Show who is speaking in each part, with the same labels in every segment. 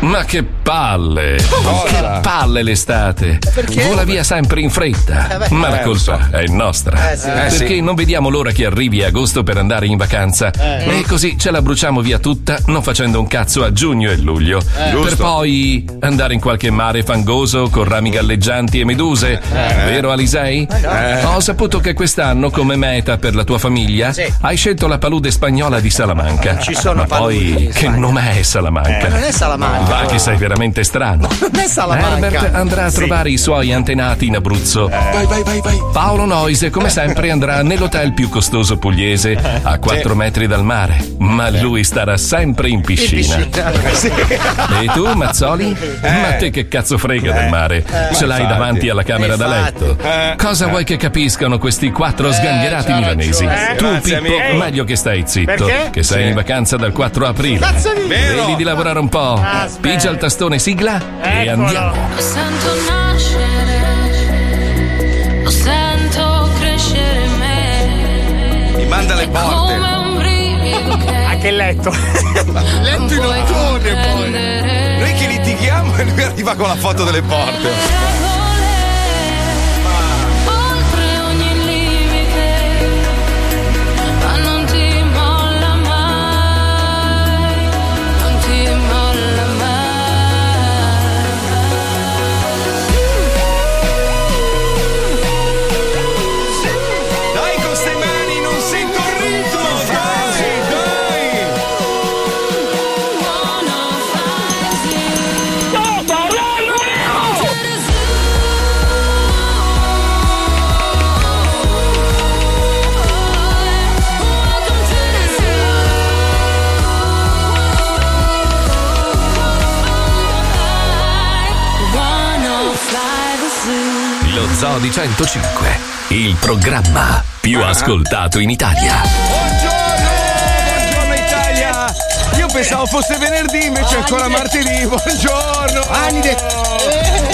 Speaker 1: Ma che palle!
Speaker 2: Cosa?
Speaker 1: Che palle l'estate!
Speaker 2: Perché?
Speaker 1: Vola via sempre in fretta.
Speaker 2: Eh beh,
Speaker 1: Ma la
Speaker 2: eh,
Speaker 1: colpa è nostra.
Speaker 2: Eh sì. Eh
Speaker 1: Perché
Speaker 2: sì.
Speaker 1: non vediamo l'ora che arrivi agosto per andare in vacanza.
Speaker 2: Eh.
Speaker 1: E così ce la bruciamo via tutta, non facendo un cazzo a giugno e luglio.
Speaker 2: Eh.
Speaker 1: Per
Speaker 2: Giusto.
Speaker 1: poi andare in qualche mare fangoso con rami galleggianti e meduse.
Speaker 2: Eh.
Speaker 1: Vero Alisei?
Speaker 3: Eh.
Speaker 1: Ho saputo che quest'anno, come meta per la tua famiglia,
Speaker 3: Sì.
Speaker 1: hai scelto la palude spagnola di Salamanca.
Speaker 3: Ci sono
Speaker 1: Ma
Speaker 3: paludi
Speaker 1: poi,
Speaker 3: in
Speaker 1: che
Speaker 3: Spagna.
Speaker 1: nome è Salamanca?
Speaker 3: Eh, non è Salamanca.
Speaker 1: Va che sei veramente strano.
Speaker 3: Non è Salamanca.
Speaker 1: Herbert andrà a trovare i suoi antenati in Abruzzo.
Speaker 3: Vai, vai, vai, vai.
Speaker 1: Paolo Noise, come sempre, andrà nell'hotel più costoso pugliese, a 4 metri dal mare, ma lui starà sempre in piscina. E tu, Mazzoli? Ma te che cazzo frega del mare?
Speaker 4: Eh. Ma
Speaker 1: Ce l'hai
Speaker 4: infatti.
Speaker 1: davanti alla camera da
Speaker 4: Infatti.
Speaker 1: letto.
Speaker 4: Eh.
Speaker 1: Cosa vuoi che capiscano questi quattro sgangherati
Speaker 4: c'ha
Speaker 1: milanesi?
Speaker 4: ragione. Eh,
Speaker 1: Tu,
Speaker 4: Grazie,
Speaker 1: Pippo,
Speaker 4: amico.
Speaker 1: meglio che stai zitto,
Speaker 4: Perché?
Speaker 1: che sei
Speaker 4: Sì.
Speaker 1: in vacanza dal 4 aprile.
Speaker 4: Cazzo di- Vero.
Speaker 1: Vedi di lavorare un po'.
Speaker 4: Aspetta.
Speaker 1: Pigia il tastone sigla e andiamo.
Speaker 5: Lo sento nascere, lo sento crescere in me.
Speaker 6: Mi manda le porte.
Speaker 5: Come un brivido
Speaker 6: A che letto?
Speaker 5: letto in ottone poi.
Speaker 6: Noi che litighiamo e lui arriva con la foto delle porte.
Speaker 5: oltre ogni limite, ma non ti molla mai, non ti molla
Speaker 6: Dai con ste mani, non sento il ritmo. Dai, dai.
Speaker 5: mai.
Speaker 1: Lo Zoo di 105, il programma più ascoltato in Italia.
Speaker 6: Buongiorno Italia. Io pensavo fosse venerdì, invece è ancora martedì. Buongiorno.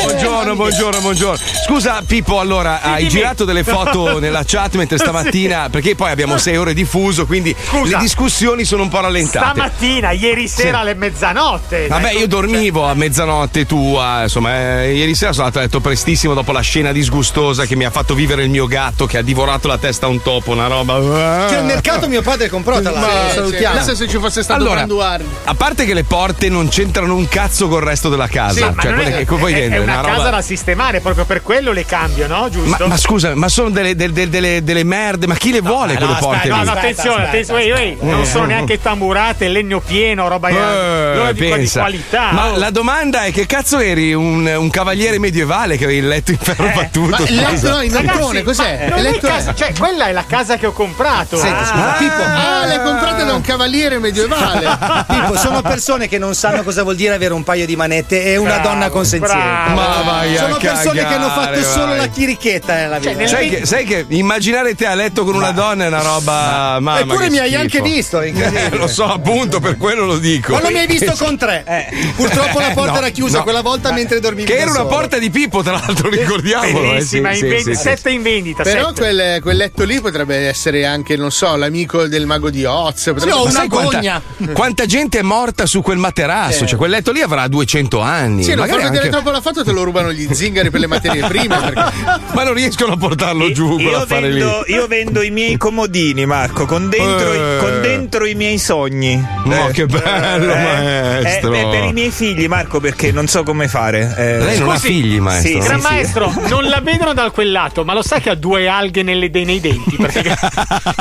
Speaker 6: Buongiorno, buongiorno, buongiorno. Scusa Pippo, allora hai
Speaker 7: dimmi.
Speaker 6: girato delle foto nella chat mentre stamattina, perché poi abbiamo sei ore di fuso, quindi
Speaker 7: Scusa.
Speaker 6: le discussioni sono un po' rallentate.
Speaker 7: Stamattina, ieri sera alle mezzanotte. Ecco.
Speaker 6: Vabbè,
Speaker 7: Dai,
Speaker 6: io dormivo a mezzanotte tua, insomma, eh, ieri sera sono andato a letto prestissimo dopo la scena disgustosa che mi ha fatto vivere il mio gatto che ha divorato la testa a un topo, una roba.
Speaker 8: Che al mercato mio padre comprò, tra l'altro.
Speaker 6: Ma-
Speaker 8: Lo Ah. salutiamo.
Speaker 6: sì, sì.
Speaker 8: se ci fosse stato
Speaker 6: Allora,
Speaker 8: Branduardi.
Speaker 6: a parte che le porte non c'entrano un cazzo col resto della casa,
Speaker 7: Sì,
Speaker 6: cioè
Speaker 7: ma non
Speaker 6: quelle
Speaker 7: è,
Speaker 6: che poi
Speaker 7: è- è
Speaker 6: dentro,
Speaker 7: una,
Speaker 6: una
Speaker 7: casa
Speaker 6: roba-
Speaker 7: da sistemare, proprio per quello le cambio, no?
Speaker 6: Ma,
Speaker 7: Giusto?
Speaker 6: ma scusa, ma sono delle, del- del- delle- delle merde, ma chi le vuole
Speaker 7: Ah, no,
Speaker 6: quelle
Speaker 7: aspetta,
Speaker 6: porte
Speaker 7: no,
Speaker 6: lì?
Speaker 7: no, attenzione, attenzione, uei, uei, non
Speaker 6: Eh.
Speaker 7: sono neanche tamburate, legno pieno, roba
Speaker 6: Eh,
Speaker 7: roba di, qua di
Speaker 6: pensa.
Speaker 7: qualità.
Speaker 6: Ma
Speaker 7: Oh.
Speaker 6: la domanda è: che cazzo eri? Un, un cavaliere medievale che avevi il letto in
Speaker 7: Eh,
Speaker 6: ferro battuto?
Speaker 8: ma il letto no, in
Speaker 6: Cosa?
Speaker 8: mattone,
Speaker 7: Ragazzi,
Speaker 8: cos'è?
Speaker 7: ma non è
Speaker 8: Elettrone.
Speaker 7: casa- cioè, quella è la casa che ho comprato.
Speaker 8: Senti, scusa, Pippo.
Speaker 7: Ah.
Speaker 8: Ah, l'hai comprata da un cavaliere medievale.
Speaker 9: Tipo, sono persone che non sanno cosa vuol dire avere un paio di manette e una donna consenziente.
Speaker 8: bravo. Ma vai a
Speaker 9: sono persone
Speaker 6: cagare,
Speaker 9: che hanno fatto solo
Speaker 6: vai.
Speaker 9: la chirichetta nella vita.
Speaker 6: Cioè, sai, che, sai che immaginare te a letto con una donna è una roba. mamma,
Speaker 9: Eppure
Speaker 6: che
Speaker 9: mi hai
Speaker 6: schifo.
Speaker 9: anche visto, è incredibile.
Speaker 6: Eh, lo so, appunto, per quello lo dico.
Speaker 9: Ma non mi hai visto con tre.
Speaker 8: Purtroppo la porta
Speaker 6: No,
Speaker 8: era chiusa
Speaker 6: no.
Speaker 8: quella volta mentre dormivo.
Speaker 6: Che
Speaker 8: da
Speaker 6: era una
Speaker 8: solo.
Speaker 6: porta di Pippo, tra l'altro, ricordiamolo. eh,
Speaker 7: Bellissima,
Speaker 6: sì,
Speaker 7: in
Speaker 6: sì,
Speaker 7: vendi-
Speaker 6: sì,
Speaker 7: sette in vendita.
Speaker 8: Però
Speaker 7: sette.
Speaker 8: quel, quel letto lì potrebbe essere anche, non so, l'amico del mago di Oz. Potrebbe...
Speaker 6: Ma sai quanta, quanta gente è morta su quel materasso?
Speaker 8: Eh.
Speaker 6: Cioè, quel letto lì avrà 200 anni.
Speaker 8: Sì, non far
Speaker 6: magari
Speaker 8: vedere
Speaker 6: anche-
Speaker 8: troppo la foto, te lo rubano gli zingari per le materie prime. perché-
Speaker 6: Ma non riescono a portarlo giù
Speaker 10: Io
Speaker 6: quell'affare lì.
Speaker 10: vendo, io vendo i miei comodini, Marco, con dentro,
Speaker 6: Eh.
Speaker 10: i, con dentro i miei sogni.
Speaker 6: No, che bello, maestro.
Speaker 10: eh, per i miei figli, Marco, perché non so come fare. eh.
Speaker 6: Lei non ha
Speaker 10: Scusi.
Speaker 6: figli, maestro,
Speaker 10: Sì,
Speaker 6: no?
Speaker 7: Gran
Speaker 10: sì, sì.
Speaker 7: maestro, non la vedono da quel lato, ma lo sa che ha due alghe nelle- dei- nei denti? Perché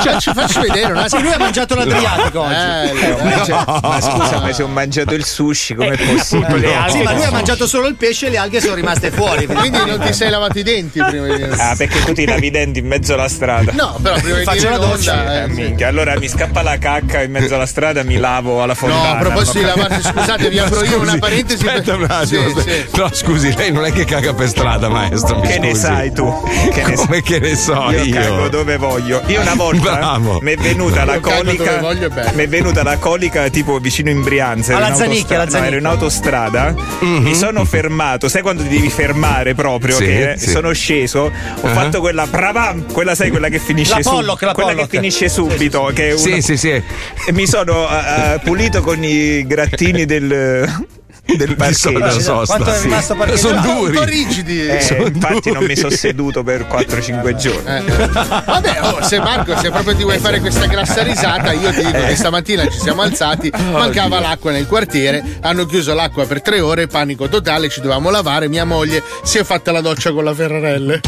Speaker 8: Cioè, ci faccio vedere un attimo.
Speaker 9: Sì, lui ha mangiato l'Adriatico oggi.
Speaker 8: Eh,
Speaker 10: No,
Speaker 8: cioè-
Speaker 10: Ma scusa, ma se ho mangiato il sushi, com'è
Speaker 7: Eh, appunto, le
Speaker 10: possibile?
Speaker 7: alghe
Speaker 9: Sì, ma lui
Speaker 7: no.
Speaker 9: ha mangiato solo il pesce e le alghe sono rimaste state fuori.
Speaker 8: Quindi non ti sei lavato i denti prima di
Speaker 10: Ah, perché tu ti lavi i denti in mezzo alla strada.
Speaker 8: No, però prima di
Speaker 10: Faccio
Speaker 8: dire
Speaker 10: la
Speaker 8: in onda,
Speaker 10: doccia.
Speaker 8: eh,
Speaker 10: Eh, minchia, allora mi scappa la cacca in mezzo alla strada, mi lavo alla
Speaker 8: No, a
Speaker 10: fontana.
Speaker 8: proposito di
Speaker 10: non ho
Speaker 8: lavarsi, scusate, vi
Speaker 6: Ma
Speaker 8: apro io una
Speaker 6: scusi,
Speaker 8: parentesi. per-
Speaker 6: Aspetta un attimo.
Speaker 8: Sì,
Speaker 6: aspe-
Speaker 8: sì.
Speaker 6: No, scusi, lei non è che caga per strada, maestro. mi
Speaker 10: Che ne
Speaker 6: scusi.
Speaker 10: sai tu? Che ne
Speaker 6: Come
Speaker 10: sai?
Speaker 6: che ne so
Speaker 10: Io,
Speaker 6: io?
Speaker 10: cago dove voglio. Io una volta
Speaker 6: Bravo.
Speaker 10: mi è venuta la
Speaker 8: Io cago dove
Speaker 10: colica.
Speaker 8: voglio è bello.
Speaker 10: Mi è venuta la colica tipo vicino in Brianza. era
Speaker 9: Alla
Speaker 10: in
Speaker 9: Zanicchia,
Speaker 10: autostra-
Speaker 9: alla
Speaker 10: no,
Speaker 9: Zanicchia.
Speaker 10: ero in autostrada. Mi sono fermato. Sai quando ti devi fermare proprio?
Speaker 6: Mhm. Sì,
Speaker 10: che
Speaker 6: sì. Ah.
Speaker 10: sono sceso. Ho fatto quella pravam, quella sai, quella che finisce
Speaker 9: La
Speaker 10: sub-
Speaker 9: Pollock, la
Speaker 10: quella
Speaker 9: Pollock.
Speaker 10: che finisce subito. Che è una-
Speaker 6: Sì, sì, sì.
Speaker 10: e mi sono eh, eh, pulito con i grattini del. Del
Speaker 6: Di so-
Speaker 10: parcheggio.
Speaker 6: della
Speaker 9: Sì,
Speaker 6: sosta.
Speaker 9: quanto è rimasto parcheggiato?
Speaker 6: Sono
Speaker 8: Un
Speaker 6: duri.
Speaker 8: po' rigidi.
Speaker 10: Eh,
Speaker 6: Sono
Speaker 10: infatti non
Speaker 6: duri.
Speaker 10: mi sono seduto per 4-5 giorni.
Speaker 8: Eh. Vabbè, oh, se Marco, se proprio ti vuoi fare questa grassa risata, io ti dico che stamattina ci siamo alzati, mancava l'acqua nel quartiere, hanno chiuso l'acqua per tre ore, panico totale, ci dovevamo lavare, mia moglie si è fatta la doccia con la Ferrarelle.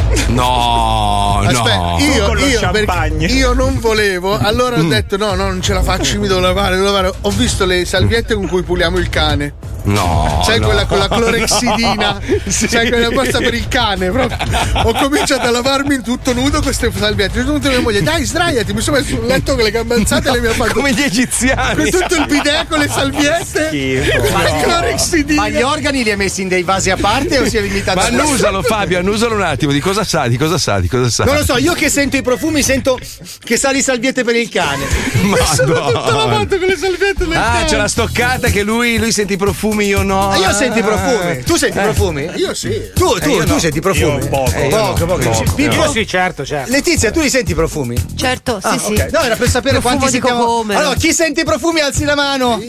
Speaker 6: No,
Speaker 2: Oh,
Speaker 6: no.
Speaker 8: Aspetta, io,
Speaker 10: Con lo
Speaker 8: io,
Speaker 10: champagne.
Speaker 8: perché io non volevo, allora ho detto no, no, non ce la faccio, mi devo lavare, devo lavare. Ho visto le salviette con cui puliamo il cane.
Speaker 6: No.
Speaker 8: Sai
Speaker 6: Oh, no.
Speaker 8: quella con la clorexidina? Sai quella apposta per il cane? Proprio. Ho cominciato a lavarmi in tutto nudo queste salviette. Sono venuta mia moglie, dai, sdraiati. Mi sono messo sul letto con le gambe alzate e le mie fatto.
Speaker 6: Come gli
Speaker 8: Con
Speaker 6: egiziani.
Speaker 8: tutto il bidet con le salviette.
Speaker 10: Schifo.
Speaker 8: con la
Speaker 9: Ma gli
Speaker 8: clorexidina.
Speaker 9: organi li hai messi in dei vasi a parte o si è limitato
Speaker 6: Ma
Speaker 9: a
Speaker 6: annusalo Fabio, annusalo un attimo, di cosa sa, di cosa sa, di cosa sa.
Speaker 9: Non lo so, io che sento i profumi sento che sali salviette per il cane.
Speaker 8: Mi sono tutta
Speaker 6: Madonna.
Speaker 8: lavato con le salviette nel
Speaker 6: Ah,
Speaker 8: cane.
Speaker 6: c'è la stoccata che lui, lui sente i profumi, io no.
Speaker 9: Ma Ah, io sento i
Speaker 6: Eh.
Speaker 9: profumi. Tu senti i profumi? Eh,
Speaker 8: Io sì.
Speaker 9: Tu, tu, tu senti i profumi?
Speaker 10: Io poco.
Speaker 9: Eh, poco, poco. Pippo,
Speaker 7: Io sì, certo, certo.
Speaker 9: Letizia, tu li senti i profumi? Sì,
Speaker 2: Certo,
Speaker 11: Ah,
Speaker 2: sì, sì.
Speaker 9: No, era per sapere
Speaker 2: Profumo
Speaker 9: quanti
Speaker 2: di
Speaker 9: sentiamo.
Speaker 2: cocomero.
Speaker 9: Allora, chi sente i profumi alzi la mano.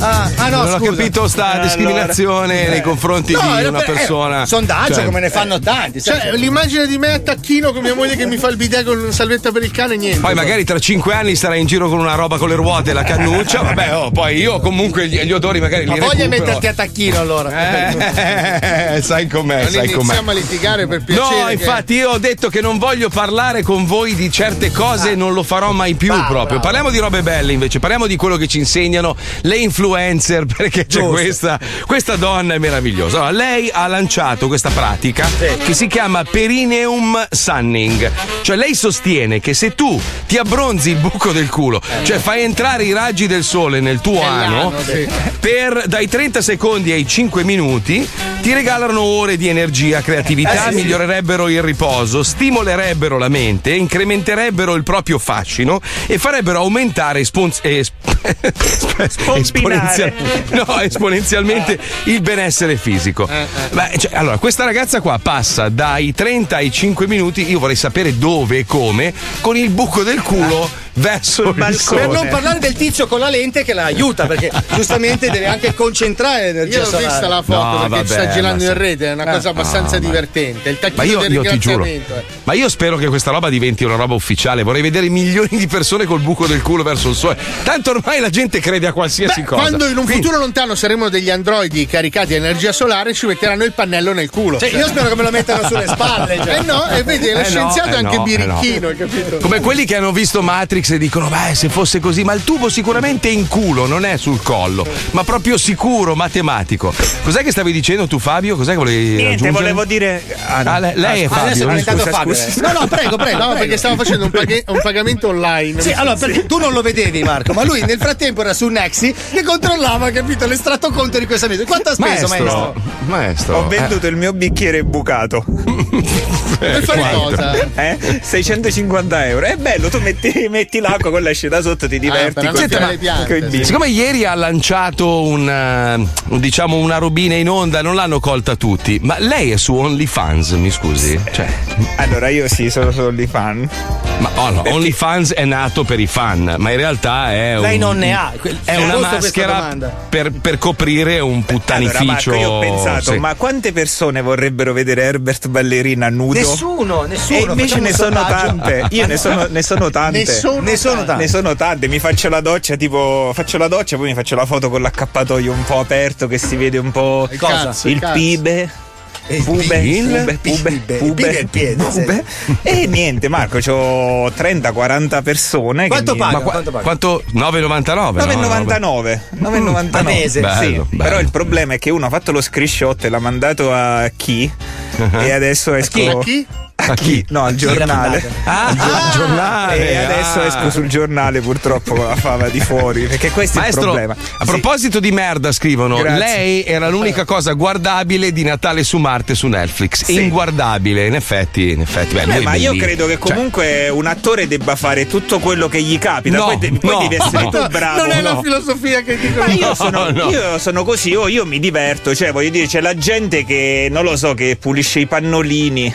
Speaker 9: Ah, ah, no,
Speaker 6: non ho
Speaker 9: scusa. Eh.
Speaker 6: capito sta discriminazione nei confronti
Speaker 9: No,
Speaker 6: di
Speaker 9: era
Speaker 6: una
Speaker 9: per- eh,
Speaker 6: persona.
Speaker 9: sondaggio
Speaker 6: Cioè,
Speaker 9: come ne fanno tanti. sai.
Speaker 8: Cioè, l'immagine di me a tacchino con mia moglie che mi fa il bidet con una salvetta per il cane, niente.
Speaker 6: Poi magari tra cinque anni starai in giro con una roba con le ruote e la cannuccia, vabbè, oh, poi io comunque gli, gli odori magari
Speaker 9: Ma
Speaker 6: li
Speaker 9: voglio
Speaker 6: recupero.
Speaker 9: metterti a tacchino allora.
Speaker 6: Eh, sai com'è,
Speaker 8: non
Speaker 6: sai com'è.
Speaker 8: iniziamo a litigare per piacere.
Speaker 6: No,
Speaker 8: che-
Speaker 6: infatti io ho detto che non voglio parlare con voi di certe cose e non lo farò mai più
Speaker 9: Bravo,
Speaker 6: proprio.
Speaker 9: bravo.
Speaker 6: Parliamo di robe belle invece, parliamo di quello che ci insegnano le influencer perché c'è
Speaker 9: Giusto.
Speaker 6: questa, questa donna è meravigliosa. Allora, lei ha lanciato questa pratica che si chiama perineum sunning. Cioè lei sostiene che se tu ti abbronzi il buco del culo, cioè fai entrare i raggi del sole nel tuo ano, per dai 30 secondi ai 5 minuti ti regalano ore di energia,
Speaker 9: Eh,
Speaker 6: creatività, migliorerebbero il riposo, stimolerebbero la mente, incrementerebbero il proprio fascino e farebbero aumentare espon- es- esponenzial- no, esponenzialmente
Speaker 9: Eh.
Speaker 6: il benessere fisico. Ma, cioè, allora, questa ragazza qua passa dai 30 ai 5 minuti, io vorrei sapere dove e come, con il buco del culo verso il
Speaker 9: Eh. Per non
Speaker 6: sole.
Speaker 9: parlare del tizio con la lente che la aiuta, perché giustamente deve anche concentrare energia.
Speaker 8: Io l'ho
Speaker 9: solare.
Speaker 8: vista la foto
Speaker 6: No,
Speaker 8: perché
Speaker 6: vabbè,
Speaker 8: ci sta girando
Speaker 6: ma
Speaker 8: in
Speaker 6: se- Eh.
Speaker 8: rete, è una cosa abbastanza divertente. Il tacchino
Speaker 6: Ma io,
Speaker 8: del
Speaker 6: io ti giuro,
Speaker 8: ringraziamento. eh.
Speaker 6: ma io spero che questa roba diventi una roba ufficiale. Vorrei vedere milioni di persone col buco del culo verso il sole. Tanto ormai la gente crede a qualsiasi
Speaker 8: Beh,
Speaker 6: cosa.
Speaker 8: quando in un
Speaker 6: Quindi-
Speaker 8: futuro lontano saremo degli androidi caricati a energia solare, ci metteranno il pannello nel culo.
Speaker 9: Cioè, io spero che me lo mettano sulle spalle. Cioè.
Speaker 8: Eh no, e vedi, lo
Speaker 6: Eh no,
Speaker 8: scienziato
Speaker 6: eh
Speaker 8: è anche
Speaker 6: no, eh no.
Speaker 8: birichino, hai capito?
Speaker 6: Come quelli che hanno visto Matrix e dicono: Beh, se fosse così, ma il tubo sicuramente è in culo, non è sul collo, ma proprio sicuro, matematico. Cos'è che stavi dicendo tu, Fabio? Cos'è che volevi
Speaker 10: Niente,
Speaker 6: aggiungere?
Speaker 10: volevo dire. ah, no.
Speaker 6: Ah, le- lei è
Speaker 10: Ah,
Speaker 6: Fabio,
Speaker 9: Adesso è
Speaker 6: scusa,
Speaker 9: diventato
Speaker 10: scusa,
Speaker 9: Fabio.
Speaker 10: scusa.
Speaker 9: eh. No, no, prego, prego.
Speaker 8: No,
Speaker 9: prego.
Speaker 8: perché stavo facendo un, paghe- un pagamento online.
Speaker 9: Sì, allora, perché tu non lo vedevi, Marco, ma lui nel frattempo era su Nexi e controllava, capito, l'estratto conto di questa mese. Quanto ha speso, maestro?
Speaker 6: Maestro, maestro.
Speaker 10: Ho venduto il mio bicchiere bucato,
Speaker 8: eh. per fare cosa?
Speaker 10: eh? 650 euro. È bello, tu metti, metti l'acqua, quella esce da sotto, ti diverti.
Speaker 8: Ah, per
Speaker 10: con-
Speaker 8: annaffiare
Speaker 10: con
Speaker 8: le piante,
Speaker 10: i
Speaker 8: sì.
Speaker 10: bimbi.
Speaker 6: Siccome ieri ha lanciato un, eh, un, diciamo una robina in onda, non l'hanno colta tutti, ma lei è su OnlyFans, mi scusi? Cioè,
Speaker 10: Allora, io sì, sono solo lì fan.
Speaker 6: ma oh no, OnlyFans è nato per i fan, ma in realtà è un-
Speaker 9: Lei non ne ha.
Speaker 6: È una maschera per, per coprire un
Speaker 10: Allora,
Speaker 6: puttanificio.
Speaker 10: Marco, io ho pensato,
Speaker 6: sì.
Speaker 10: ma quante persone vorrebbero vedere Herbert Ballerina nudo?
Speaker 9: Nessuno, nessuno.
Speaker 10: E invece
Speaker 9: facciamo
Speaker 10: ne
Speaker 9: un
Speaker 10: sono
Speaker 9: sondaggio.
Speaker 10: tante. Io ne sono, ne sono tante.
Speaker 8: Ne sono
Speaker 9: Ne sono
Speaker 10: Ne
Speaker 9: tanti.
Speaker 10: sono tante, mi faccio la doccia, tipo faccio la doccia, poi mi faccio la foto con l'accappatoio un po' aperto che si vede un po'
Speaker 8: Il cazzo, il
Speaker 10: il
Speaker 8: cazzo.
Speaker 10: pibe. Pube,
Speaker 6: il-
Speaker 10: pube, pube,
Speaker 9: pibe,
Speaker 10: pube,
Speaker 9: pibe il piede, sì.
Speaker 10: pube. E niente, Marco, c'ho 30-40 persone.
Speaker 9: Quanto
Speaker 10: che mi-
Speaker 9: paga?
Speaker 6: Ma qua-
Speaker 9: Quanto paga?
Speaker 6: quanto? 9,99? no? Ah,
Speaker 10: 9,99 9,99
Speaker 9: a mese.
Speaker 10: sì.
Speaker 6: Bello, bello.
Speaker 10: Però il problema è che uno ha fatto lo screenshot e l'ha mandato a chi e adesso esco
Speaker 8: A chi?
Speaker 6: Uh-huh. A chi?
Speaker 10: no al giornale Eh.
Speaker 6: Ah, il giornale.
Speaker 10: e adesso
Speaker 6: ah.
Speaker 10: esco sul giornale purtroppo con la fava di fuori perché questo è il
Speaker 6: Maestro,
Speaker 10: problema
Speaker 6: a proposito di merda, scrivono:
Speaker 10: Grazie.
Speaker 6: Lei era l'unica cosa guardabile di Natale su Marte su Netflix.
Speaker 10: Sì.
Speaker 6: Inguardabile, in effetti. In effetti. Beh,
Speaker 10: Beh,
Speaker 6: lui è
Speaker 10: Eh, ma io
Speaker 6: bellissimo.
Speaker 10: credo che
Speaker 6: Cioè,
Speaker 10: comunque un attore debba fare tutto quello che gli capita
Speaker 6: No,
Speaker 10: poi, de- poi
Speaker 6: no,
Speaker 10: devi essere
Speaker 6: no.
Speaker 10: tu bravo
Speaker 8: non è la
Speaker 10: No.
Speaker 8: filosofia che dicono.
Speaker 10: Ma Ah, io,
Speaker 6: No,
Speaker 10: sono,
Speaker 6: no.
Speaker 10: io sono così, io, io mi diverto, cioè voglio dire, c'è la gente che non lo so, che pulisce i pannolini.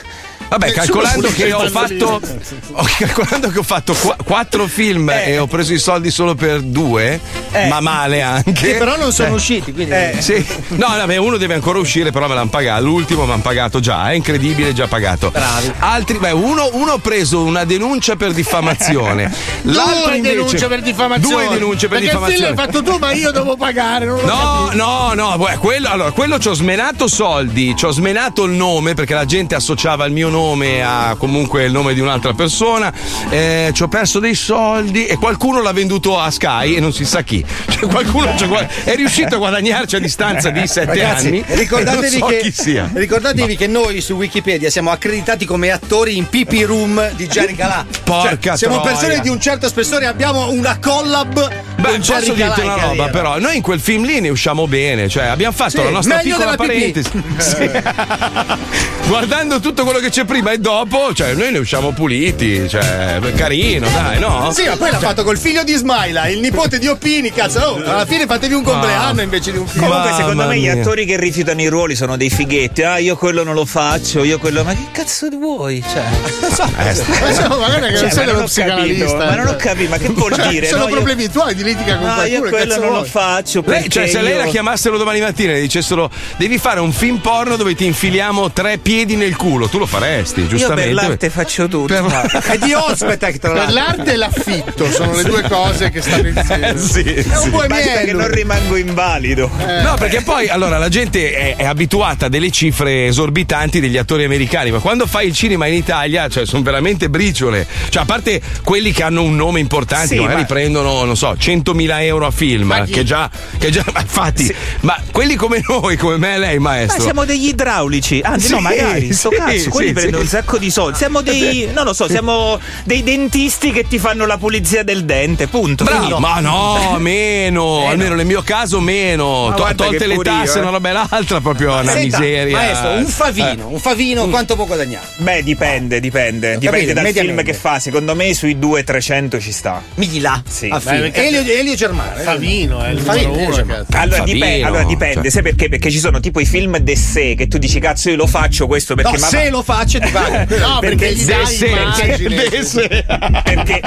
Speaker 6: Vabbè, calcolando
Speaker 8: pure
Speaker 6: che
Speaker 8: il
Speaker 6: ho fatto.
Speaker 8: bambino.
Speaker 6: ho- calcolando che ho fatto qua- quattro film
Speaker 10: Eh.
Speaker 6: e ho preso i soldi solo per due,
Speaker 10: Eh.
Speaker 6: ma male anche. Cioè,
Speaker 9: Che però non sono usciti, quindi.
Speaker 10: Eh,
Speaker 6: Sì, no, no, beh, uno deve ancora uscire, però me l'hanno pagato. L'ultimo mi hanno pagato già, è incredibile, già pagato.
Speaker 9: Bravi.
Speaker 6: Altri, beh, uno, uno ha preso una denuncia per diffamazione. L'altro
Speaker 8: Due
Speaker 6: invece,
Speaker 8: denunce per diffamazione.
Speaker 6: Due denunce per
Speaker 8: Perché sì,
Speaker 6: diffamazione.
Speaker 8: l'hai fatto tu, ma io devo pagare. Non lo
Speaker 6: No, no, no, beh, quello, allora, quello ci ho smenato soldi, ci ho smenato il nome perché la gente associava il mio nome a comunque il nome di un'altra persona, eh, ci ho perso dei soldi e qualcuno l'ha venduto a Sky e non si sa chi. Cioè, qualcuno ci ha guad- è riuscito a guadagnarci a distanza di sette
Speaker 9: Eh, Ragazzi,
Speaker 6: anni. e
Speaker 9: ricordatevi,
Speaker 6: non so
Speaker 9: che,
Speaker 6: chi sia.
Speaker 9: ricordatevi che noi su Wikipedia siamo accreditati come attori in PP Room di Jerry Calà.
Speaker 6: Porca
Speaker 9: siamo
Speaker 6: troia.
Speaker 9: persone di un certo spessore, abbiamo una collab
Speaker 6: Beh,
Speaker 9: con Jerry eh,
Speaker 6: posso
Speaker 9: Calà.
Speaker 6: dirti
Speaker 9: in
Speaker 6: una roba,
Speaker 9: carriera.
Speaker 6: però, noi in quel film lì ne usciamo bene, cioè abbiamo fatto
Speaker 9: Sì,
Speaker 6: la nostra
Speaker 9: meglio
Speaker 6: piccola
Speaker 9: della pipì.
Speaker 6: parentesi. Sì. Guardando tutto quello che c'è prima e dopo, cioè noi ne usciamo puliti, cioè carino, dai, no? Cioè-
Speaker 9: Sì, ma poi l'ha fatto col figlio di Smaila, il nipote di Oppini, cazzo. Oh, alla fine fatevi un compleanno invece di un figlio.
Speaker 10: Comunque, secondo
Speaker 6: Mamma
Speaker 10: me, gli
Speaker 6: mia.
Speaker 10: attori che rifiutano i ruoli sono dei fighetti. Ah, io quello non lo faccio, io quello. Ma che cazzo vuoi? Cioè,
Speaker 8: Eh,
Speaker 6: Eh,
Speaker 8: Ma no, ma guarda che
Speaker 10: Cioè,
Speaker 8: non sono
Speaker 10: ma
Speaker 8: uno
Speaker 10: ho capito,
Speaker 8: psicanalista. eh.
Speaker 10: ma non ho capito, ma che vuol
Speaker 8: Cioè,
Speaker 10: dire?
Speaker 8: sono
Speaker 10: no? Io-
Speaker 8: problemi tuoi di litiga con
Speaker 10: Ah, io
Speaker 8: qualcuno.
Speaker 10: quello
Speaker 8: cazzo
Speaker 10: non lo
Speaker 8: vuoi?
Speaker 10: faccio.
Speaker 6: Lei- cioè,
Speaker 10: perché
Speaker 6: se lei la
Speaker 10: io-
Speaker 6: chiamassero domani mattina e le dicessero devi fare un film porno dove ti infiliamo tre piedi nel culo, tu lo faresti,
Speaker 10: Io per
Speaker 6: giustamente.
Speaker 10: l'arte faccio tutto. guarda.
Speaker 9: È di Ospetec, tra
Speaker 8: Per
Speaker 9: l'altro.
Speaker 8: l'arte e l'affitto sono le due cose che stanno insieme.
Speaker 6: Sì,
Speaker 8: È un
Speaker 10: Basta che
Speaker 8: boemiello.
Speaker 10: non rimango invalido.
Speaker 8: Eh.
Speaker 6: No, perché poi allora la gente è, è abituata a delle cifre esorbitanti degli attori americani, ma quando fai il cinema in Italia, cioè, sono veramente briciole. Cioè, a parte quelli che hanno un nome importante,
Speaker 10: Sì,
Speaker 6: che magari
Speaker 10: ma-
Speaker 6: prendono, non so, 100.000 euro a film, che già, che già- ma infatti, ma quelli come noi, come me e lei,
Speaker 10: Ma
Speaker 6: maestro.
Speaker 10: siamo degli idraulici, anzi
Speaker 6: Sì,
Speaker 10: Ah, no, magari, sto
Speaker 6: sì,
Speaker 10: cazzo, quelli
Speaker 6: sì, Eh
Speaker 10: prendono
Speaker 6: sì.
Speaker 10: un sacco di soldi. Siamo dei, non lo so, siamo dei dentisti che ti fanno la pulizia del dente, punto.
Speaker 6: Bravo,
Speaker 10: Quindi-
Speaker 6: ma no, meno, almeno nel mio caso meno.
Speaker 10: Eh, Ma
Speaker 6: To-
Speaker 10: guarda che
Speaker 6: tolte le
Speaker 10: pure
Speaker 6: tasse,
Speaker 10: io, eh.
Speaker 6: una roba e l'altra, proprio una
Speaker 9: Senta,
Speaker 6: miseria. Eh.
Speaker 9: Maestro, un favino, un favino quanto può guadagnare?
Speaker 10: Beh, dipende, dipende.
Speaker 9: capito,
Speaker 10: Dipende dal film
Speaker 9: mediamente.
Speaker 10: che fa. Secondo me sui 200-300 ci sta.
Speaker 9: Mila.
Speaker 10: Sì.
Speaker 9: a Ah, fine. Elio, Elio Germano. eh.
Speaker 8: Favino, è il
Speaker 9: Favino,
Speaker 8: numero uno,
Speaker 9: cioè,
Speaker 8: cazzo.
Speaker 10: Allora,
Speaker 6: Fabino,
Speaker 10: dipende, allora dipende,
Speaker 6: cioè.
Speaker 10: sai perché? Perché ci sono tipo i film d'essè che tu dici cazzo io lo faccio questo perché
Speaker 9: No,
Speaker 10: ma
Speaker 9: se lo faccio ti pago.
Speaker 8: No, perché,
Speaker 10: Perché
Speaker 8: gli
Speaker 10: se-
Speaker 8: dai
Speaker 6: se-
Speaker 8: immagine.
Speaker 10: perché,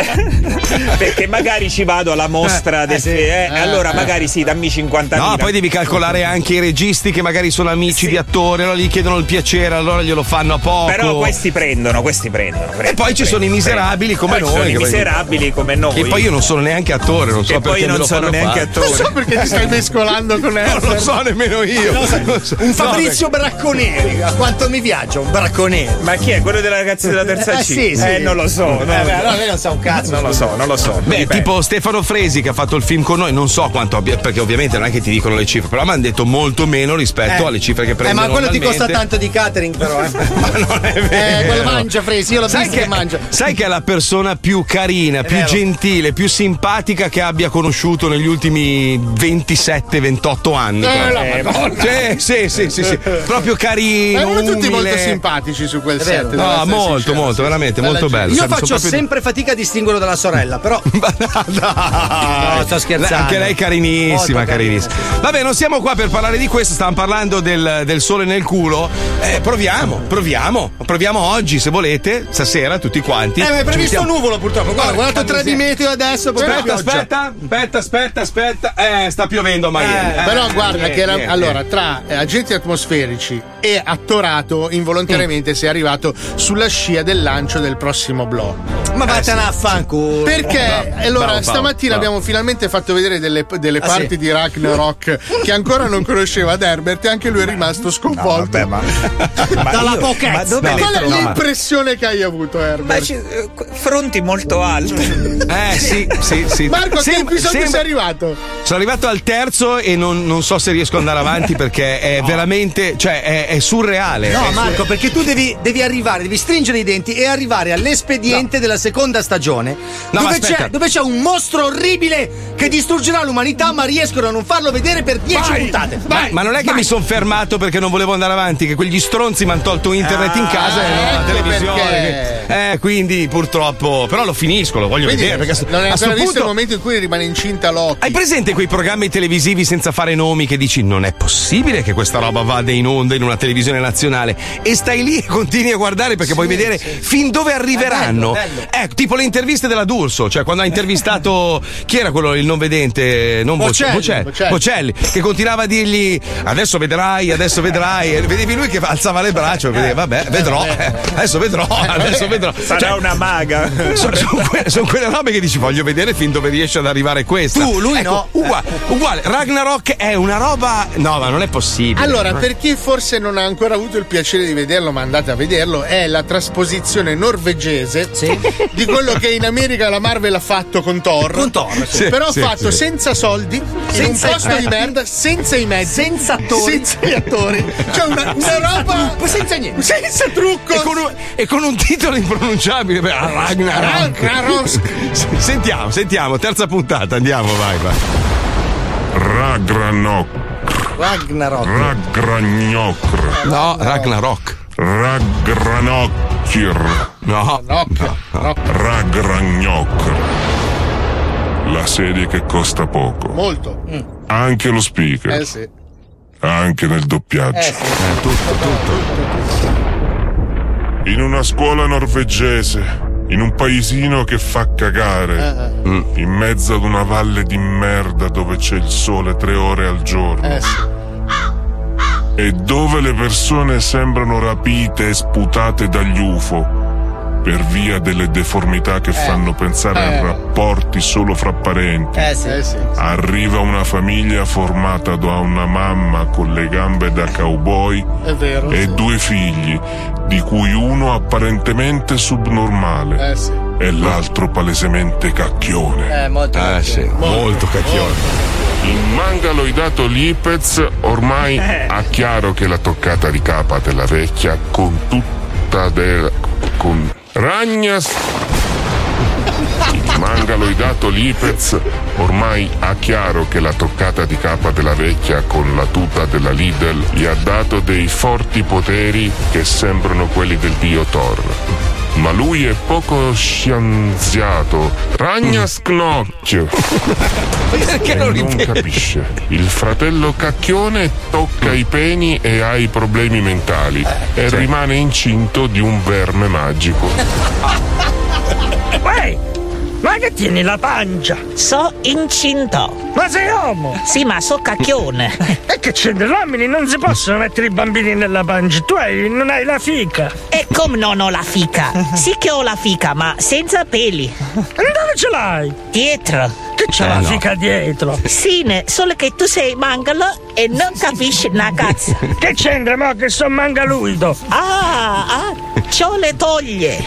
Speaker 10: perché magari ci vado alla mostra d'essè eh, allora magari sì, dammi 50
Speaker 6: No, poi devi calcolare anche i registi che magari sono amici
Speaker 10: Sì.
Speaker 6: di attori, allora gli chiedono il piacere, allora glielo fanno a poco.
Speaker 10: Però questi prendono, questi prendono.
Speaker 6: E poi ci sono i miserabili come
Speaker 10: Poi ci sono
Speaker 6: noi.
Speaker 10: i
Speaker 6: che poi-
Speaker 10: miserabili come noi.
Speaker 6: Che poi io non sono neanche attore, non so
Speaker 10: E
Speaker 6: perché
Speaker 10: poi
Speaker 6: me
Speaker 10: non
Speaker 6: lo
Speaker 10: sono
Speaker 6: fanno
Speaker 10: neanche
Speaker 6: fare.
Speaker 10: attore.
Speaker 8: Non so perché ti stai mescolando con
Speaker 6: Eh, Non lo
Speaker 8: Erso.
Speaker 6: so nemmeno io.
Speaker 9: Un Fabrizio Bracconieri, a quanto mi piace un Bracconieri.
Speaker 10: Ma chi è? Quello della ragazza della terza
Speaker 9: Eh,
Speaker 10: C?
Speaker 9: sì, sì.
Speaker 10: Eh, non lo so. non
Speaker 9: Eh,
Speaker 10: lo so.
Speaker 9: beh, no, lei non sa un cazzo.
Speaker 10: Non lo so, non lo so.
Speaker 6: Beh,
Speaker 10: Dipende.
Speaker 6: tipo Stefano Fresi che ha fatto il film con noi, non so quanto abbia, perché ovviamente non è che ti dicono le cifre, però mi hanno detto molto meno rispetto
Speaker 9: Eh.
Speaker 6: alle cifre che
Speaker 9: Eh,
Speaker 6: prendono.
Speaker 9: ma quello ti costa
Speaker 6: normalmente.
Speaker 9: tanto di catering, però. Eh.
Speaker 6: Ma non è vero.
Speaker 8: Eh, quello mangia Fresi, io l'ho visto che mangia.
Speaker 6: sai che è la persona più carina, più
Speaker 9: vero.
Speaker 6: gentile, più simpatica che abbia conosciuto negli ultimi 27-28 anni.
Speaker 8: Eh, la
Speaker 6: proprio.
Speaker 8: madonna.
Speaker 6: Sì, sì, sì, sì, sì. Proprio carino.
Speaker 9: Eh,
Speaker 8: Erano Eh, tutti molto
Speaker 6: umile.
Speaker 8: simpatici su quel
Speaker 9: È vero.
Speaker 8: set. devo
Speaker 6: No,
Speaker 8: essere
Speaker 6: molto,
Speaker 8: sincero.
Speaker 6: molto, veramente,
Speaker 8: Bella
Speaker 6: molto
Speaker 8: gente.
Speaker 6: bello.
Speaker 9: Io
Speaker 6: Sono
Speaker 9: faccio
Speaker 6: proprio-
Speaker 9: sempre fatica a distinguerlo dalla sorella, però.
Speaker 6: Ma dai.
Speaker 9: No, sto scherzando.
Speaker 6: Ah, Anche lei è carinissima,
Speaker 9: Molto carina,
Speaker 6: carinissima. Vabbè, non siamo qua per parlare di questo, stavamo parlando del, del sole nel culo. Eh, proviamo, proviamo, proviamo oggi, se volete, stasera, tutti quanti.
Speaker 9: Eh, ma è
Speaker 6: Ci
Speaker 9: previsto
Speaker 6: mettiamo-
Speaker 9: nuvolo purtroppo. Guarda, ho guardato 3 di meteo adesso. proprio pioggia.
Speaker 6: Aspetta, aspetta,
Speaker 2: aspetta, aspetta, aspetta, aspetta. Eh, sta piovendo a Miami.
Speaker 8: Eh,
Speaker 2: Eh,
Speaker 8: però guarda
Speaker 2: eh,
Speaker 8: che era-
Speaker 2: eh,
Speaker 8: allora
Speaker 2: eh.
Speaker 8: tra eh, agenti atmosferici e attorato
Speaker 10: Mm.
Speaker 8: involontariamente sei arrivato sulla scia del lancio del prossimo blocco. Eh,
Speaker 9: Ma vattene a fanculo.
Speaker 8: Perché eh,
Speaker 9: Bravo,
Speaker 8: allora
Speaker 9: bravo,
Speaker 8: stamattina
Speaker 9: bravo.
Speaker 8: abbiamo finalmente fatto vedere delle, delle
Speaker 9: Ah,
Speaker 8: parti
Speaker 9: sì.
Speaker 8: di Ragnarok che ancora non conosceva ad Herbert e anche lui è rimasto sconvolto.
Speaker 10: Dalla io- pochezza. ma dove le
Speaker 8: Qual è
Speaker 10: trovi?
Speaker 8: l'impressione che hai avuto Herbert?
Speaker 10: Ma ci- eh, fronti molto alti.
Speaker 6: Eh sì, sì, sì.
Speaker 8: Marco, a che
Speaker 6: Sembra-
Speaker 8: episodio
Speaker 6: sembra-
Speaker 8: sei arrivato?
Speaker 6: Sono arrivato al terzo e non, non so se riesco ad andare avanti perché è veramente, cioè, è, è surreale. È
Speaker 9: No,
Speaker 6: sur-
Speaker 9: Marco, perché tu devi, devi arrivare, devi stringere i denti e arrivare all'espediente della seconda stagione.
Speaker 6: No, ma
Speaker 9: dove,
Speaker 6: aspetta.
Speaker 9: c'è, dove c'è un mostro orribile che distruggerà l'umanità, ma riescono a non farlo vedere per 10 puntate.
Speaker 6: Ma, ma non è che mi sono fermato perché non volevo andare avanti, che quegli stronzi mi hanno tolto internet in casa e non
Speaker 8: Ah,
Speaker 6: la
Speaker 8: ecco
Speaker 6: televisione. Eh, quindi purtroppo. Però lo finisco, lo voglio
Speaker 8: Quindi,
Speaker 6: vedere. Perché a sto-
Speaker 8: non hai
Speaker 6: a sto
Speaker 8: ancora visto il
Speaker 6: punto.
Speaker 8: momento in cui rimane incinta Loki.
Speaker 6: Hai presente quei programmi televisivi senza fare nomi che dici non è possibile che questa roba vada in onda in una televisione nazionale e stai lì e continui a guardare perché vuoi vedere fin dove arriveranno.
Speaker 4: Eh, bello, bello.
Speaker 6: Ecco, tipo le interviste della D'Urso, cioè quando ha intervistato chi era quello il non vedente, non Boce- Bocelli,
Speaker 4: Bocelli, Bocelli.
Speaker 6: Bocelli, che continuava a dirgli adesso vedrai, adesso vedrai e vedevi lui che alzava le braccia e vedevi vabbè, vedrò, eh, adesso vedrò, adesso vedrò. Cioè,
Speaker 10: Sarà una maga.
Speaker 6: Sono, quelle, son quelle robe che dici voglio vedere fin dove riesce ad arrivare questa.
Speaker 8: Tu, lui
Speaker 6: Ecco,
Speaker 8: no.
Speaker 6: Uguale, uguale. Ragnarok è una roba. No, ma non è possibile.
Speaker 8: Allora, per chi forse non ha ancora avuto il piacere di vederlo, ma andate a vederlo, è la trasposizione norvegese di quello che in America la Marvel ha fatto con Thor. Con
Speaker 9: Thor,
Speaker 6: sì.
Speaker 8: però
Speaker 6: Sì,
Speaker 8: fatto
Speaker 6: sì.
Speaker 8: senza soldi,
Speaker 9: Senza
Speaker 8: in un posto di
Speaker 9: effetti.
Speaker 8: merda, senza i mezzi,
Speaker 9: senza attori.
Speaker 8: senza gli attori. Cioè una, una
Speaker 9: Senza
Speaker 8: roba
Speaker 9: trucco, senza niente.
Speaker 8: senza trucco.
Speaker 6: E con, un, e con un titolo impronunciabile. Beh, Ragnarok.
Speaker 8: Ragnarok.
Speaker 6: sentiamo, sentiamo. Terza puntata, andiamo, vai, vai.
Speaker 12: Ragnarok.
Speaker 9: Ragnarok.
Speaker 12: Ragnarok.
Speaker 6: No, Ragnarok.
Speaker 12: Ragranocchir.
Speaker 6: No.
Speaker 12: Ragnarok. La serie che costa poco.
Speaker 6: Mm.
Speaker 8: Molto.
Speaker 12: Anche lo speaker.
Speaker 8: Eh sì. Eh,
Speaker 12: Anche nel doppiaggio. tutto, tutto. In una scuola norvegese. In un paesino che fa
Speaker 8: Eh,
Speaker 12: cagare. In mezzo ad una valle di merda dove c'è il sole tre ore al giorno.
Speaker 8: Eh sì. Eh.
Speaker 12: e dove le persone sembrano rapite e sputate dagli UFO per via delle deformità
Speaker 8: Eh.
Speaker 12: che fanno pensare a rapporti solo fra parenti.
Speaker 9: Eh sì.
Speaker 8: Eh sì.
Speaker 12: Arriva una famiglia formata da una mamma con le gambe da cowboy
Speaker 8: È vero.
Speaker 12: e due figli, di cui uno apparentemente subnormale
Speaker 8: Eh sì.
Speaker 12: e l'altro palesemente cacchione.
Speaker 9: Eh, molto.
Speaker 6: Eh sì, molto cacchione.
Speaker 12: Il mangaloidato Lipez ormai ha chiaro che la toccata di capa della vecchia con tutta del. con. Ragnas! Il mangaloidato Lipez ormai ha chiaro che la toccata di capa della vecchia con la tuta della Lidl gli ha dato dei forti poteri che sembrano quelli del dio Thor. Ma lui è poco scienziato. Ragnas Knocchio!
Speaker 6: Perché non ripeti?
Speaker 12: capisce. Il fratello cacchione tocca i peni e ha i problemi mentali e rimane incinto di un verme magico.
Speaker 13: Uè, ma che tieni la pancia? So incinto. Ma sei uomo? Sì, ma so cacchione.
Speaker 14: E che c'è gli uomini? Non si possono mettere i bambini nella pancia. Tu hai, non hai la fica.
Speaker 13: E come non ho la fica? Sì che ho la fica, ma senza peli. Dove ce l'hai? Dietro. Che
Speaker 14: c'è la fica dietro?
Speaker 13: Sì, ne- solo che tu sei mangalo e non capisci una cazzo.
Speaker 14: Che c'entra, mo, che sono mangaluido?
Speaker 13: Ah, ah, c'ho le toglie.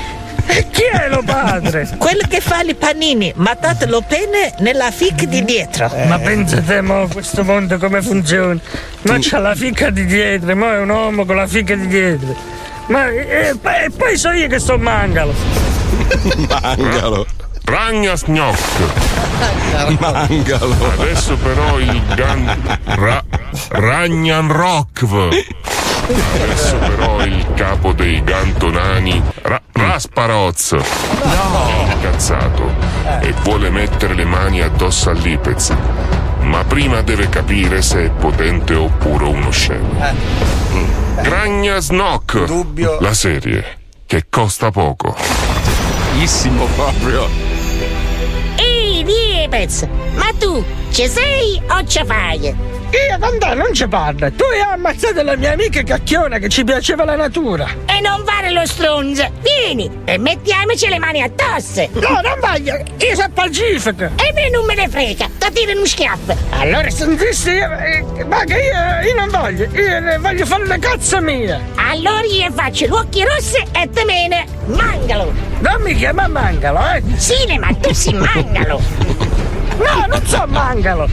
Speaker 14: Eh,
Speaker 13: E chi è lo padre? Quello che fa i panini, ma datelo bene nella fica di dietro.
Speaker 14: Eh. Ma pensate, mo, questo mondo come funziona? Ma c'ha la fica di dietro, mo è un uomo con la fica di dietro. Ma e, e poi- e poi so io che sto mangalo.
Speaker 12: Mangalo. Ragna Mangalo. Adesso però il gan... Ra... Ragnan Rockv. Adesso però il capo dei gantonani Ra- Rasparoz è incazzato e vuole mettere le mani addosso a Lipez. Ma prima deve capire se è potente oppure uno scemo. Mm. Gragna Snock. La serie che costa poco.
Speaker 6: Pochissimo proprio.
Speaker 15: Ehi,
Speaker 4: Liepez, ma tu ci sei o ci fai?
Speaker 14: Io, Vandà, non ci parla. Tu hai ammazzato la mia amica cacchiona che ci piaceva la natura.
Speaker 4: E non fare lo stronzo, vieni e mettiamoci le mani addosso.
Speaker 14: No, non voglio, io sono pacifico.
Speaker 4: E me non me ne frega, ti tiro uno schiaffo.
Speaker 14: Allora sentisti, io, eh, ma che io, io non voglio, io eh, voglio fare la cazza mia.
Speaker 4: Allora io faccio gli occhi rossi e te mene mangalo.
Speaker 14: Non mi chiama mangalo, eh?
Speaker 4: Sì, ma tu sei mangalo.
Speaker 14: No, non so mangalo.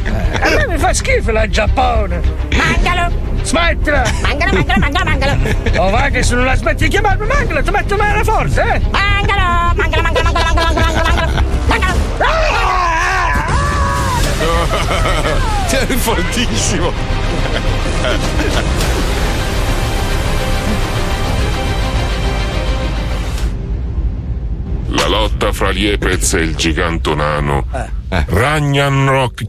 Speaker 14: A me mi fa schifo la Giappone.
Speaker 4: Mangalo.
Speaker 14: Smettila.
Speaker 4: Mangalo, mangalo, mangalo, mangalo.
Speaker 14: Oh, va che se non la smetti di chiamarmi mangalo, ti metto male la forza, eh?
Speaker 4: Mangalo, mangalo, mangalo, mangalo, mangalo, mangalo, mangalo.
Speaker 15: Sei fortissimo.
Speaker 12: La lotta fra Liepez e il gigantonano.
Speaker 8: Eh.
Speaker 12: Ragnarok.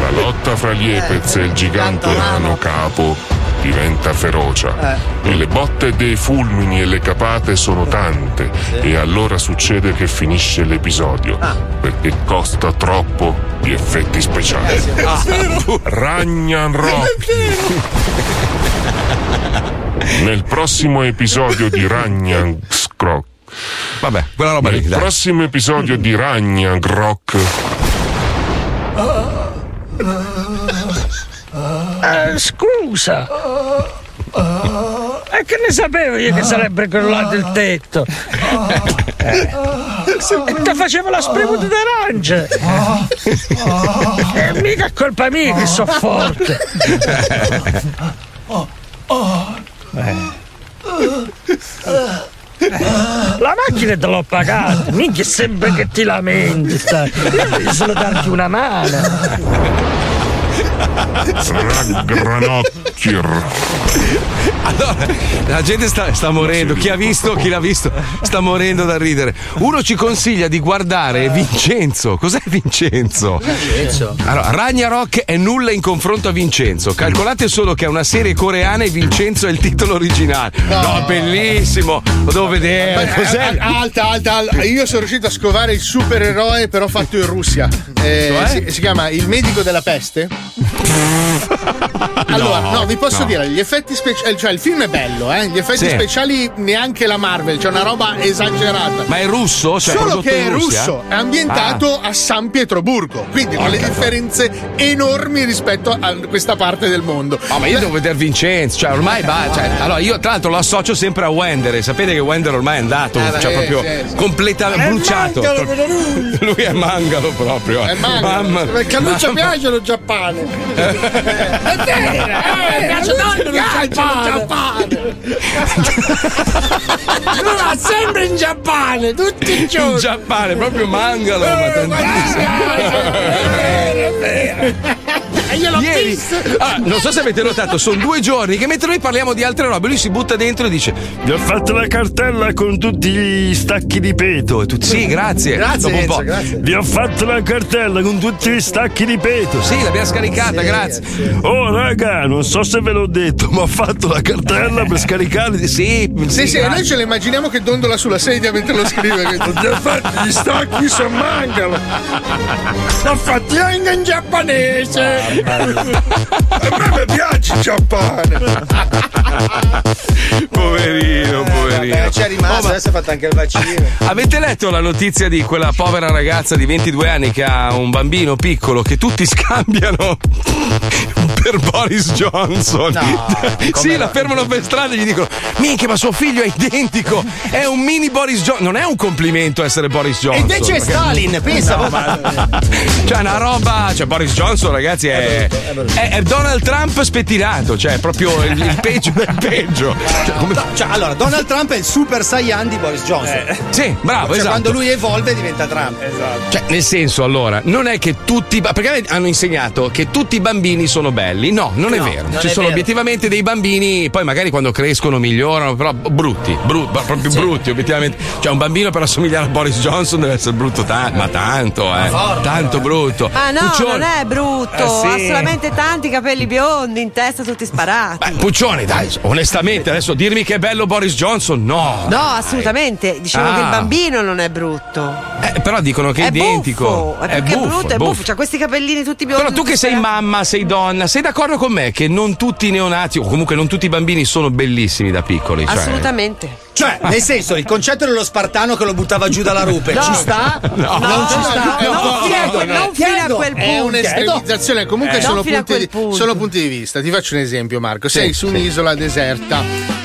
Speaker 12: La lotta fra Liepez e il gigantonano capo diventa ferocia. E le botte dei fulmini e le capate sono tante. E allora succede che finisce l'episodio. Perché costa troppo di effetti
Speaker 14: Eh,
Speaker 12: speciali.
Speaker 15: Ah,
Speaker 12: Ragnarok. Nel prossimo episodio di Ragnan Scrock.
Speaker 6: Vabbè, quella roba
Speaker 12: Nel
Speaker 6: lì, dai.
Speaker 12: prossimo episodio di Ragnan Grock.
Speaker 14: Eh, scusa. E che ne sapevo io che sarebbe crollato il tetto? Eh, E ti facevo la spremuta d'arancia!
Speaker 8: Ah.
Speaker 14: E Eh, mica è colpa mia che so forte! Eh. La macchina te l'ho pagata, minchia sembra che ti lamenti, stai. Io voglio solo darti una mano.
Speaker 12: Ragnarok.
Speaker 6: Allora, la gente sta, sta morendo. Chi ha visto, chi l'ha visto, sta morendo da ridere. Uno ci consiglia di guardare Vincenzo. Cos'è Vincenzo?
Speaker 9: Vincenzo.
Speaker 6: Allora, Ragnarok è nulla in confronto a Vincenzo. Calcolate solo che è una serie coreana e Vincenzo è il titolo originale. No, bellissimo. Lo devo vedere.
Speaker 8: Beh,
Speaker 6: Cos'è?
Speaker 8: a- a- Eh, Alta, alta, alta. Io sono riuscito a scovare il supereroe, però fatto in Russia. Eh,
Speaker 6: Cioè?
Speaker 8: si, si chiama Il medico della peste. Allora, no, vi posso
Speaker 9: no.
Speaker 8: dire, gli effetti speciali. Cioè, il film è bello, eh? Gli effetti
Speaker 6: Sì.
Speaker 8: speciali neanche la Marvel, cioè una roba esagerata.
Speaker 6: Ma è russo? Cioè,
Speaker 8: Solo
Speaker 6: prodotto
Speaker 8: che è
Speaker 6: in Russia? Ah.
Speaker 8: russo, è ambientato a San Pietroburgo, quindi con le
Speaker 6: Porca
Speaker 8: differenze enormi rispetto a questa parte del mondo.
Speaker 6: No, Ah, ma io devo vedere Vincenzo, cioè ormai va. cioè, allora, io tra l'altro lo associo sempre a Wender. e Sapete che Wender ormai è andato,
Speaker 8: Eh,
Speaker 6: cioè
Speaker 8: sì,
Speaker 6: proprio
Speaker 8: sì, sì. Eh,
Speaker 6: completamente bruciato. Lui è mangalo proprio. eh.
Speaker 8: È magro,
Speaker 6: Mamma-
Speaker 8: perché a Lucio
Speaker 6: mamma-
Speaker 8: piace lo Giappone. È vero, eh,
Speaker 4: piace
Speaker 8: a Lucio
Speaker 4: tanto lo
Speaker 8: piace lo
Speaker 4: Giappone.
Speaker 8: Tu va sempre in Giappone, tutti i giorni. Eh,
Speaker 6: In Giappone, proprio mangalo. ma
Speaker 14: Eh.
Speaker 4: Io l'ho
Speaker 6: Ieri-
Speaker 4: visto.
Speaker 6: Ah, non so se avete notato, sono due giorni che mentre noi parliamo di altre robe, lui si butta dentro e dice: Vi ho fatto la cartella con tutti gli stacchi di peto. E tutti, sì, grazie.
Speaker 15: Grazie,
Speaker 6: Dopo un po'.
Speaker 15: Enzo, grazie. Vi ho fatto la cartella con tutti gli stacchi di peto.
Speaker 6: Sì, l'abbiamo scaricata, Sì, grazie.
Speaker 15: Oh, raga, non so se ve l'ho detto, ma ho fatto la cartella per scaricare.
Speaker 6: Sì,
Speaker 8: Sì, sì, e noi ce le immaginiamo che dondola sulla sedia mentre lo scrive.
Speaker 15: Gli effetti stacchi
Speaker 8: sono mangalo. Sono fatti anche in giapponese.
Speaker 6: Ah,
Speaker 15: A me piace il Giappone.
Speaker 6: Poverino, poverino.
Speaker 8: Eh,
Speaker 9: Beh, c'è Eh, rimasto,
Speaker 6: Oh, ma-
Speaker 9: adesso ha fatto anche il vaccino.
Speaker 6: Avete letto la notizia di quella povera ragazza di 22 anni che ha un bambino piccolo che tutti scambiano per Boris Johnson? sì, la fermano per strada e gli dicono: Minchia, ma suo figlio è identico! È un mini Boris Johnson. Non è un complimento essere Boris Johnson.
Speaker 9: invece è
Speaker 6: perché-
Speaker 9: Stalin, pensa,
Speaker 6: No, ma- Cioè, una roba. Cioè, Boris Johnson, ragazzi, è, è- è Donald Trump spettinato. Cioè, è proprio il, il peggio del peggio. Cioè, come-
Speaker 9: Cioè, allora, Donald Trump è il super saiyan di Boris Johnson.
Speaker 6: Sì, bravo,
Speaker 9: Cioè,
Speaker 6: esatto.
Speaker 9: quando lui evolve diventa Trump.
Speaker 4: Esatto.
Speaker 6: Cioè, nel senso, allora, non è che tutti. Perché hanno insegnato che tutti i bambini sono belli. No, non è
Speaker 9: No,
Speaker 6: vero.
Speaker 9: non
Speaker 6: Ci
Speaker 9: è
Speaker 6: sono
Speaker 9: vero.
Speaker 6: obiettivamente dei bambini, poi magari quando crescono migliorano, però brutti, bru- ma proprio brutti, obiettivamente. Cioè, un bambino per assomigliare a Boris Johnson deve essere brutto ta- ma tanto, eh. tanto brutto.
Speaker 16: Ah no,
Speaker 6: Puccioni-
Speaker 16: non è brutto,
Speaker 6: Eh, sì.
Speaker 16: ha solamente tanti capelli biondi in testa tutti sparati.
Speaker 6: eh, Puccioni, dai, onestamente, adesso dirmi che è bello Boris Johnson, no.
Speaker 16: No, assolutamente. Diciamo
Speaker 6: Ah.
Speaker 16: che il bambino non è brutto.
Speaker 6: Eh, però dicono che è,
Speaker 16: È
Speaker 6: identico.
Speaker 16: buffo, È, perché è brutto, è buffo. C'ha questi capellini tutti biondi.
Speaker 6: Però tu che sei mamma, sei donna, sei d'accordo con me che non tutti i neonati, o comunque non tutti i bambini, sono bellissimi da piccoli? Cioè...
Speaker 16: Assolutamente.
Speaker 9: Cioè,
Speaker 6: Ah.
Speaker 9: nel senso, il concetto dello spartano che lo buttava giù dalla rupe
Speaker 6: No.
Speaker 9: ci sta?
Speaker 6: No.
Speaker 9: non ci sta.
Speaker 8: È un po'
Speaker 9: chiedo,
Speaker 8: no?
Speaker 9: non chiedo.
Speaker 8: È un'estremizzazione, comunque
Speaker 9: Eh.
Speaker 8: sono,
Speaker 9: Non fino a
Speaker 8: punti
Speaker 9: quel
Speaker 8: di, sono punti di vista. Ti faccio un esempio, Marco. Sei
Speaker 9: Sì,
Speaker 8: su
Speaker 9: sì.
Speaker 8: un'isola deserta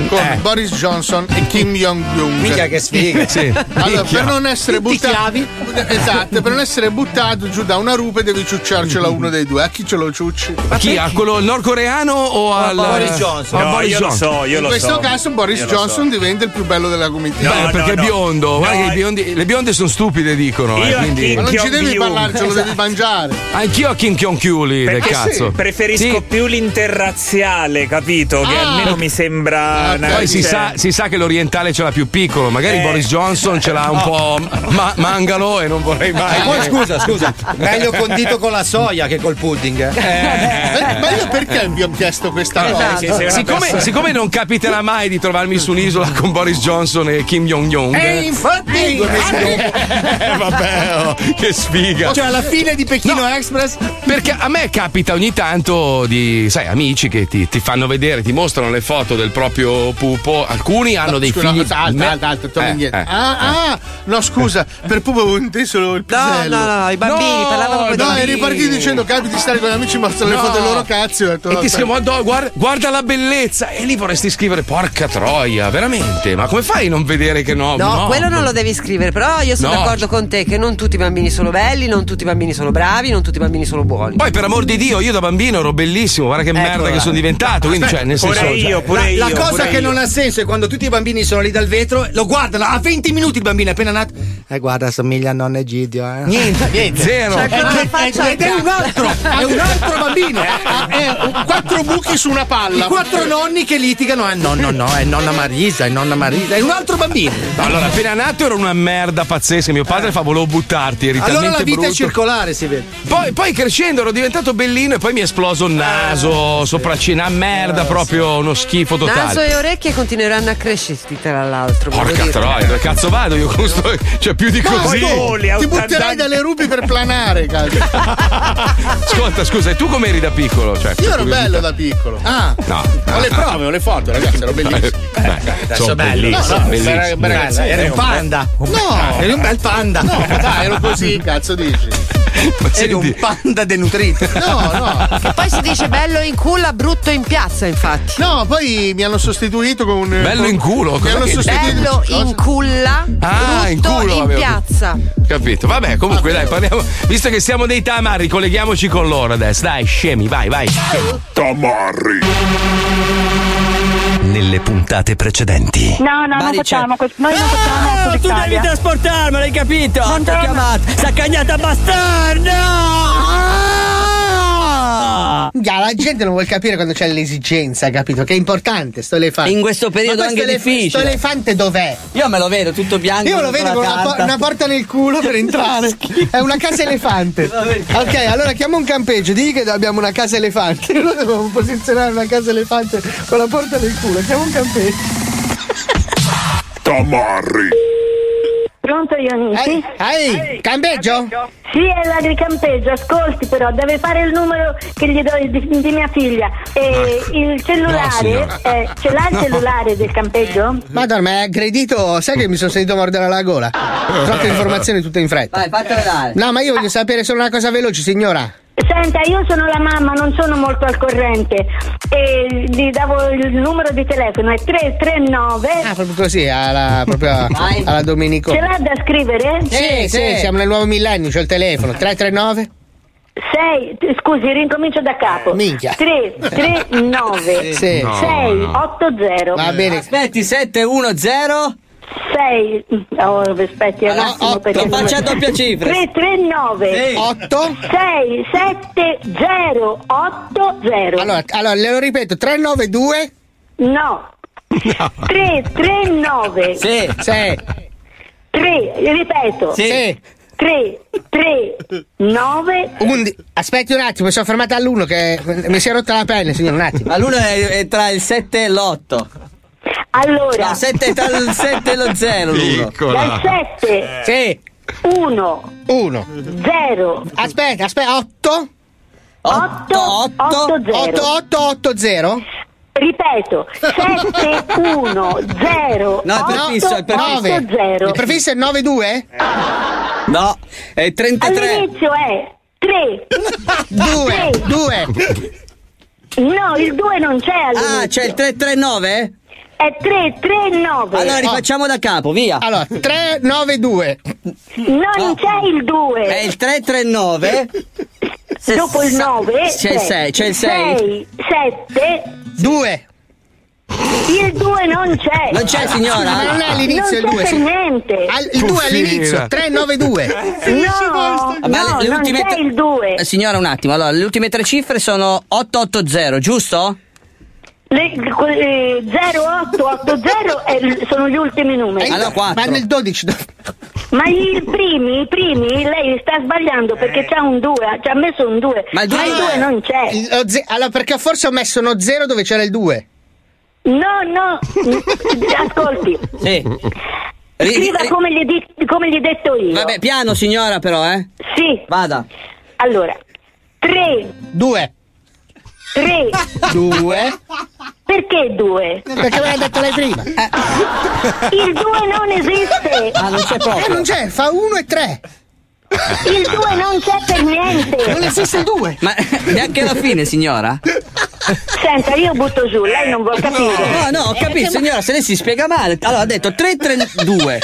Speaker 8: con Boris Johnson e Kim Jong-un.
Speaker 9: Minchia, che sfiga. Sì.
Speaker 8: Allora,
Speaker 9: Minchia.
Speaker 8: per non essere
Speaker 9: Tutti
Speaker 8: buttato.
Speaker 9: chiavi.
Speaker 8: Esatto, per non essere buttato giù da una rupe devi ciucciarcela uno dei due. A chi ce lo ciucci?
Speaker 6: Chi? A quello nordcoreano o al. a Boris Johnson?
Speaker 8: In questo caso Boris
Speaker 6: Io lo so.
Speaker 8: Johnson diventa il più bello della comitiva.
Speaker 6: Beh, perché è biondo, guarda
Speaker 10: eh.
Speaker 6: che i biondi- le bionde sono stupide, dicono. eh, quindi...
Speaker 8: Ma non ci devi parlare, ce lo
Speaker 16: Esatto.
Speaker 8: devi mangiare.
Speaker 6: Anch'io a Kim Kyong Kyuli del
Speaker 10: Perché
Speaker 6: cazzo.
Speaker 10: preferisco più l'interrazziale, capito? Che almeno mi sembra. una-
Speaker 6: Ah. Poi si
Speaker 10: cioè-
Speaker 6: sa, si sa che l'orientale ce l'ha più piccolo, magari
Speaker 10: Eh.
Speaker 6: Boris Johnson ce l'ha un po' ma- mangalo e non vorrei mai.
Speaker 9: Ah, Ma poi scusa, scusa, meglio condito con la soia che col pudding. eh.
Speaker 8: Eh,
Speaker 16: Eh.
Speaker 6: Eh.
Speaker 8: Ma- Ma io perché vi ho chiesto questa
Speaker 16: Esatto.
Speaker 8: cosa?
Speaker 6: Siccome, siccome non capiterà mai di trovarmi su un'isola con Boris Johnson e Kim Jong-un.
Speaker 9: E infatti,
Speaker 6: Eh, vabbè, oh, che sfiga.
Speaker 9: Cioè, alla fine di Pechino Express.
Speaker 6: Perché a me capita ogni tanto di, sai, amici che ti, ti fanno vedere, ti mostrano le foto del proprio pupo. Alcuni hanno dei
Speaker 8: Scusa,
Speaker 6: figli.
Speaker 8: Alta, alta, alta, torna
Speaker 6: Eh,
Speaker 8: indietro.
Speaker 6: eh.
Speaker 8: ah, ah, no, scusa, per pupo avevo inteso il pisello.
Speaker 16: no, no, i bambini, parlavano con i
Speaker 8: No,
Speaker 16: bambini.
Speaker 8: eri partito dicendo capi di stare con gli amici, mostrano
Speaker 6: No.
Speaker 8: le foto dei loro cazzi. Ho detto,
Speaker 6: E ti
Speaker 8: vabbè.
Speaker 6: scrivo, "Madò, guarda, guarda la bellezza! E lì vorresti scrivere, porca troia, veramente? Ma come fai a non vedere che Oh, no?
Speaker 16: No, quello non lo devi scrivere, però io sono
Speaker 6: No.
Speaker 16: d'accordo con te che non tutti i bambini sono belli, non tutti i bambini sono bravi, non tutti i bambini sono buoni.
Speaker 6: Poi, per amor di Dio, io da bambino ero bellissimo, guarda che merda che sono diventato. Quindi, cioè, nel senso. cioè-
Speaker 9: la, la cosa che non ha senso è quando tutti i bambini sono lì dal vetro, lo guardano a 20 minuti il bambino è appena nato. Eh, guarda, somiglia a nonno Egidio. Eh. Cioè,
Speaker 6: Niente, niente. Zero. C'è ancora la faccia
Speaker 9: ed è un altro, è un altro bambino. È
Speaker 8: Eh, quattro buchi su una palla.
Speaker 9: I quattro nonni che litigano. Eh, no, no, no, è nonna Marisa, è nonna Marisa. È un altro bambino. Eh.
Speaker 6: Allora, appena nato ero una merda pazzesca. Mio padre fa volevo buttarti, eri
Speaker 9: Allora
Speaker 6: talmente
Speaker 9: la vita è
Speaker 6: brutto.
Speaker 9: circolare, si vede.
Speaker 6: Poi, poi crescendo ero diventato bellino e poi mi è esploso il
Speaker 9: Eh,
Speaker 6: naso, sopracciglia, una merda, proprio uno schifo totale.
Speaker 16: Naso e orecchie continueranno a crescerti tra l'altro.
Speaker 6: Porca troia, dove cazzo vado? Io con sto- cioè più di
Speaker 8: Ma
Speaker 6: così.
Speaker 8: poi ti butterai dalle rupi per planare, cazzo.
Speaker 6: Ascolta, scusa, e tu com'eri da piccolo? Cioè,
Speaker 8: Io ero
Speaker 6: curiosità.
Speaker 8: bello da piccolo. Ah,
Speaker 6: No.
Speaker 8: ho le prove, ho le foto, ragazzi, ero bellissimo.
Speaker 6: Eh, sono bellissimo, bellissimo.
Speaker 8: Era,
Speaker 6: Bella,
Speaker 9: eri un panda.
Speaker 8: No,
Speaker 9: eri un bel panda.
Speaker 8: No, ma dai, ero così, cazzo dici.
Speaker 9: Eri un panda denutrito.
Speaker 8: No, no.
Speaker 16: Che poi si dice bello in culla, brutto in piazza, infatti.
Speaker 8: No, poi mi hanno sostituito con un.
Speaker 6: Bello in culo,
Speaker 8: Mi
Speaker 6: cosa
Speaker 8: hanno
Speaker 6: che-
Speaker 8: sostituito.
Speaker 16: Bello in culla,
Speaker 6: Ah, in
Speaker 16: brutto
Speaker 6: culo
Speaker 16: in,
Speaker 6: avevo-
Speaker 16: piazza.
Speaker 6: Capito? Vabbè, comunque dai, parliamo. Visto che siamo dei Tamari, colleghiamoci con loro adesso. Dai, scemi, vai, vai. Tamari.
Speaker 17: Nelle puntate precedenti.
Speaker 18: No, no, non
Speaker 19: cioè-
Speaker 18: facciamo questo. Noi non facciamo questo. Tu devi trasportarmi, l'hai capito? Non ti ho chiamato. Saccagnata
Speaker 19: Ah!
Speaker 18: bastarda!
Speaker 11: Già, la gente non vuol capire quando c'è l'esigenza, capito? Che è importante, sto elefante.
Speaker 19: In questo periodo
Speaker 11: Ma questo
Speaker 19: anche
Speaker 11: elef-
Speaker 19: difficile.
Speaker 11: Sto elefante dov'è?
Speaker 19: Io me lo vedo tutto bianco.
Speaker 11: Io lo vedo con una, po-
Speaker 19: carta.
Speaker 11: una porta nel culo per entrare. È una casa elefante. ok, allora chiamo un campeggio, digli che abbiamo una casa elefante. Noi dobbiamo posizionare una casa elefante con la porta nel culo. Chiamo un campeggio.
Speaker 12: Tamarri.
Speaker 18: Pronto Ionisi?
Speaker 11: Ehi, ehi, campeggio?
Speaker 18: Sì, è l'agricampeggio, ascolti però, deve fare il numero che gli do di, di mia figlia. E il cellulare,
Speaker 11: signora.
Speaker 18: eh, ce l'ha il
Speaker 11: Ah. No.
Speaker 18: cellulare del campeggio?
Speaker 11: Madonna, ma è aggredito, sai che mi sono sentito mordere la gola? Troppe informazioni tutte in fretta.
Speaker 18: Vai, fatelo dare.
Speaker 11: No, ma io voglio sapere solo una cosa veloce, signora.
Speaker 18: Senta, io sono la mamma, non sono molto al corrente. E gli davo il numero di telefono, è 339.
Speaker 11: Ah, proprio così, alla, proprio
Speaker 18: Vai.
Speaker 11: alla Domenico. Eh,
Speaker 18: Ce l'ha da scrivere?
Speaker 11: Sì, sì, siamo nel nuovo millennio, c'ho il telefono. 339?
Speaker 18: 6, scusi, ricomincio da capo. Minchia. 3, 3, 9, 6,
Speaker 11: Sì. No,
Speaker 18: 8, 0.
Speaker 11: Va bene.
Speaker 19: Aspetti, 710.
Speaker 18: 6, oh, aspetti un attimo perché...
Speaker 19: lo Ah, faccia a doppia cifra.
Speaker 18: 3, 3, 9,
Speaker 11: 8,
Speaker 18: 6, 7, 0, 8, 0.
Speaker 11: Allora, allora le lo ripeto, 392?
Speaker 18: No. 3, 3, 9.
Speaker 11: Sì. Sì.
Speaker 18: 3, ripeto.
Speaker 11: Sì.
Speaker 18: 3, 3, 9.
Speaker 11: Aspetti un attimo, mi sono fermata all'1 che mi si è rotta la penne, signor, un attimo.
Speaker 19: Ma l'uno è, è tra il 7 e l'8.
Speaker 18: Allora.
Speaker 19: No, Ah, sette è tra il sette e lo zero, l'uno. Piccola.
Speaker 18: Dal 7.
Speaker 19: Sì.
Speaker 18: 1.
Speaker 11: 1.
Speaker 18: 0.
Speaker 11: Aspetta, aspetta, 8.
Speaker 18: 8.
Speaker 11: 8 8 8 8 0.
Speaker 18: Ripeto, 7 1 0
Speaker 11: No, il prefisso, il prefisso. Il prefisso è 9 2?
Speaker 19: No, è 33.
Speaker 18: All'inizio è 3
Speaker 11: 2 2
Speaker 18: No, il 2 non c'è all'inizio.
Speaker 19: Ah, c'è il 339?
Speaker 18: È 339.
Speaker 19: Allora rifacciamo da capo, via. Ah.
Speaker 11: Allora, 392.
Speaker 18: Non c'è il 2.
Speaker 19: È il 339.
Speaker 18: Dopo il 9
Speaker 19: C'è il 6, c'è il 6.
Speaker 18: 7
Speaker 11: 2
Speaker 18: Il 2 non c'è.
Speaker 19: Non c'è, signora? eh?
Speaker 11: Ma non è all'inizio il
Speaker 18: Non c'è
Speaker 11: 2.
Speaker 18: per niente.
Speaker 11: Il 2
Speaker 19: Puffina.
Speaker 11: all'inizio, 392.
Speaker 18: No,
Speaker 19: Ah, ma
Speaker 18: no,
Speaker 19: le- le
Speaker 18: non
Speaker 19: ultime
Speaker 18: c'è
Speaker 19: tre-
Speaker 18: il 2.
Speaker 19: Eh, Signora, un attimo, allora, le ultime tre cifre sono 880, giusto?
Speaker 18: Le, eh, 0880 è l- eh, sono gli ultimi numeri.
Speaker 19: Allora, quattro. Ma nel
Speaker 11: 12
Speaker 18: Ma i primi, i primi, lei sta sbagliando
Speaker 11: Eh.
Speaker 18: perché c'è un 2, ci ha messo un 2. Ma il 2 non c'è.
Speaker 11: Il- lo ze- allora, perché forse ho messo uno 0 dove c'era il 2.
Speaker 18: No, no, ascolti. Scriva come gli, di- come gli ho detto io.
Speaker 19: Vabbè, piano, signora, però, eh.
Speaker 18: Sì.
Speaker 19: Vada.
Speaker 18: Allora, 3,
Speaker 11: 2.
Speaker 18: 3,
Speaker 11: 2.
Speaker 18: Perché 2?
Speaker 11: Perché me l'ha detto lei prima.
Speaker 18: Il 2 non esiste.
Speaker 11: Ah, non c'è proprio. Eh, non c'è, fa 1 e 3.
Speaker 18: Il 2 non c'è per niente.
Speaker 11: Non esiste il 2.
Speaker 19: Ma neanche alla fine, signora?
Speaker 18: Senta, io butto giù, lei non vuol capire. Eh,
Speaker 19: No, no, ho capito, signora, se lei si spiega male. Allora, ha detto 332.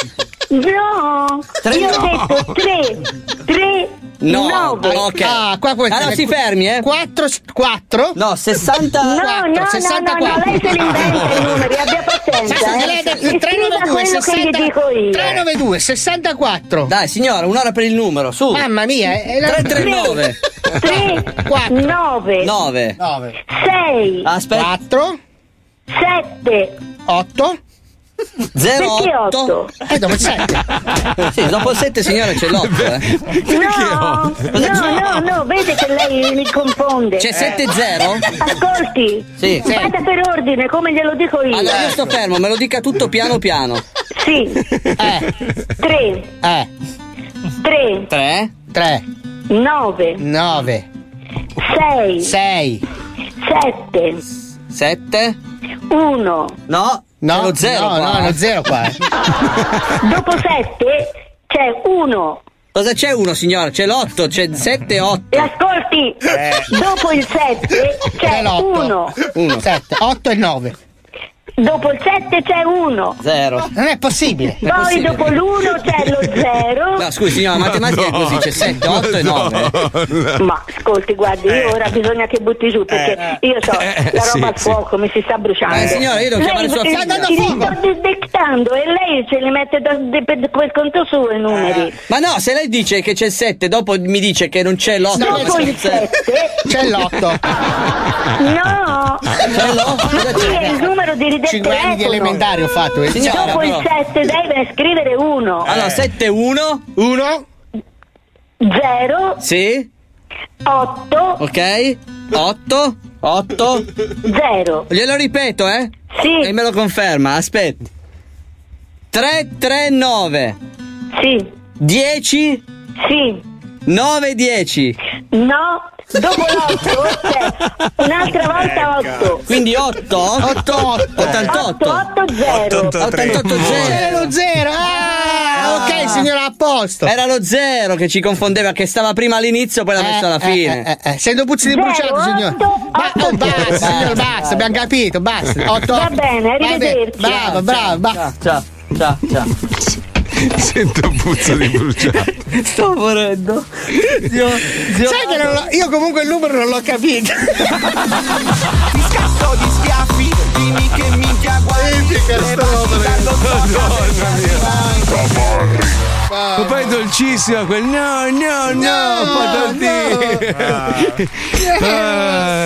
Speaker 18: No,
Speaker 19: Tre
Speaker 18: io
Speaker 19: no.
Speaker 18: ho detto 3, 3,
Speaker 19: No,
Speaker 18: 9.
Speaker 19: ok.
Speaker 11: Ah, qua puoi
Speaker 19: Allora si fermi, eh.
Speaker 11: 4 4
Speaker 19: No, 60
Speaker 18: No, no, no, no, no, lei se li inventa i numeri, abbia pazienza.
Speaker 11: Ah. Senta,
Speaker 18: eh.
Speaker 11: lei ha detto
Speaker 18: Scriva
Speaker 11: 392,
Speaker 18: quello che gli dico io.
Speaker 11: 392 64.
Speaker 19: Dai, signora, un'ora per il numero, su.
Speaker 11: Mamma mia, è la-
Speaker 19: 339.
Speaker 18: 3, 9,
Speaker 19: 9.
Speaker 18: 6,
Speaker 19: Aspetta.
Speaker 11: 4
Speaker 18: 7,
Speaker 11: 8
Speaker 18: Perché
Speaker 19: 08.
Speaker 18: 8?
Speaker 11: Eh, dopo il 7.
Speaker 19: Sì, dopo il 7, signora, c'è l'8, eh.
Speaker 18: No, no, no, no, vede che lei mi confonde.
Speaker 19: C'è
Speaker 11: Eh.
Speaker 19: 7-0?
Speaker 18: Ascolti,
Speaker 19: Sì. Sì.
Speaker 18: vada per ordine, come glielo dico io.
Speaker 19: Allora io sto
Speaker 11: Eh.
Speaker 19: fermo, me lo dica tutto piano piano.
Speaker 18: Sì. 3,
Speaker 11: Eh.
Speaker 18: 3,
Speaker 19: 3
Speaker 11: 3
Speaker 18: 9,
Speaker 11: 9
Speaker 18: 6,
Speaker 11: 6
Speaker 18: 7,
Speaker 19: 7
Speaker 18: 1.
Speaker 19: No,
Speaker 11: No,
Speaker 19: lo zero
Speaker 11: no,
Speaker 19: qua,
Speaker 11: no,
Speaker 19: eh.
Speaker 11: lo zero qua. eh.
Speaker 18: Dopo 7 c'è 1.
Speaker 19: Cosa c'è uno signora? C'è l'8, c'è Eh. 7 8.
Speaker 18: E ascolti, dopo il 7 c'è 1.
Speaker 11: 1 7 8 e 9.
Speaker 18: Dopo il 7 c'è 1.
Speaker 19: 0.
Speaker 11: Non è possibile.
Speaker 18: Poi dopo l'1 c'è lo 0.
Speaker 19: No, scusi signora, la matematica è così, c'è 7 8 e 9.
Speaker 18: Ma ascolti, guardi, io ora bisogna che butti giù perché io so la
Speaker 19: sì,
Speaker 18: roba al fuoco mi si sta bruciando.
Speaker 19: Eh, signora, io devo
Speaker 18: Lei
Speaker 19: chiamare sua
Speaker 18: li-
Speaker 19: figlia.
Speaker 18: li- Li sto detectando e lei ce li mette da, de- per quel conto suo i numeri.
Speaker 19: Ma no, se lei dice che c'è il 7, dopo mi dice che non c'è l'8.
Speaker 18: Dopo il 7
Speaker 11: C'è l'8.
Speaker 18: No,
Speaker 19: C'è l'8.
Speaker 18: ma qui è il numero di ridetto
Speaker 11: 5 anni di elementare ho fatto. eh.
Speaker 19: Signora,
Speaker 18: Dopo il
Speaker 19: però.
Speaker 18: 7 deve scrivere 1,
Speaker 15: Eh.
Speaker 19: Allora 7 1
Speaker 11: 1
Speaker 18: 0,
Speaker 19: Sì,
Speaker 18: 8,
Speaker 19: ok? 8 8
Speaker 18: 0.
Speaker 19: Glielo ripeto, eh?
Speaker 18: Sì.
Speaker 19: E me lo conferma, aspetta. 3 3 9
Speaker 18: Sì,
Speaker 19: 10
Speaker 18: sì,
Speaker 19: 9 10.
Speaker 18: no. Dopo l'8 c'è un'altra
Speaker 15: Ecco.
Speaker 18: volta 8.
Speaker 19: Quindi 8
Speaker 11: 8
Speaker 19: 88.
Speaker 18: 8, 0.
Speaker 19: 88
Speaker 11: C'è lo 0. Ah, ok, signora, a posto.
Speaker 19: Era lo zero che ci confondeva, che stava prima all'inizio, poi l'ha messo alla fine.
Speaker 11: Eh, eh, eh, Sento puzzi di
Speaker 18: Zero,
Speaker 11: bruciato, signor.
Speaker 18: otto,
Speaker 11: Ba- oh,
Speaker 18: otto, zero.
Speaker 11: basta, signor, basta, abbiamo capito, basta. Otto,
Speaker 18: Va
Speaker 11: otto.
Speaker 18: bene,
Speaker 11: Va bene,
Speaker 18: arrivederci.
Speaker 11: Bravo, bravo, basta.
Speaker 19: Ciao, ciao, ciao.
Speaker 6: Sento puzza di bruciato.
Speaker 19: Sto morendo. Zio, zio
Speaker 11: Sai che non l'ho- io comunque il numero non l'ho capito.
Speaker 3: Ti scatto di schiaffi, dimmi che minchia guardi. le baci dando
Speaker 6: Ma poi è dolcissimo quel no, no, no, patatine. Ah,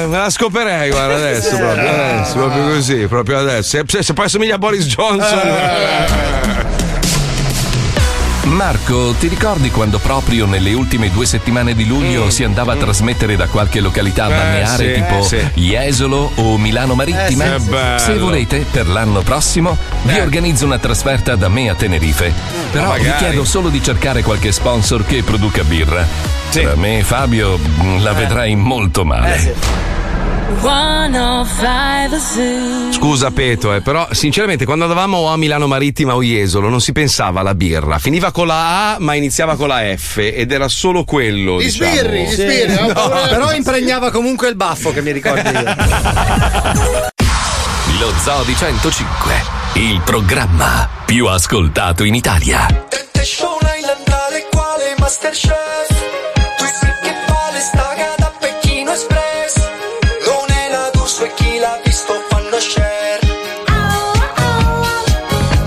Speaker 6: me la scoperei, guarda adesso proprio, adesso, proprio così,
Speaker 14: Eh.
Speaker 6: proprio adesso. Se, se- se poi somiglia a Boris Johnson.
Speaker 1: Marco, ti ricordi quando proprio nelle ultime due settimane di luglio si andava a trasmettere da qualche località
Speaker 6: Mm. Eh,
Speaker 1: balneare
Speaker 6: sì,
Speaker 1: tipo
Speaker 6: eh, sì.
Speaker 1: Jesolo o Milano Marittima?
Speaker 6: Eh, sì, sì, sì.
Speaker 1: Se
Speaker 6: Bello.
Speaker 1: volete, per l'anno prossimo, vi organizzo una trasferta da me a Tenerife. Però vi
Speaker 6: magari.
Speaker 1: chiedo solo di cercare qualche sponsor che produca birra. Tra me e Fabio mh,
Speaker 6: Eh.
Speaker 1: la vedrai molto male.
Speaker 5: 105 Zoo.
Speaker 6: Scusa Peto, eh, però sinceramente quando andavamo a Milano Marittima o Jesolo non si pensava alla birra. Finiva con la A ma iniziava con la F ed era solo quello.
Speaker 9: Gli
Speaker 6: diciamo.
Speaker 9: sbirri, gli sbirri,
Speaker 6: No.
Speaker 9: ho paura. Però impregnava comunque il baffo che mi ricordo io.
Speaker 1: Lo Zoo di 105, il programma più ascoltato in Italia.
Speaker 3: Tente show nailandale quale Masterchef Tu si che vale staga da Pechino Express Non è la d'uso e chi l'ha visto fanno share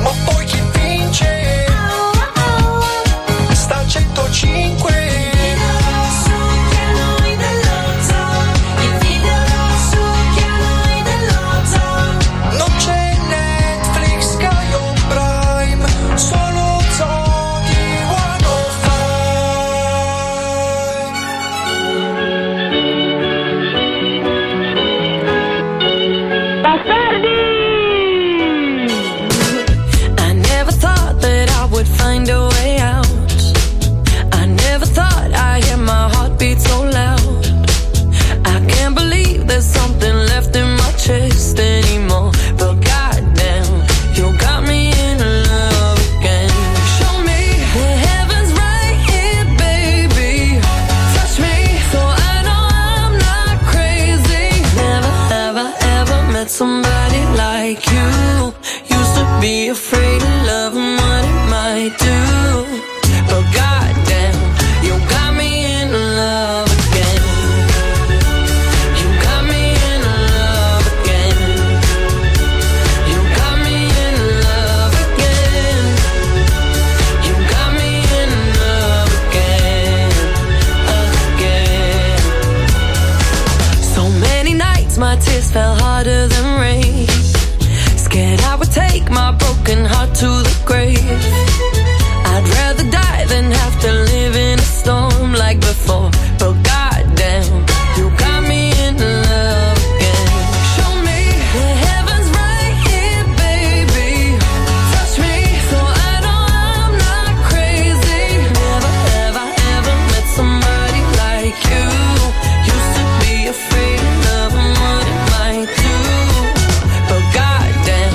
Speaker 3: Ma poi chi vince Sta a 105 Non c'è Netflix, Sky o Prime, solo Zoo di 105.
Speaker 5: I never thought that I would find a way out. I never thought I hear my heartbeat so loud. I can't believe there's something left in my chest anymore. But goddamn, you got me in love again. Show me the heavens right here, baby. Touch me so I know I'm not crazy. Never, ever, ever met somebody like you. Used to be afraid of love and what it might do. But goddamn, you got me in love again. You got me in love again. You got me in love again. You got me in love again. Again. So many nights my tears fell harder than rain. Scared I would take my broken heart to the grave. I'd rather die than have to live in a storm like before. But goddamn, you got me in love again. Show me the heavens right here, baby. Touch me so I know I'm not crazy. Never have I ever met somebody like you. Used to be afraid of love and what it might do. But goddamn,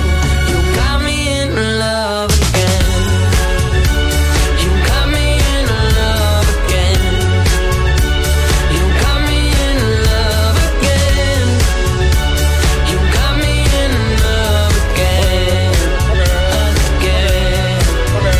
Speaker 5: you got me in love again. You got me in love again. You got me in love again. You got me in love again. Again.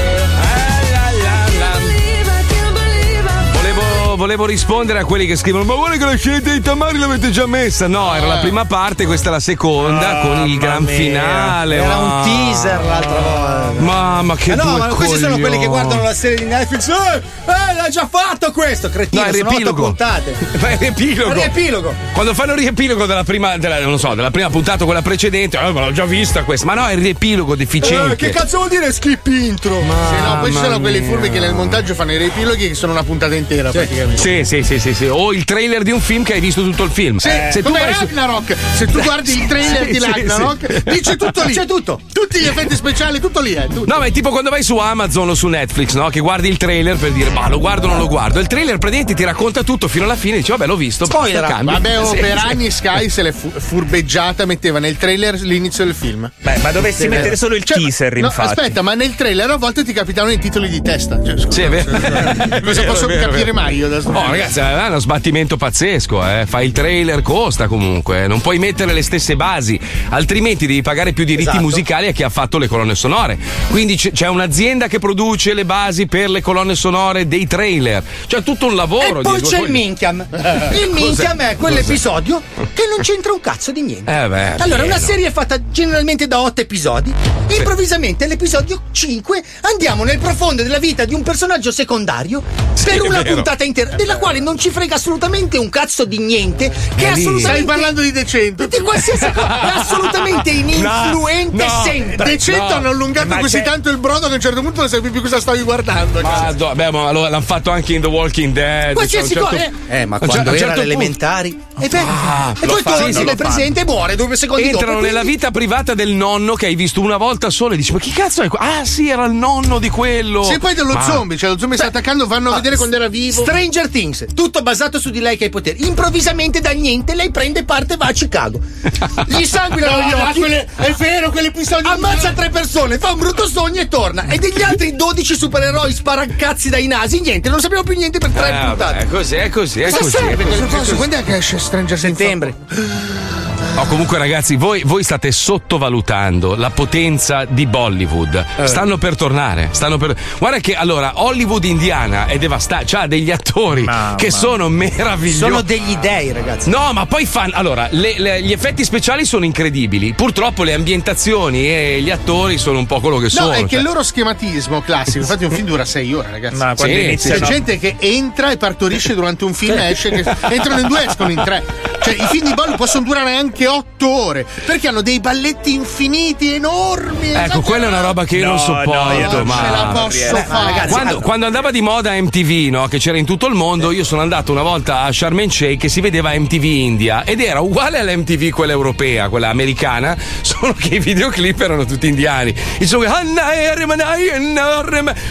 Speaker 6: Volevo, volevo rispondere a quelli che scrivono: Ma vuole che la scelta di Tamari l'avete già messa? No, era la
Speaker 9: Ah.
Speaker 6: prima parte, questa è la seconda, con il gran finale.
Speaker 9: Era
Speaker 6: Wow.
Speaker 9: un teaser l'altra volta.
Speaker 6: Mamma che
Speaker 9: Eh no,
Speaker 6: due
Speaker 9: ma questi sono
Speaker 6: coglioni.
Speaker 9: quelli che guardano la serie di Netflix. Eh, eh, l'ha già fatto questo, cretino,
Speaker 6: No, è
Speaker 9: sono otto
Speaker 6: riepilogo.
Speaker 9: puntate.
Speaker 6: Ma è riepilogo.
Speaker 9: È riepilogo.
Speaker 6: Quando fanno il riepilogo della prima, della, non so, della prima puntata, quella precedente, "Ah, ma l'ho già vista questa. Ma no, è il riepilogo deficiente.
Speaker 8: Eh, che cazzo vuol dire skip intro? Sì, no, poi ci sono
Speaker 6: mia.
Speaker 8: quelli furbi che nel montaggio fanno i riepiloghi che sono una puntata intera praticamente.
Speaker 6: Sì, sì, sì, sì, sì. O il trailer di un film che hai visto tutto il film.
Speaker 8: Sì,
Speaker 6: Eh,
Speaker 8: come
Speaker 6: vai su-
Speaker 8: Ragnarok, se tu guardi il trailer
Speaker 6: Sì,
Speaker 8: di
Speaker 6: sì,
Speaker 8: Ragnarok,
Speaker 6: sì.
Speaker 8: dice tutto lì.
Speaker 6: C'è
Speaker 8: tutto. Tutti gli effetti speciali, tutto lì. Eh, tutto.
Speaker 6: No, ma è tipo quando vai su Amazon o su Netflix, no? Che guardi il trailer per dire, ma lo guardo o non lo guardo. Il trailer praticamente ti racconta tutto fino alla fine, dici, vabbè, l'ho visto. Poi
Speaker 8: Vabbè, oh, per anni Sky se l'è fu- furbeggiata, metteva nel trailer l'inizio del film.
Speaker 10: Beh, ma dovessi mettere solo il teaser,
Speaker 8: Cioè, no,
Speaker 10: infatti.
Speaker 8: Aspetta, ma nel trailer a volte ti capitavano i titoli di testa. Cioè, scusa,
Speaker 6: Sì, è vero.
Speaker 8: Cosa posso capire mai io da
Speaker 6: Oh, ragazzi, è uno sbattimento pazzesco, eh. Fai il trailer, costa comunque. eh. Non puoi mettere le stesse basi, altrimenti devi pagare più diritti
Speaker 20: Esatto.
Speaker 6: musicali a chi ha fatto le colonne sonore. Quindi c- c'è un'azienda che produce le basi per le colonne sonore dei trailer. C'è tutto un lavoro
Speaker 9: E poi
Speaker 6: dietro.
Speaker 9: c'è
Speaker 6: Poi-
Speaker 9: il Minchiam. Il
Speaker 6: Cos'è?
Speaker 9: Minchiam è quell'episodio
Speaker 6: Cos'è?
Speaker 9: che non c'entra un cazzo di niente.
Speaker 6: Eh beh,
Speaker 9: Allora, una
Speaker 6: pieno.
Speaker 9: serie è fatta generalmente da otto episodi. E improvvisamente, all'episodio 5, andiamo nel profondo della vita di un personaggio secondario per
Speaker 8: è
Speaker 9: una
Speaker 8: vero.
Speaker 9: puntata intera, della quale non ci frega assolutamente un cazzo di niente. Che è
Speaker 8: Stai
Speaker 9: assolutamente.
Speaker 8: parlando di decento.
Speaker 9: Di qualsiasi cosa. È assolutamente ininfluente
Speaker 8: No, no,
Speaker 9: sempre.
Speaker 8: Decento hanno allungato
Speaker 6: Ma
Speaker 8: così
Speaker 6: c'è-
Speaker 8: tanto il brodo che a un certo punto non sapevi più cosa stavi guardando.
Speaker 6: Ma do- beh, ma lo- l'hanno fatto anche in The Walking Dead.
Speaker 8: Qualsiasi
Speaker 6: cioè, a un
Speaker 8: cosa,
Speaker 20: eh, ma
Speaker 6: a un cer-
Speaker 20: quando
Speaker 6: a un
Speaker 20: era
Speaker 6: certo punto-
Speaker 20: elementari.
Speaker 8: E, beh,
Speaker 6: Ah,
Speaker 8: e
Speaker 6: lo
Speaker 8: poi
Speaker 6: fanno,
Speaker 8: torni,
Speaker 6: lo
Speaker 8: nel
Speaker 6: fanno.
Speaker 8: presente e
Speaker 9: Boh,
Speaker 8: muore due secondi
Speaker 6: Entrano
Speaker 8: dopo.
Speaker 6: nella vita privata del nonno che hai visto una volta solo e dici: Ma chi cazzo è qua? Ah, sì, era il nonno di quello.
Speaker 8: Se poi dello
Speaker 6: Ma-
Speaker 8: zombie, cioè lo zombie sta attaccando, vanno a vedere quando era vivo.
Speaker 9: Stranger Things, tutto basato su di lei che ha i poteri. Improvvisamente da niente lei prende parte e va a Chicago. Gli sanguinano
Speaker 8: No,
Speaker 9: gli
Speaker 8: no,
Speaker 9: occhi.
Speaker 8: quelle- è vero, quelle pistogne.
Speaker 9: Ammazza tre persone, fa un brutto sogno e torna. E degli altri 12 supereroi sparaccazzi dai nasi, niente, non sappiamo più niente per tre
Speaker 8: Eh.
Speaker 6: Ah,
Speaker 9: puntate.
Speaker 6: vabbè, così, è così, è
Speaker 8: Cosa
Speaker 6: così. è
Speaker 8: serve?
Speaker 6: così.
Speaker 8: Cosa posso? Quando è che esce Stranger Things? Settembre.
Speaker 6: No, comunque, ragazzi, voi, voi state sottovalutando la potenza di Bollywood.
Speaker 8: Eh.
Speaker 6: Stanno per tornare. Stanno per... Guarda che allora Hollywood indiana è devastata. Ha degli attori che sono meravigliosi.
Speaker 14: Sono degli dei, ragazzi.
Speaker 6: No, ma poi fanno. Allora, le- le- gli effetti speciali sono incredibili. Purtroppo le ambientazioni e gli attori sono un po' quello che sono.
Speaker 8: No, è che
Speaker 6: cioè.
Speaker 8: il loro schematismo classico, infatti un film dura 6 ore, ragazzi.
Speaker 6: Ma quando Sì, iniziano-
Speaker 8: C'è gente che entra e partorisce durante un film e esce, che entrano in due, escono in tre. Cioè, i film di Bollywood possono durare anche 8 ore, perché hanno dei balletti infiniti, enormi. Esatto.
Speaker 6: Ecco, quella è una roba che io non
Speaker 8: No, no, io
Speaker 6: sopporto.
Speaker 8: non
Speaker 6: ma
Speaker 8: ce la posso Beh, fare. ragazzi,
Speaker 6: quando,
Speaker 8: allora-
Speaker 6: quando andava di moda MTV, no, che c'era in tutto il mondo, io sono andato una volta a Sharm el Sheikh che si vedeva MTV India ed era uguale all'MTV quella europea, quella americana, solo che i videoclip erano tutti indiani. Insomma, eh,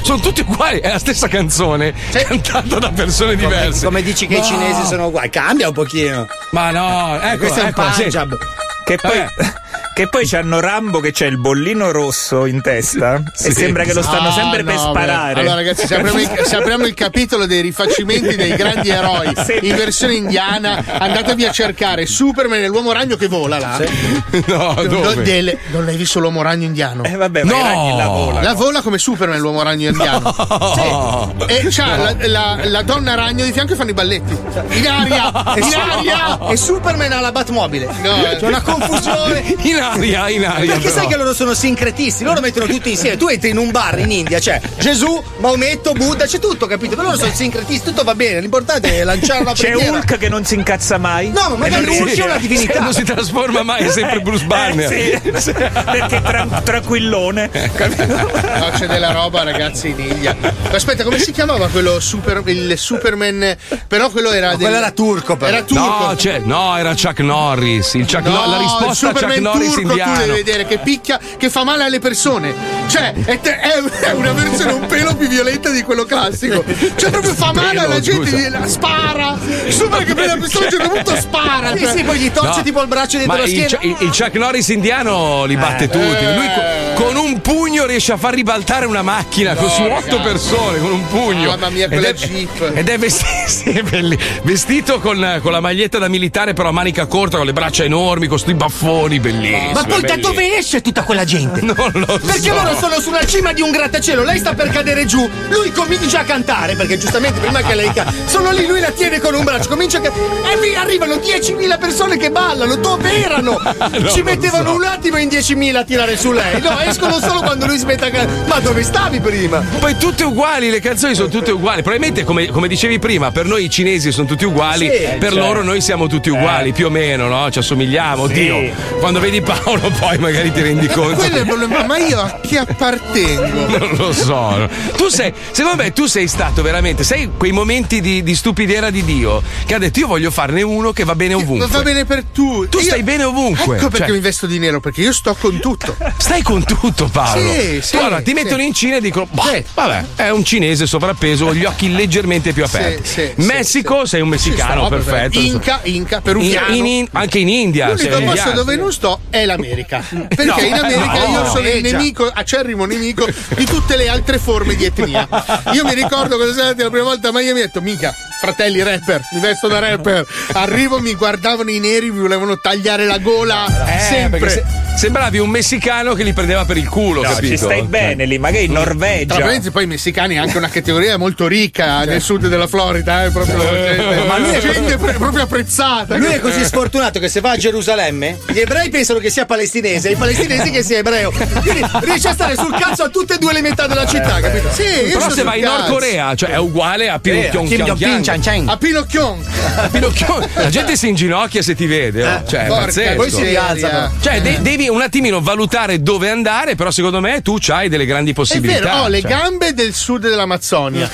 Speaker 6: sono tutti uguali, è la stessa canzone cantata da persone diverse.
Speaker 14: Come dici che i cinesi sono uguali? Cambia un pochino.
Speaker 6: Ma no, ecco,
Speaker 14: questo
Speaker 8: Eh,
Speaker 14: è un
Speaker 10: ecco, sì.
Speaker 14: Punjab.
Speaker 10: Che poi,
Speaker 6: Eh.
Speaker 10: che poi c'hanno Rambo che c'è il bollino rosso in testa e sembra che lo
Speaker 9: Ah,
Speaker 10: stanno
Speaker 8: No,
Speaker 10: sempre per
Speaker 8: no, beh.
Speaker 10: sparare.
Speaker 8: Allora, ragazzi, se apriamo, il, se apriamo il capitolo dei rifacimenti dei grandi eroi
Speaker 10: Sì.
Speaker 8: in versione indiana, andatevi a cercare Superman e l'uomo ragno che vola là.
Speaker 6: No,
Speaker 8: Do-
Speaker 6: dove?
Speaker 8: do- delle- non l'hai visto l'uomo ragno indiano? Eh
Speaker 10: vabbè,
Speaker 6: ma i No! ragni la volano.
Speaker 8: La vola come Superman l'uomo ragno indiano.
Speaker 6: No.
Speaker 8: E c'ha
Speaker 6: No.
Speaker 8: la, la- la donna ragno di fianco e fanno i balletti. In aria!
Speaker 9: E,
Speaker 8: In
Speaker 9: su-
Speaker 8: aria!
Speaker 9: e Superman ha la Batmobile.
Speaker 8: No,
Speaker 9: C'è una confusione.
Speaker 6: eh. In aria, in aria,
Speaker 9: Perché sai
Speaker 6: però.
Speaker 9: che loro sono sincretisti, loro mettono tutti insieme. Tu entri in un bar in India, c'è Gesù, Maometto, Buddha, c'è tutto, capito? Per loro sono sincretisti, tutto va bene. L'importante è lanciare una
Speaker 10: C'è
Speaker 9: preghiera.
Speaker 10: Hulk che non si incazza mai.
Speaker 9: No, ma magari
Speaker 10: E non
Speaker 9: Hulk è una divinità.
Speaker 6: Non si trasforma mai, è sempre Bruce Banner. Ecco.
Speaker 10: Eh, sì. Perché tran- tranquillone.
Speaker 8: No, c'è della roba, ragazzi, in India. Ma Aspetta, come si chiamava quello super, il Superman? Però quello era. del-
Speaker 6: quello era
Speaker 8: turco, Era turco.
Speaker 6: No, c'è- no, era Chuck Norris. Il Chuck
Speaker 8: No,
Speaker 6: No- la
Speaker 8: il
Speaker 6: risposta a
Speaker 8: Superman
Speaker 6: Chuck Norris
Speaker 8: turco tu
Speaker 6: indiano.
Speaker 8: devi vedere che picchia, che fa male alle persone. Cioè, è, te- è- è una versione un pelo più violenta di quello classico. Cioè, proprio fa male
Speaker 6: Pelo,
Speaker 8: alla gente,
Speaker 6: scusa.
Speaker 8: gli- la spara. Sembra che prende la persona a un certo punto spara.
Speaker 9: Sì,
Speaker 8: cioè.
Speaker 9: sì, poi gli torce
Speaker 6: No,
Speaker 9: tipo il braccio dietro
Speaker 6: ma
Speaker 9: la
Speaker 6: il,
Speaker 9: schiena.
Speaker 6: il- il Chuck Norris indiano li batte
Speaker 8: Eh,
Speaker 6: tutti. Lui co- con un pugno riesce a far ribaltare una macchina con- su otto
Speaker 8: ragazzi.
Speaker 6: persone con un pugno.
Speaker 8: Mamma mia,
Speaker 6: Ed
Speaker 8: quella
Speaker 6: è-
Speaker 8: Jeep.
Speaker 6: Ed è vestito, sì, è belli- vestito con, con la maglietta da militare, però a manica corta, con le braccia enormi, con sti baffoni bellissimi.
Speaker 9: Ma poi da
Speaker 6: bellissimi.
Speaker 9: dove esce tutta quella gente?
Speaker 6: Non lo
Speaker 9: Perché
Speaker 6: so.
Speaker 9: loro sono sulla cima di un grattacielo, lei sta per cadere giù, lui comincia a cantare, perché giustamente prima che lei ca- sono lì, lui la tiene con un braccio, comincia a cantare. E lì arrivano 10.000 persone che ballano, dove erano?
Speaker 21: lo
Speaker 9: Ci mettevano
Speaker 21: so.
Speaker 9: un attimo in 10.000 a tirare su lei. No, escono solo quando lui smette
Speaker 8: Eh,
Speaker 9: a cantare. Ma dove stavi prima?
Speaker 6: Poi tutte uguali, le canzoni sono tutte uguali. Probabilmente, come, come dicevi prima, per noi i cinesi sono tutti uguali,
Speaker 9: Sì,
Speaker 6: per
Speaker 9: cioè.
Speaker 6: loro noi siamo tutti uguali, più o meno, no? Ci assomigliamo.
Speaker 8: Sì.
Speaker 6: Oddio, quando vedi Paolo, poi magari ti rendi
Speaker 8: Eh, ma
Speaker 6: conto.
Speaker 8: quello è il problema. Ma io a chi appartengo?
Speaker 6: Non lo so. Tu sei, secondo me, tu sei stato veramente, sai quei momenti di, di stupidera di Dio che ha detto io voglio farne uno che va bene ovunque.
Speaker 8: Va bene per tu.
Speaker 6: Tu
Speaker 8: Io-
Speaker 6: stai bene ovunque.
Speaker 8: Ecco perché
Speaker 6: Cioè-
Speaker 8: mi vesto di nero, perché io sto con tutto.
Speaker 6: Stai con tutto, Paolo.
Speaker 8: Sì, sì,
Speaker 6: allora ti
Speaker 8: sì.
Speaker 6: mettono in Cina e dicono: "Bah, Eh, Vabbè, è un cinese sovrappeso con gli occhi leggermente più aperti.
Speaker 8: sì,
Speaker 6: Messico, sei un messicano,
Speaker 8: Sì, sto,
Speaker 6: perfetto.
Speaker 8: Inca, inca, peruviano.
Speaker 6: In- in- in- anche in India. sei
Speaker 8: L'unico
Speaker 6: un
Speaker 8: posto
Speaker 6: indiano.
Speaker 8: dove non sto è l'America. Perché
Speaker 6: No.
Speaker 8: in America
Speaker 6: No.
Speaker 8: io sono il
Speaker 6: Noleggia.
Speaker 8: nemico, acerrimo nemico di tutte le altre forme di etnia. Io mi ricordo quando sono andato la prima volta a Miami e ho detto, mica, fratelli rapper, mi vesto da rapper. Arrivo, mi guardavano i neri, mi volevano tagliare la gola.
Speaker 6: Eh,
Speaker 8: sempre.
Speaker 6: perché se- sembravi un messicano che li prendeva per il culo,
Speaker 10: No,
Speaker 6: capito?
Speaker 10: ci
Speaker 14: Cioè,
Speaker 10: stai bene lì, magari in Norvegia.
Speaker 8: Tra parentesi, poi i messicani è anche una categoria molto ricca nel sud della Florida, eh, proprio gente,
Speaker 14: Ma lui è-
Speaker 8: gente pre- proprio apprezzata.
Speaker 14: Lui è così sfortunato che se va a Gerusalemme,
Speaker 9: Gli ebrei pensano che sia palestinese, e i palestinesi che sia ebreo. Quindi riesce a stare sul cazzo a tutte e due le metà della città, capito? Sì, io
Speaker 6: Eh, Però
Speaker 9: sto
Speaker 6: se
Speaker 9: sul
Speaker 6: vai in
Speaker 9: cazzo.
Speaker 6: Nord Corea, cioè è uguale a
Speaker 9: Sì,
Speaker 8: Eh,
Speaker 6: Pyongyang.
Speaker 9: a Kim Jong-un,
Speaker 6: cian, cian.
Speaker 8: A Pinocchion.
Speaker 6: Pinocchio, la gente si inginocchia se ti vede, oh. cioè, è
Speaker 8: porca Eh.
Speaker 6: pazzesco.
Speaker 8: poi si rialzano.
Speaker 6: Cioè, de- devi un attimino valutare dove andare, però secondo me tu hai delle grandi
Speaker 8: È
Speaker 6: possibilità.
Speaker 8: vero, ho le
Speaker 6: cioè.
Speaker 8: gambe del sud dell'Amazzonia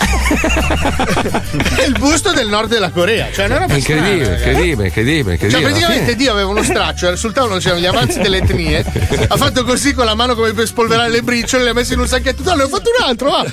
Speaker 8: e il busto del nord della Corea. Cioè, non è una
Speaker 6: È incredibile,
Speaker 8: strana, ragazzi.
Speaker 6: incredibile, incredibile, incredibile.
Speaker 8: Cioè, praticamente Dio aveva uno straccio, era sul tavolo c'erano gli avanzi delle etnie, ha fatto così con la mano come per spolverare le briciole, le ha messe in un sacchetto, no, ne ho fatto un altro, va!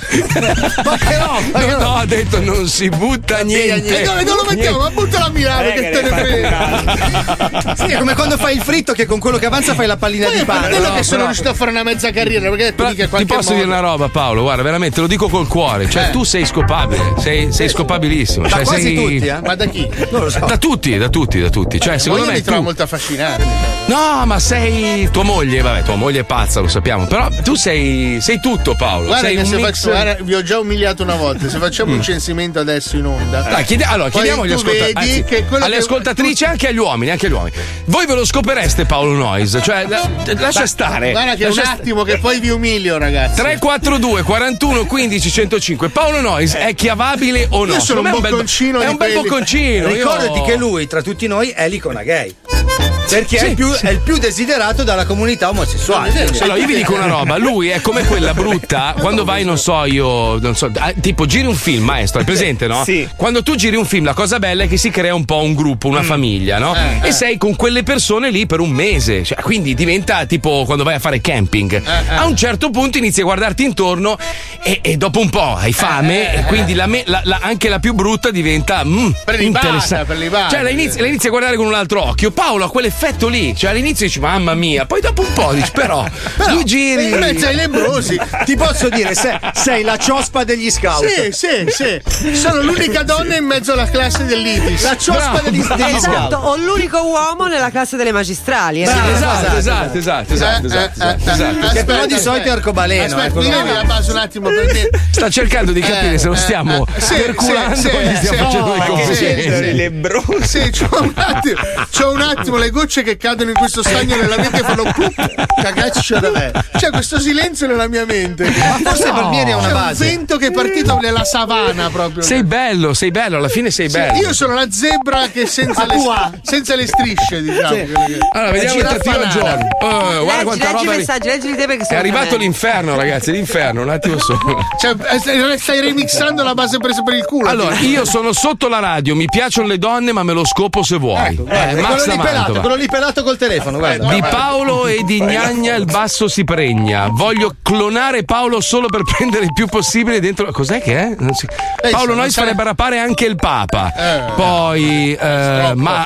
Speaker 8: Ma che roba!
Speaker 6: No, no, ha detto non si butta niente.
Speaker 8: E
Speaker 6: Eh,
Speaker 8: dove, dove lo mettiamo? Ma buttala a Milano che te ne frega!
Speaker 9: Sì, è come quando fai il fritto che con quello che avanza fai la pallina di
Speaker 8: Ma
Speaker 9: pane.
Speaker 8: Eh, quello
Speaker 9: no?
Speaker 8: che sono
Speaker 9: Però-
Speaker 8: riuscito a fare una mezza carriera, perché tu dica
Speaker 6: Ti
Speaker 8: qualche
Speaker 6: posso
Speaker 8: modo.
Speaker 6: dire una roba, Paolo? Guarda, veramente lo dico col cuore. Cioè, tu sei scopabile, sei, sei scopabilissimo.
Speaker 8: Da
Speaker 6: cioè,
Speaker 8: Eh. quasi
Speaker 6: sei...
Speaker 8: tutti, eh? Ma da chi? Non lo so.
Speaker 6: Da tutti, da tutti, da tutti. Cioè, secondo
Speaker 8: Io
Speaker 6: me.
Speaker 8: mi
Speaker 6: tu-
Speaker 8: trovo molto affascinante.
Speaker 6: No, ma sei. Tua moglie, vabbè, tua moglie è pazza, lo sappiamo. Però tu sei. sei tutto, Paolo.
Speaker 8: Guarda,
Speaker 6: sei
Speaker 8: che
Speaker 6: un
Speaker 8: se
Speaker 6: mix.
Speaker 8: faccio- guarda, vi ho già umiliato una volta. Se facciamo un censimento adesso in onda,
Speaker 6: Dai, Ah, chiedi- allora,
Speaker 8: poi
Speaker 6: chiediamo agli
Speaker 8: tu
Speaker 6: ascoltatori.
Speaker 8: vedi
Speaker 6: anzi,
Speaker 8: che quello
Speaker 6: alle
Speaker 8: che-
Speaker 6: ascoltatrici e anche agli uomini, anche agli uomini. Voi ve lo scopereste Paolo Noyes? Cioè, la- lascia
Speaker 8: Ma-
Speaker 6: stare.
Speaker 8: Guarda, che è un
Speaker 6: lascia
Speaker 8: attimo che poi vi umilio, ragazzi.
Speaker 6: 342 41 15 105 Paolo Nois è chiavabile o no?
Speaker 9: Io sono
Speaker 6: Secondo me
Speaker 9: un
Speaker 6: è bel-
Speaker 9: bocconcino
Speaker 6: è
Speaker 9: di
Speaker 6: un bel
Speaker 9: quelli-
Speaker 6: bocconcino io-
Speaker 9: Ricordati che lui, tra tutti noi, è l'icona gay. Perché è,
Speaker 6: Sì,
Speaker 9: il più,
Speaker 6: sì.
Speaker 9: è il più desiderato dalla comunità omosessuale.
Speaker 6: Allora, io vi dico una roba, lui è come quella brutta quando vai, non so, io, non so, ah, tipo giri un film, maestro, è presente, no?
Speaker 10: Sì.
Speaker 6: Quando tu giri un film, la cosa bella è che si crea un po' un gruppo, una famiglia, no?
Speaker 10: Eh,
Speaker 6: e
Speaker 10: eh.
Speaker 6: sei con quelle persone lì per un mese, cioè, quindi diventa tipo quando vai a fare camping.
Speaker 10: Eh,
Speaker 6: A un certo punto inizi a guardarti intorno e, e dopo un po' hai
Speaker 10: Eh,
Speaker 6: fame, e quindi la me- la- la- anche la più brutta diventa mm,
Speaker 8: Prelibata,
Speaker 6: interessante.
Speaker 8: prelibata.
Speaker 6: Cioè, la inizi, la inizi a guardare con un altro occhio. Paolo ha quell'effetto lì, cioè all'inizio dici, mamma mia, poi dopo un po' dici, però, lui giri.
Speaker 8: in mezzo ai lebbrosi.
Speaker 9: Ti posso dire, se- sei la ciospa degli scout. Eh,
Speaker 8: Sì, sì, sì. Sono l'unica donna in mezzo alla classe dell'Itis.
Speaker 9: La ciospa Bravo, degli- bravo. degli
Speaker 16: Esatto, ho l'unico uomo nella classe delle magistrali. eh.
Speaker 6: Sì, esatto, esatto,
Speaker 8: Eh,
Speaker 6: esatto, esatto, esatto, esatto, esatto.
Speaker 9: Che però di solito è arcobaleno.
Speaker 8: Aspetta,
Speaker 9: ecco,
Speaker 8: io
Speaker 9: no?
Speaker 8: mi la basso un attimo perché.
Speaker 6: Sta cercando di capire
Speaker 8: Eh,
Speaker 6: se lo
Speaker 8: eh,
Speaker 6: stiamo
Speaker 8: eh, sì,
Speaker 6: perculando
Speaker 8: sì,
Speaker 6: o gli
Speaker 8: sì,
Speaker 6: stiamo
Speaker 8: sì,
Speaker 6: facendo
Speaker 8: no,
Speaker 6: dei
Speaker 8: ma che
Speaker 6: complimenti.
Speaker 8: c'entra?
Speaker 10: Le bro-
Speaker 8: Sì, c'ho un, attimo, c'ho un attimo le gocce che cadono in questo stagno nella mente e fanno pum, cagaccio da me. C'è questo silenzio nella mia mente. Ma
Speaker 9: forse per me ne ha una base.
Speaker 8: C'è un vento che è partito nella savana proprio.
Speaker 6: Sei bello, sei bello, alla fine sei
Speaker 8: Sì,
Speaker 6: bello.
Speaker 8: Io sono la zebra che senza, le, senza le strisce, diciamo.
Speaker 6: Sì.
Speaker 8: quelle che-
Speaker 6: Allora, vediamo il
Speaker 8: La giraffa
Speaker 6: trattino
Speaker 8: nana.
Speaker 6: giorno. Eh, guarda
Speaker 16: Leggi,
Speaker 6: quanta
Speaker 16: leggi i
Speaker 6: roba. lì.
Speaker 16: messaggi, leggi te perché
Speaker 6: È
Speaker 16: sono
Speaker 6: arrivato l'inferno, ragazzi, l'inferno, un attimo solo.
Speaker 8: Cioè, eh, stai- stai remixando la base presa per il culo.
Speaker 6: Allora,
Speaker 8: tipo.
Speaker 6: io sono sotto la radio, mi piacciono le donne, ma me lo scopo se vuoi.
Speaker 9: Ecco,
Speaker 6: eh,
Speaker 9: guarda,
Speaker 6: Max
Speaker 9: quello lì
Speaker 6: da
Speaker 9: pelato,
Speaker 6: Mantova.
Speaker 9: quello lì pelato col telefono, guarda.
Speaker 6: Di Paolo e di Gnagna il basso si pregna. Voglio clonare Paolo solo per prendere il più possibile dentro. Cos'è che è? Non si- Paolo Nois farebbe rapare anche il Papa. Poi, eh,
Speaker 8: Non è
Speaker 6: ma, ma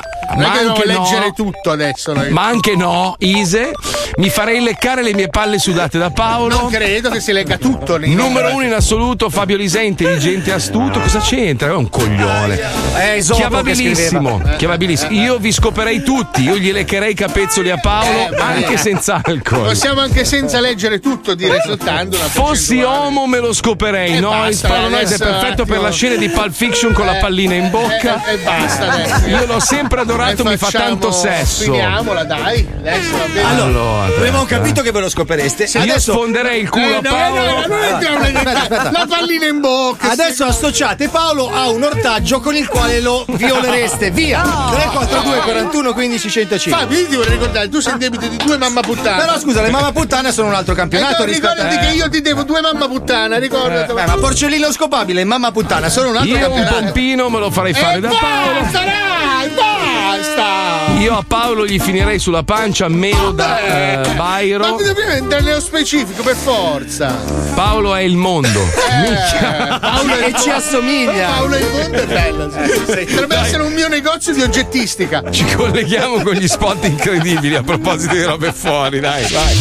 Speaker 8: che devo
Speaker 6: anche
Speaker 8: leggere
Speaker 6: no.
Speaker 8: tutto adesso. noi.
Speaker 6: Ma anche no, Ise, mi farei leccare le mie palle sudate da Paolo.
Speaker 8: Non credo che si legga tutto. nei-
Speaker 6: Numero uno in assoluto, Fabio Lisei, intelligente e astuto. Cosa c'entra? È un coglione.
Speaker 9: È Esopo che
Speaker 6: chiamabilissimo.
Speaker 9: scriveva.
Speaker 6: chiamabilissimo. Io vi scoperei tutti. Io gli leccherei i capezzoli a Paolo, anche senza alcol.
Speaker 8: Possiamo anche senza leggere tutto dire soltanto una
Speaker 6: Fossi homo me lo scoperei.
Speaker 8: E
Speaker 6: Nois,
Speaker 8: basta,
Speaker 6: Paolo Nois è
Speaker 8: adesso
Speaker 6: perfetto per
Speaker 8: attimo.
Speaker 6: la scena di Pulp Fiction con la
Speaker 8: Eh,
Speaker 6: pallina in bocca.
Speaker 8: eh, eh, basta adesso. eh.
Speaker 6: Io l'ho sempre adorato,
Speaker 8: E
Speaker 6: mi fa
Speaker 8: facciamo-
Speaker 6: tanto sesso.
Speaker 8: Finiamola, dai. Adesso va bene.
Speaker 9: Allora,
Speaker 6: Allora,
Speaker 9: avevamo
Speaker 6: aspetta.
Speaker 9: capito che ve lo scopereste.
Speaker 6: Io sfonderei il
Speaker 8: Eh,
Speaker 6: culo a Paolo.
Speaker 9: Aspetta, aspetta.
Speaker 8: La pallina in bocca.
Speaker 9: Adesso associate Paolo a un ortaggio con il quale lo violereste. Via!
Speaker 8: No.
Speaker 9: 342 41 15 105.
Speaker 8: Fabio, io ti vorrei ricordare, tu sei in debito di due mamma puttane.
Speaker 9: Però scusa, le mamma puttane sono un altro campionato
Speaker 8: Allora,
Speaker 9: rispetto
Speaker 8: ricordati
Speaker 9: eh.
Speaker 8: che io ti devo due mamma puttane, ricordati.
Speaker 9: Eh, beh, ma porcellino scopabile e mamma puttana sono un altro
Speaker 6: Io un
Speaker 9: campionato. Eh,
Speaker 6: pompino me lo farei fare da Paolo.
Speaker 8: Basta, dai, basta.
Speaker 6: Io a Paolo gli finirei sulla pancia, meno da eh,
Speaker 8: Ma
Speaker 6: Bairo.
Speaker 8: dobbiamo entrare nello specifico, per forza.
Speaker 6: Paolo è il mondo. Minchia.
Speaker 8: Eh, Paolo
Speaker 9: E ci assomiglia.
Speaker 8: Paolo e il mondo è bello. sì. Dovrebbe essere un mio negozio di oggettistica.
Speaker 6: Ci colleghiamo con gli spot incredibili a proposito di robe fuori, dai, vai.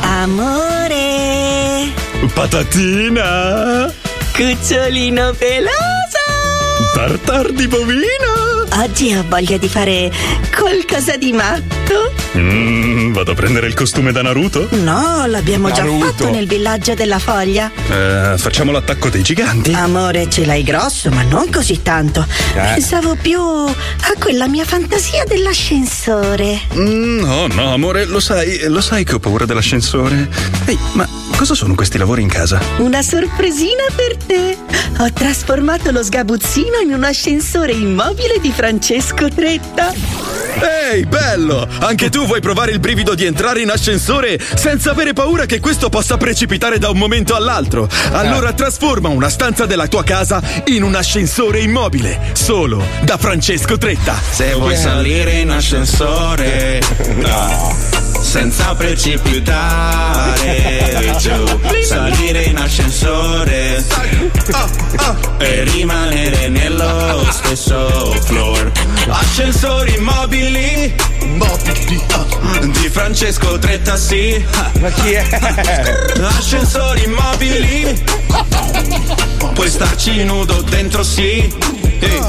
Speaker 22: Amore,
Speaker 15: Patatina!
Speaker 22: cucciolino peloso.
Speaker 15: Tartar di bovino!
Speaker 22: Oggi ho voglia di fare qualcosa di matto.
Speaker 15: Mm, vado a prendere il costume da Naruto?
Speaker 22: No, l'abbiamo già
Speaker 15: Naruto.
Speaker 22: fatto nel villaggio della foglia.
Speaker 15: Eh, facciamo l'attacco dei giganti?
Speaker 22: Amore, ce l'hai grosso, ma non così tanto.
Speaker 15: Eh.
Speaker 22: Pensavo più a quella mia fantasia dell'ascensore.
Speaker 15: Mm, No, no, amore, lo sai, lo sai che ho paura dell'ascensore. Ehi, ma cosa sono questi lavori in casa?
Speaker 22: Una sorpresina per te.
Speaker 23: Ho trasformato lo sgabuzzino in un ascensore immobile di Francesco Tretta.
Speaker 7: Ehi, bello! Anche tu vuoi provare il brivido di entrare in ascensore senza avere paura che questo possa precipitare da un momento all'altro?
Speaker 15: Ah.
Speaker 7: Allora trasforma una stanza della tua casa in un ascensore immobile, solo da Francesco Tretta.
Speaker 8: Se
Speaker 15: Eh.
Speaker 8: vuoi salire in ascensore, no, senza precipitare giù. Salire in ascensore Ah, e rimanere nello stesso floor. Ascensori mobili di Francesco Tretta sì. ah. Ma chi è? Ascensori mobili, puoi starci nudo dentro sì. Ehi.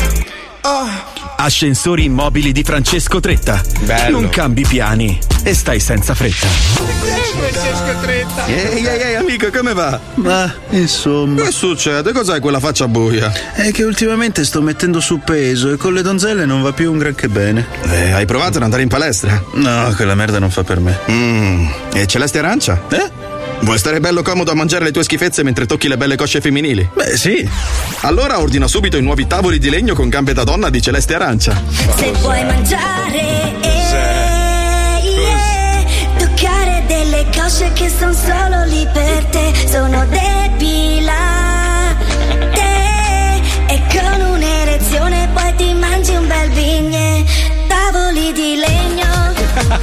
Speaker 8: Ah.
Speaker 7: Ascensori immobili di Francesco Tretta. Non cambi piani e stai senza fretta.
Speaker 2: Francesco Tretta.
Speaker 7: Ehi, ehi, ehi, amico, come va? Ma, insomma. Che succede? Cos'hai quella faccia buia?
Speaker 24: È che ultimamente sto mettendo su peso e con le donzelle non va più un granché bene.
Speaker 7: Eh, hai provato ad andare in palestra? Mm,
Speaker 24: No, quella merda non fa per me.
Speaker 7: E Celeste Arancia? Eh? Vuoi stare bello comodo a mangiare le tue schifezze mentre tocchi le belle cosce femminili? Beh, sì. Allora ordina subito i nuovi tavoli di legno con gambe da donna di Celeste Arancia.
Speaker 2: Se vuoi mangiare
Speaker 23: eh,
Speaker 2: yeah,
Speaker 23: toccare delle cosce che sono solo lì per te sono depilate e con un'erezione poi ti mangi un bel vigne tavoli di legno oh,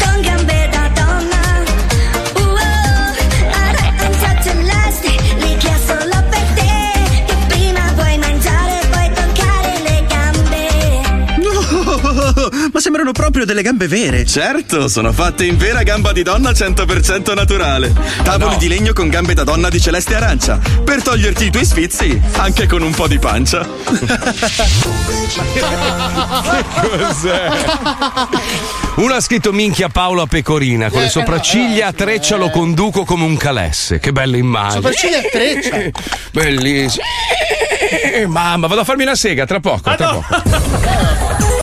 Speaker 23: con gambe da donna uh, arancia celeste li che ha solo per te che prima vuoi mangiare e poi toccare le gambe
Speaker 24: No, ma sembrano proprio delle gambe vere.
Speaker 7: Certo, sono fatte in vera gamba di donna 100% naturale. Tavoli di legno con gambe da donna di Celeste Arancia. Per toglierti i tuoi sfizi, anche con un po' di pancia.
Speaker 6: Uno ha scritto minchia Paolo a pecorina
Speaker 4: Eh,
Speaker 6: con le sopracciglia a treccia lo conduco come un calesse. Che bella immagine.
Speaker 4: Sopracciglia a treccia.
Speaker 6: Bellissimo. Eh, Mamma, vado a farmi una sega tra poco,
Speaker 4: Ah,
Speaker 6: tra poco.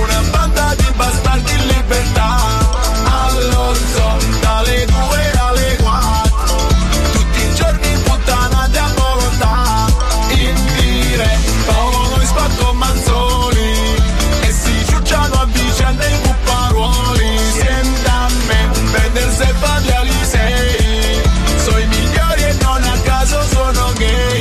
Speaker 2: una banda di bastardi in libertà all'orzo dalle due alle quattro tutti i giorni puttanate a volontà in diretta noi spacco manzoni e si ciucciano a vicenda i bupparuoli siete a me vendersi e farli alisei sono i migliori e non a caso sono gay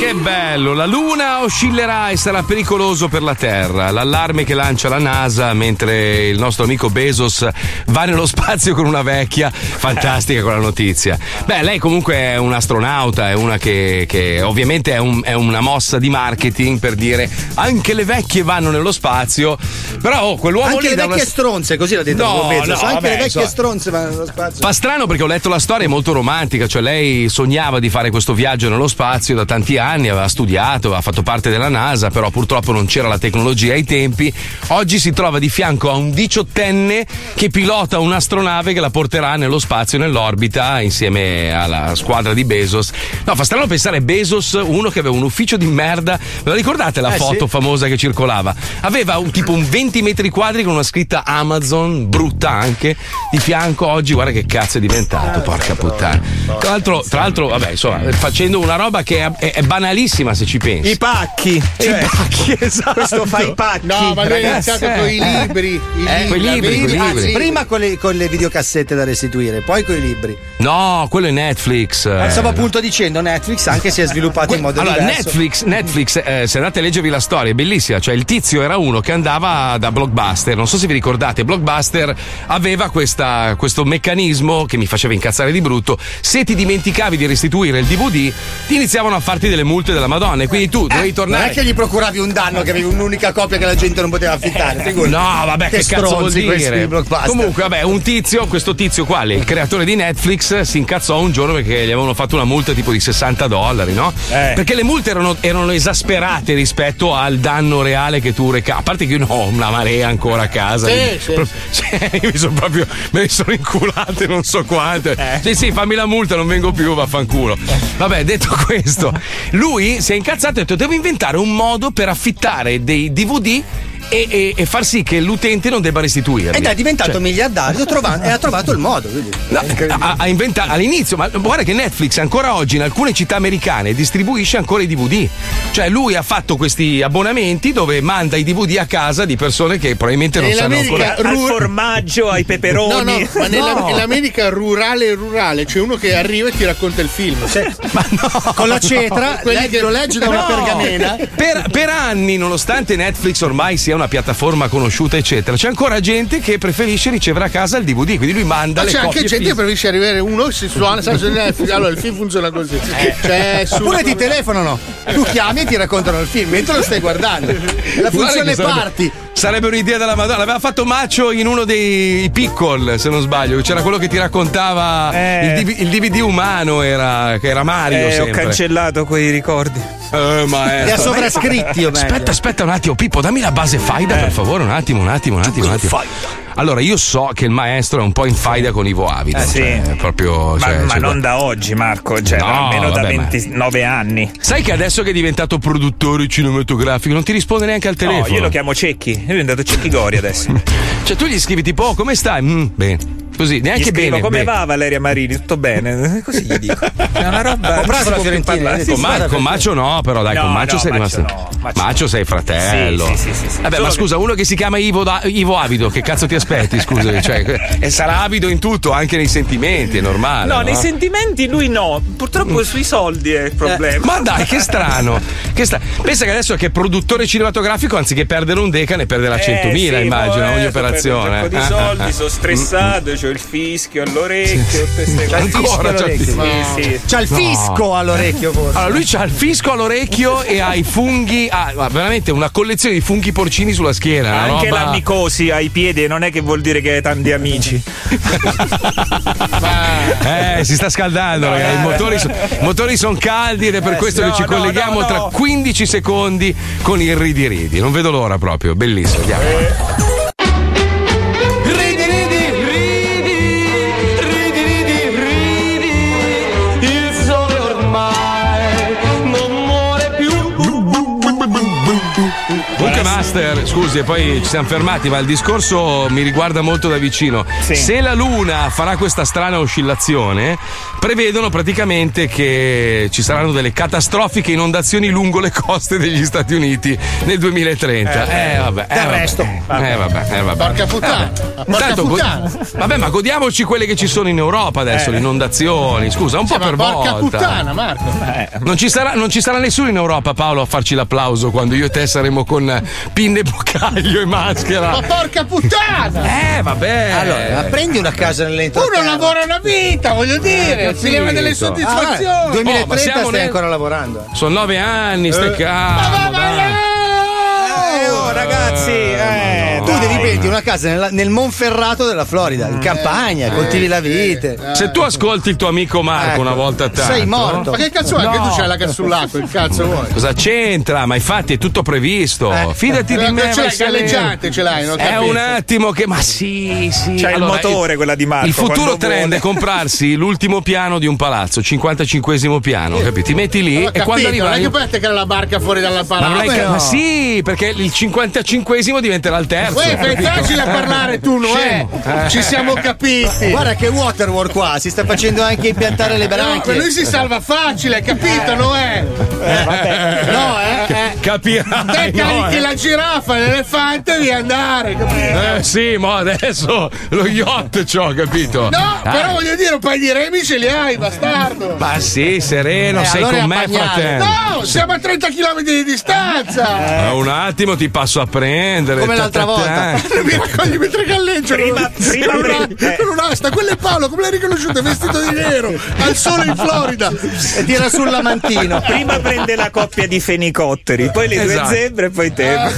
Speaker 6: Che bello, la Luna oscillerà e sarà pericoloso per la Terra. L'allarme che lancia la NASA mentre il nostro amico Bezos va nello spazio con una vecchia. Fantastica quella notizia. Beh, lei comunque è un'astronauta, è una che, che ovviamente è, un- è una mossa di marketing per dire anche le vecchie vanno nello spazio. Però oh, quell'uomo
Speaker 9: Anche
Speaker 6: lì
Speaker 9: le
Speaker 6: dà una-
Speaker 9: vecchie stronze, così l'ha detto
Speaker 6: No,
Speaker 9: Bob Bezos,
Speaker 6: no,
Speaker 9: Anche
Speaker 6: vabbè,
Speaker 9: le vecchie
Speaker 6: insomma.
Speaker 9: stronze vanno nello spazio.
Speaker 6: Fa strano perché ho letto la storia, è molto romantica, cioè lei sognava di fare questo viaggio nello spazio da tanti anni, aveva studiato, aveva fatto parte della NASA, però purtroppo non c'era la tecnologia ai tempi. Oggi si trova di fianco a un diciottenne che pilota un'astronave che la porterà nello spazio, nell'orbita, insieme alla squadra di Bezos. No, fa strano pensare Bezos, uno che aveva un ufficio di merda, ve la ricordate la
Speaker 2: Eh,
Speaker 6: foto
Speaker 2: sì.
Speaker 6: famosa che circolava? Aveva un, tipo un 20 metri quadri con una scritta Amazon, brutta anche, di fianco oggi, guarda che cazzo è diventato, porca puttana. Tra l'altro, tra l'altro, vabbè, insomma, facendo una roba che è, è- è banalissima se ci pensi.
Speaker 2: I pacchi.
Speaker 9: Cioè,
Speaker 6: I pacchi, esatto.
Speaker 2: Questo fa i pacchi.
Speaker 8: No, ma lui ha
Speaker 2: Ragazzi,
Speaker 8: iniziato
Speaker 2: eh.
Speaker 8: con i libri. I
Speaker 9: Eh,
Speaker 8: libri.
Speaker 9: la
Speaker 6: libri,
Speaker 9: vedi?
Speaker 6: coi
Speaker 9: Anzi,
Speaker 6: libri.
Speaker 9: prima con le, con le videocassette da restituire, poi con i libri.
Speaker 6: No, quello è Netflix. eh.
Speaker 9: Stavo appunto dicendo Netflix anche si è sviluppato in modo
Speaker 6: allora,
Speaker 9: diverso.
Speaker 6: Netflix, Netflix eh, se andate a leggervi la storia, è bellissima. Cioè, il tizio era uno che andava da Blockbuster. Non so se vi ricordate, Blockbuster aveva questa- questo meccanismo che mi faceva incazzare di brutto. Se ti dimenticavi di restituire il DVD, ti iniziavano a farti delle multe della Madonna. E quindi tu dovevi tornare.
Speaker 9: Eh, Non è che gli procuravi un danno che avevi un'unica copia che la gente non poteva affittare. figurati.
Speaker 6: Eh, No, vabbè, che, cazzo vuol
Speaker 9: stronzi questi
Speaker 6: dire?
Speaker 9: di Blockbuster.
Speaker 6: Comunque, vabbè, un tizio, questo tizio qua, il creatore di Netflix, si incazzò un giorno perché gli avevano fatto una multa tipo di 60 dollari, no?
Speaker 9: Eh,
Speaker 2: Eh.
Speaker 6: Perché le multe erano, erano esasperate rispetto al danno reale che tu reca. A parte che io ne ho una marea ancora a casa.
Speaker 2: Sì,
Speaker 6: Mi-
Speaker 2: sì,
Speaker 6: pro- cioè, io mi sono proprio. me ne sono inculate non so quante.
Speaker 2: Eh.
Speaker 6: Sì, sì, fammi la multa, non vengo più, vaffanculo. Vabbè, detto questo, lui si è incazzato e ha detto: devo inventare un modo per affittare dei DVD. E, e- e far sì che l'utente non debba restituire.
Speaker 2: Eh,
Speaker 9: Ed è diventato
Speaker 6: Cioè.
Speaker 9: miliardario trova- e ha trovato il modo. quindi.
Speaker 6: No, ha, ha inventato all'inizio, ma guarda che Netflix ancora oggi in alcune città americane distribuisce ancora i DVD. Cioè lui ha fatto questi abbonamenti dove manda i DVD a casa di persone che probabilmente non sanno ancora
Speaker 10: formaggio, ai peperoni.
Speaker 8: No, no, ma nella- nell'America rurale rurale c'è uno che arriva e ti racconta il film.
Speaker 9: Con la cetra,
Speaker 8: quelli
Speaker 9: lei-
Speaker 8: che lo legge da una
Speaker 9: No.
Speaker 8: pergamena.
Speaker 6: Per, per anni, nonostante Netflix ormai sia una piattaforma conosciuta, eccetera, c'è ancora gente che preferisce ricevere a casa il DVD, quindi lui manda
Speaker 8: Ma
Speaker 6: le
Speaker 8: c'è
Speaker 6: copie
Speaker 8: anche gente che
Speaker 6: fisiche.
Speaker 8: preferisce arrivare uno si suona, sai, suona il film. allora il film funziona così.
Speaker 6: Eh.
Speaker 8: Cioè, su-
Speaker 9: Oppure ti telefonano, tu chiami e ti raccontano il film mentre lo stai guardando. La
Speaker 6: Guarda
Speaker 9: funzione
Speaker 6: che sarebbe-
Speaker 9: parti.
Speaker 6: Sarebbe un'idea della Madonna. L'aveva fatto Macio in uno dei piccol, se non sbaglio. C'era quello che ti raccontava il, DV il DVD umano, era, che era Mario.
Speaker 10: Eh, ho
Speaker 6: sempre.
Speaker 10: cancellato quei ricordi.
Speaker 6: Eh, ma è-
Speaker 10: Li ha sovrascritti, o meglio. Eh.
Speaker 6: Aspetta, aspetta un attimo, Pippo, dammi la base faida, per favore. Un attimo, un attimo, un attimo. Un attimo. Allora, io so che il maestro è un po' in faida con Ivo Avido.
Speaker 10: Eh, sì.
Speaker 6: cioè, è proprio.
Speaker 10: Ma,
Speaker 6: cioè,
Speaker 10: ma
Speaker 6: cioè,
Speaker 10: non da oggi, Marco. Cioè,
Speaker 6: No,
Speaker 10: almeno da
Speaker 6: vabbè, ma-
Speaker 10: 29 anni.
Speaker 6: Sai che adesso che è diventato produttore cinematografico non ti risponde neanche al telefono.
Speaker 10: No, io lo chiamo Cecchi. Io sono andato Cecchi Gori adesso.
Speaker 6: Cioè, tu gli scrivi tipo, "Oh, come stai? Mm, bene. Così,
Speaker 10: Gli
Speaker 6: neanche
Speaker 10: scrivo,
Speaker 6: bene. bene.
Speaker 10: come va Valeria Marini? Tutto bene? Così gli dico. È una roba.
Speaker 6: Ho
Speaker 10: non Ah, si
Speaker 6: preso
Speaker 10: può eh, più parlare.
Speaker 6: Con, Ma- con Macio no, però dai,
Speaker 10: No,
Speaker 6: con Macio
Speaker 10: no,
Speaker 6: sei
Speaker 10: Macio
Speaker 6: rimasto. Macio, sei fratello.
Speaker 10: Sì, sì, sì, sì, sì.
Speaker 6: Vabbè,
Speaker 10: Solo
Speaker 6: ma
Speaker 10: che-
Speaker 6: scusa, uno che si chiama Ivo, da- Ivo Avido, che cazzo ti aspetti? Scusa, cioè, e sarà avido in tutto, anche nei sentimenti, è normale.
Speaker 10: No, nei sentimenti lui no. Purtroppo sui soldi è il problema.
Speaker 6: Mm. Eh, Ma dai, che strano. Che stra- Pensa che adesso è che è produttore cinematografico, anziché perdere un deca, ne perderà 100.000,
Speaker 10: Eh, sì,
Speaker 6: immagino,
Speaker 10: poveretto,
Speaker 6: ogni operazione.
Speaker 10: perdo Un
Speaker 6: Ah,
Speaker 10: sacco di soldi,
Speaker 6: ah, ah.
Speaker 10: sono stressato, c'ho il fischio all'orecchio, queste
Speaker 6: C'ha
Speaker 10: cose.
Speaker 6: il fischio Ancora c'ha il all'orecchio? fischio.
Speaker 10: Sì, sì.
Speaker 6: C'ha il fisco
Speaker 9: all'orecchio forse.
Speaker 6: Allora, lui ha il fisco all'orecchio e ha i funghi, ha ha veramente una collezione di funghi porcini sulla schiena. una
Speaker 10: Anche
Speaker 6: roba-
Speaker 10: la micosi ai piedi non è che vuol dire che hai tanti amici.
Speaker 6: Eh, si sta scaldando, ragazzi. I motori, so- i motori sono caldi ed è per
Speaker 10: Eh,
Speaker 6: questo
Speaker 10: sì.
Speaker 6: che ci
Speaker 10: No, no,
Speaker 6: colleghiamo
Speaker 10: no,
Speaker 6: tra 15 secondi con il ridi ridi. Non vedo l'ora proprio, bellissimo. Andiamo.
Speaker 2: Ridi, ridi, ridi, ridi, ridi, ridi, il sole ormai non muore più.
Speaker 6: Comunque, Master, scusi, e poi ci siamo fermati, ma il discorso mi riguarda molto da vicino.
Speaker 4: Sì.
Speaker 6: Se la Luna farà questa strana oscillazione, prevedono praticamente che ci saranno delle catastrofiche inondazioni lungo le coste degli Stati Uniti nel 2030. Eh, vabbè. eh,
Speaker 8: Del
Speaker 6: vabbè.
Speaker 8: resto.
Speaker 6: Eh, vabbè, eh, vabbè.
Speaker 8: Porca puttana.
Speaker 6: Eh, vabbè.
Speaker 8: Porca
Speaker 6: Tanto go-
Speaker 8: puttana.
Speaker 6: vabbè, ma godiamoci quelle che ci sono in Europa adesso,
Speaker 8: Eh.
Speaker 6: le inondazioni. Scusa, un po' per
Speaker 8: Porca
Speaker 6: volta. Eh.
Speaker 8: puttana, Marco.
Speaker 6: Non ci, sarà, non ci sarà nessuno in Europa, Paolo, a farci l'applauso quando io e te saremo con eh, pinne, boccaglio e
Speaker 8: Ma
Speaker 6: maschera.
Speaker 8: porca puttana!
Speaker 6: Eh, vabbè.
Speaker 13: Allora, prendi una casa
Speaker 6: Oh,
Speaker 13: nell'entroterra.
Speaker 8: Uno lavora una vita, voglio dire,
Speaker 13: Eh,
Speaker 8: si leva delle
Speaker 6: capito.
Speaker 8: soddisfazioni.
Speaker 6: Ah, vabbè,
Speaker 8: Oh,
Speaker 13: 2030
Speaker 8: ma siamo
Speaker 13: stai
Speaker 8: nel-
Speaker 13: ancora lavorando.
Speaker 6: Sono nove anni, stai ah,
Speaker 13: Eh.
Speaker 6: calmo, dai.
Speaker 13: Oh, ragazzi, eh, tu devi prendi una casa nella- nel Monferrato della Florida, in campagna, coltivi la vite.
Speaker 6: eh, Se tu ascolti il tuo amico Marco
Speaker 13: Ecco,
Speaker 6: una volta a tanto
Speaker 13: sei morto.
Speaker 8: Ma che cazzo è? Che tu c'hai la gas sull'acqua, il cazzo vuoi?
Speaker 6: Cosa c'entra? Ma infatti è tutto previsto.
Speaker 13: Eh.
Speaker 6: Fidati di
Speaker 8: Ma
Speaker 6: me.
Speaker 8: Eh, ce l'hai
Speaker 6: vai sereno.
Speaker 8: galleggiante, ce l'hai, non ho
Speaker 6: È
Speaker 8: capito.
Speaker 6: un attimo che. Ma sì, sì.
Speaker 10: C'ha il motore, quella di Marco,
Speaker 6: Il futuro
Speaker 10: quando
Speaker 6: trend
Speaker 10: vuole.
Speaker 6: è comprarsi l'ultimo piano di un palazzo, 55 piano. Capito? Ti metti lì
Speaker 8: Ho
Speaker 6: e quando
Speaker 8: capito, non
Speaker 6: arriva.
Speaker 8: è che puoi attaccare la barca fuori dalla
Speaker 6: Ma, non è
Speaker 8: parata.
Speaker 6: che- ma sì, perché il 55 diventerà il terzo.
Speaker 8: Uè, fai
Speaker 6: capito?
Speaker 8: facile a parlare tu, no? eh?
Speaker 6: Scemo.
Speaker 8: Ci siamo capiti.
Speaker 13: Guarda che Waterworld qua si sta facendo anche impiantare le
Speaker 8: No, per
Speaker 13: branchie.
Speaker 8: lui si salva facile, hai capito, no? eh? No, eh? eh.
Speaker 6: Capirai.
Speaker 8: Te
Speaker 6: no,
Speaker 8: carichi
Speaker 6: eh.
Speaker 8: la giraffa, l'elefante, devi andare, capito?
Speaker 6: Eh sì, mo adesso lo yacht c'ho, capito?
Speaker 8: No,
Speaker 6: Dai.
Speaker 8: però voglio dire, un paio di remi ce li hai, bastardo.
Speaker 6: Ma sì, sereno,
Speaker 8: Eh,
Speaker 6: sei
Speaker 8: allora
Speaker 6: con
Speaker 8: è
Speaker 6: me,
Speaker 8: appagnare.
Speaker 6: fratello.
Speaker 8: No, siamo a 30 km di distanza.
Speaker 6: Ma Eh, un attimo ti passo a prendere.
Speaker 8: Come l'altra
Speaker 6: Ta-ta-ta.
Speaker 8: Mi raccogli mentre galleggio. Prima,
Speaker 10: prima
Speaker 6: pre-
Speaker 8: con un'asta, quello è Paolo, come l'hai riconosciuto? È Vestito di nero, al sole in Florida.
Speaker 13: E tira sul lamantino.
Speaker 10: Prima prende la coppia di fenicotteri, poi le
Speaker 8: Esatto.
Speaker 10: due zebre e poi te.
Speaker 13: Ah.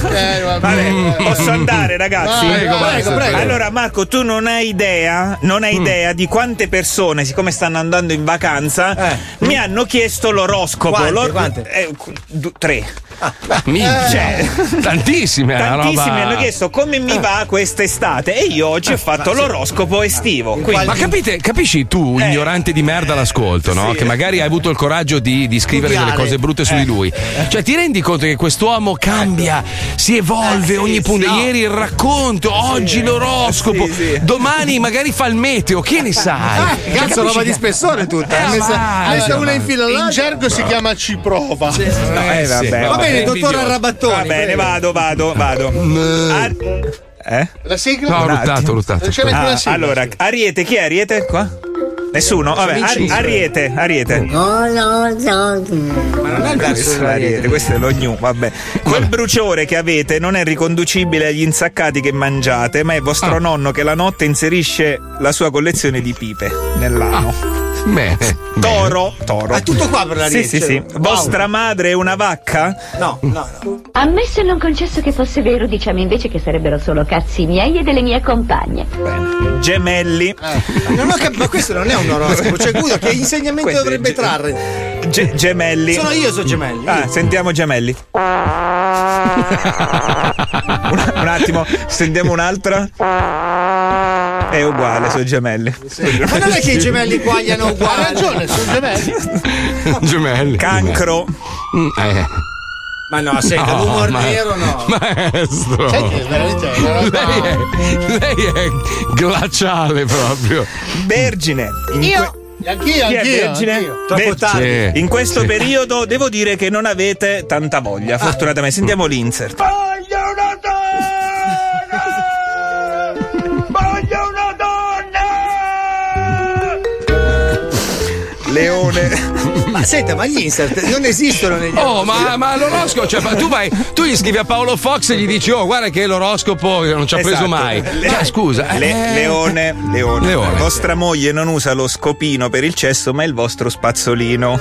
Speaker 8: vabbè.
Speaker 10: Ah, posso andare, ragazzi?
Speaker 8: Vai, Prego, vai, prego, basta, prego.
Speaker 10: Allora, Marco, tu non hai idea, non
Speaker 6: Mm.
Speaker 10: hai idea di quante persone, siccome stanno andando in vacanza, mi hanno chiesto l'oroscopo.
Speaker 13: Eh. Quante,
Speaker 10: L'or-
Speaker 13: quante?
Speaker 10: eh, qu- du- tre.
Speaker 6: Minchia.
Speaker 10: Cioè,
Speaker 6: Tantissime, è una
Speaker 10: tantissimi
Speaker 6: roba-
Speaker 10: hanno chiesto come
Speaker 13: Eh.
Speaker 10: mi va quest'estate e io oggi ho fatto l'oroscopo estivo. Quindi-
Speaker 6: Ma capite, capisci tu,
Speaker 10: Eh.
Speaker 6: ignorante di merda all'ascolto, no? Che magari hai avuto il coraggio di, di scrivere delle
Speaker 10: Studiare.
Speaker 6: cose brutte su
Speaker 10: Eh.
Speaker 6: di lui. Cioè, ti rendi conto che quest'uomo cambia, si
Speaker 10: Eh,
Speaker 6: evolve ogni punto. Ieri il racconto, oggi l'oroscopo, domani magari fa il meteo, che ne sai?
Speaker 10: Ah,
Speaker 6: Cioè,
Speaker 13: Cazzo,
Speaker 6: capisci
Speaker 13: roba di
Speaker 6: che-
Speaker 13: spessore tutta.
Speaker 6: Eh,
Speaker 13: Hai messo-
Speaker 6: vai,
Speaker 13: hai messo
Speaker 6: vai.
Speaker 13: una in fila all'altra.
Speaker 8: In gergo si chiama ci prova.
Speaker 10: Eh,
Speaker 6: Eh,
Speaker 10: vabbè,
Speaker 6: sì.
Speaker 10: vabbè.
Speaker 13: Va bene, dottor Arrabattoni.
Speaker 10: Va bene,
Speaker 13: prego.
Speaker 10: vado, vado, vado.
Speaker 13: Mm.
Speaker 10: Ar- eh?
Speaker 8: La sigla?
Speaker 6: No, ho
Speaker 10: Un attimo.
Speaker 6: ruttato, ho ruttato.
Speaker 8: c'era
Speaker 10: Ah,
Speaker 8: anche la sigla,
Speaker 10: allora, Ariete, chi è Ariete qua? Nessuno? Vabbè,
Speaker 8: Sono in
Speaker 10: Ar-
Speaker 8: cinque.
Speaker 10: Ariete, Ariete.
Speaker 18: Oh no, no,
Speaker 10: Ma non è il verso dell'Ariete, questo è lo gnu, vabbè. Quel bruciore che avete non è riconducibile agli insaccati che mangiate, ma è
Speaker 6: Ah.
Speaker 10: vostro nonno che la notte inserisce la sua collezione di pipe nell'ano.
Speaker 6: Ah, Bene.
Speaker 10: Toro, toro.
Speaker 13: È tutto qua per l'Ariete.
Speaker 10: Sì, sì, sì.
Speaker 13: Wow.
Speaker 10: Vostra madre è una vacca?
Speaker 13: No, no, no.
Speaker 14: Ammesso e non concesso che fosse vero, diciamo invece che sarebbero solo cazzi miei e delle mie compagne.
Speaker 10: Gemelli.
Speaker 13: Ah. Non ho cap- ma questo non è un oroscopo. Cioè, Guido, che insegnamento
Speaker 10: Questo è
Speaker 13: dovrebbe
Speaker 10: ge-
Speaker 13: trarre?
Speaker 10: Ge- gemelli.
Speaker 13: Sono io, sono gemelli.
Speaker 10: Ah, sentiamo gemelli.
Speaker 13: Ah.
Speaker 10: un, un attimo, sentiamo un'altra. È uguale, sono gemelli.
Speaker 13: Ma non è che i gemelli guagliano uguali.
Speaker 8: Ha ragione, sono gemelli.
Speaker 6: Gemelli.
Speaker 10: Cancro.
Speaker 6: Mm, eh.
Speaker 13: Ma no, senta,
Speaker 6: No,
Speaker 13: l'umor
Speaker 6: ma-
Speaker 13: nero no.
Speaker 14: Oh.
Speaker 6: Maestro.
Speaker 8: Sai che veramente è una roba-
Speaker 6: Lei è, lei è glaciale proprio.
Speaker 10: Vergine. In que-
Speaker 8: Anch'io,
Speaker 10: Chi è
Speaker 8: anch'io.
Speaker 10: vergine?
Speaker 8: anch'io.
Speaker 10: Vergine.
Speaker 6: tardi. Sì,
Speaker 10: In questo
Speaker 6: sì.
Speaker 10: periodo devo dire che non avete tanta
Speaker 13: Ah.
Speaker 10: voglia, fortunatamente. Sentiamo l'insert. Leone.
Speaker 13: Ma senta, ma gli insert non esistono negli
Speaker 6: Oh, ma, ma l'oroscopo, cioè, ma tu vai, tu gli scrivi a Paolo Fox e gli dici, oh, guarda che l'oroscopo non ci ha preso
Speaker 10: Esatto.
Speaker 6: mai.
Speaker 10: Le-
Speaker 6: Cioè, scusa.
Speaker 10: Le-
Speaker 6: eh.
Speaker 10: leone, leone.
Speaker 6: Leone.
Speaker 10: Vostra moglie non usa lo scopino per il cesso, ma il vostro spazzolino.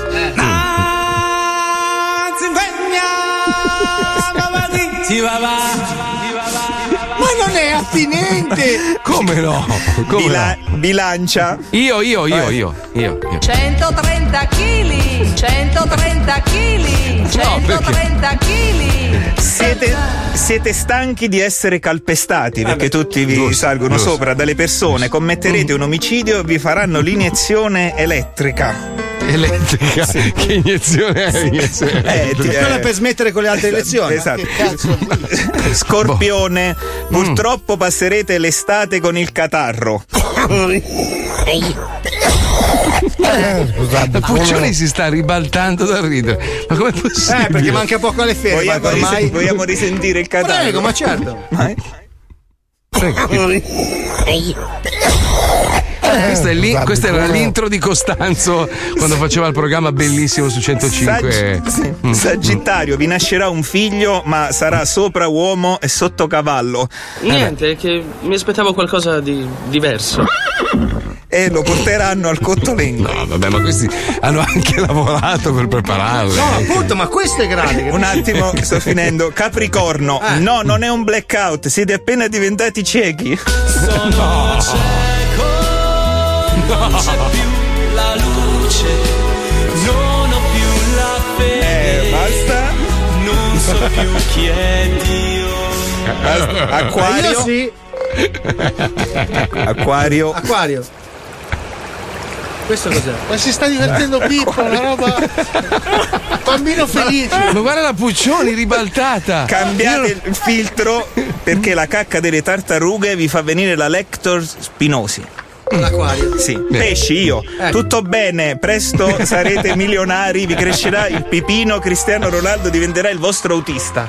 Speaker 13: Ma non è attinente!
Speaker 6: Come no? Come
Speaker 10: Bila-
Speaker 6: no?
Speaker 10: bilancia. Eh.
Speaker 6: Io, io, io, io, io, io.
Speaker 5: 130 kg, 130 kg, 130 kg.
Speaker 10: Siete, siete stanchi di essere calpestati perché tutti vi salgono
Speaker 6: Eh, giusto,
Speaker 10: sopra dalle persone, commetterete un omicidio e vi faranno l'iniezione elettrica.
Speaker 6: Elettrica. Che iniezione è? Iniezione.
Speaker 10: Eh, ti-
Speaker 9: Quella
Speaker 10: eh.
Speaker 9: per smettere con le altre elezioni.
Speaker 10: Esatto. Scorpione,
Speaker 6: Boh. Mm.
Speaker 10: purtroppo passerete l'estate con il catarro.
Speaker 6: La Eh, Puccioni si sta ribaltando dal ridere. Ma com'è possibile?
Speaker 10: Eh, perché manca
Speaker 9: poco alle
Speaker 10: ferie, Vogliamo Marco, ormai. risen- vogliamo risentire il catarro?
Speaker 6: Prego,
Speaker 9: ma certo.
Speaker 6: Eh, Questa, è lì- questa era l'intro di Costanzo quando faceva il programma bellissimo su Mm. 105.
Speaker 10: Saggi- sì. Sagittario, vi nascerà un figlio, ma sarà sopra uomo e sotto cavallo.
Speaker 6: Eh,
Speaker 25: Niente, che mi aspettavo qualcosa di diverso.
Speaker 10: Eh E lo porteranno al cottolino.
Speaker 6: No, vabbè, ma questi hanno anche lavorato per prepararlo. eh.
Speaker 10: No,
Speaker 9: appunto, ma questo è grave.
Speaker 10: Un attimo, sto finendo. Capricorno,
Speaker 2: Ah.
Speaker 10: no, non è un blackout, siete appena diventati ciechi.
Speaker 2: Sono cieco, non c'è più la luce, non ho più la fede.
Speaker 10: Eh, basta.
Speaker 2: Non so più chi è Dio.
Speaker 10: Acquario?
Speaker 2: Io sì.
Speaker 10: Acquario.
Speaker 26: Acquario.
Speaker 22: Questo cos'è?
Speaker 8: Ma si sta divertendo Pippo, una roba. Bambino felice.
Speaker 6: Ma guarda la Puccioni ribaltata.
Speaker 10: Cambiate il filtro perché la cacca delle tartarughe vi fa venire la lector spinosi.
Speaker 26: L'acquario.
Speaker 10: Sì, pesci io. Tutto bene, presto sarete milionari, vi crescerà il pipino, Cristiano Ronaldo diventerà il vostro autista.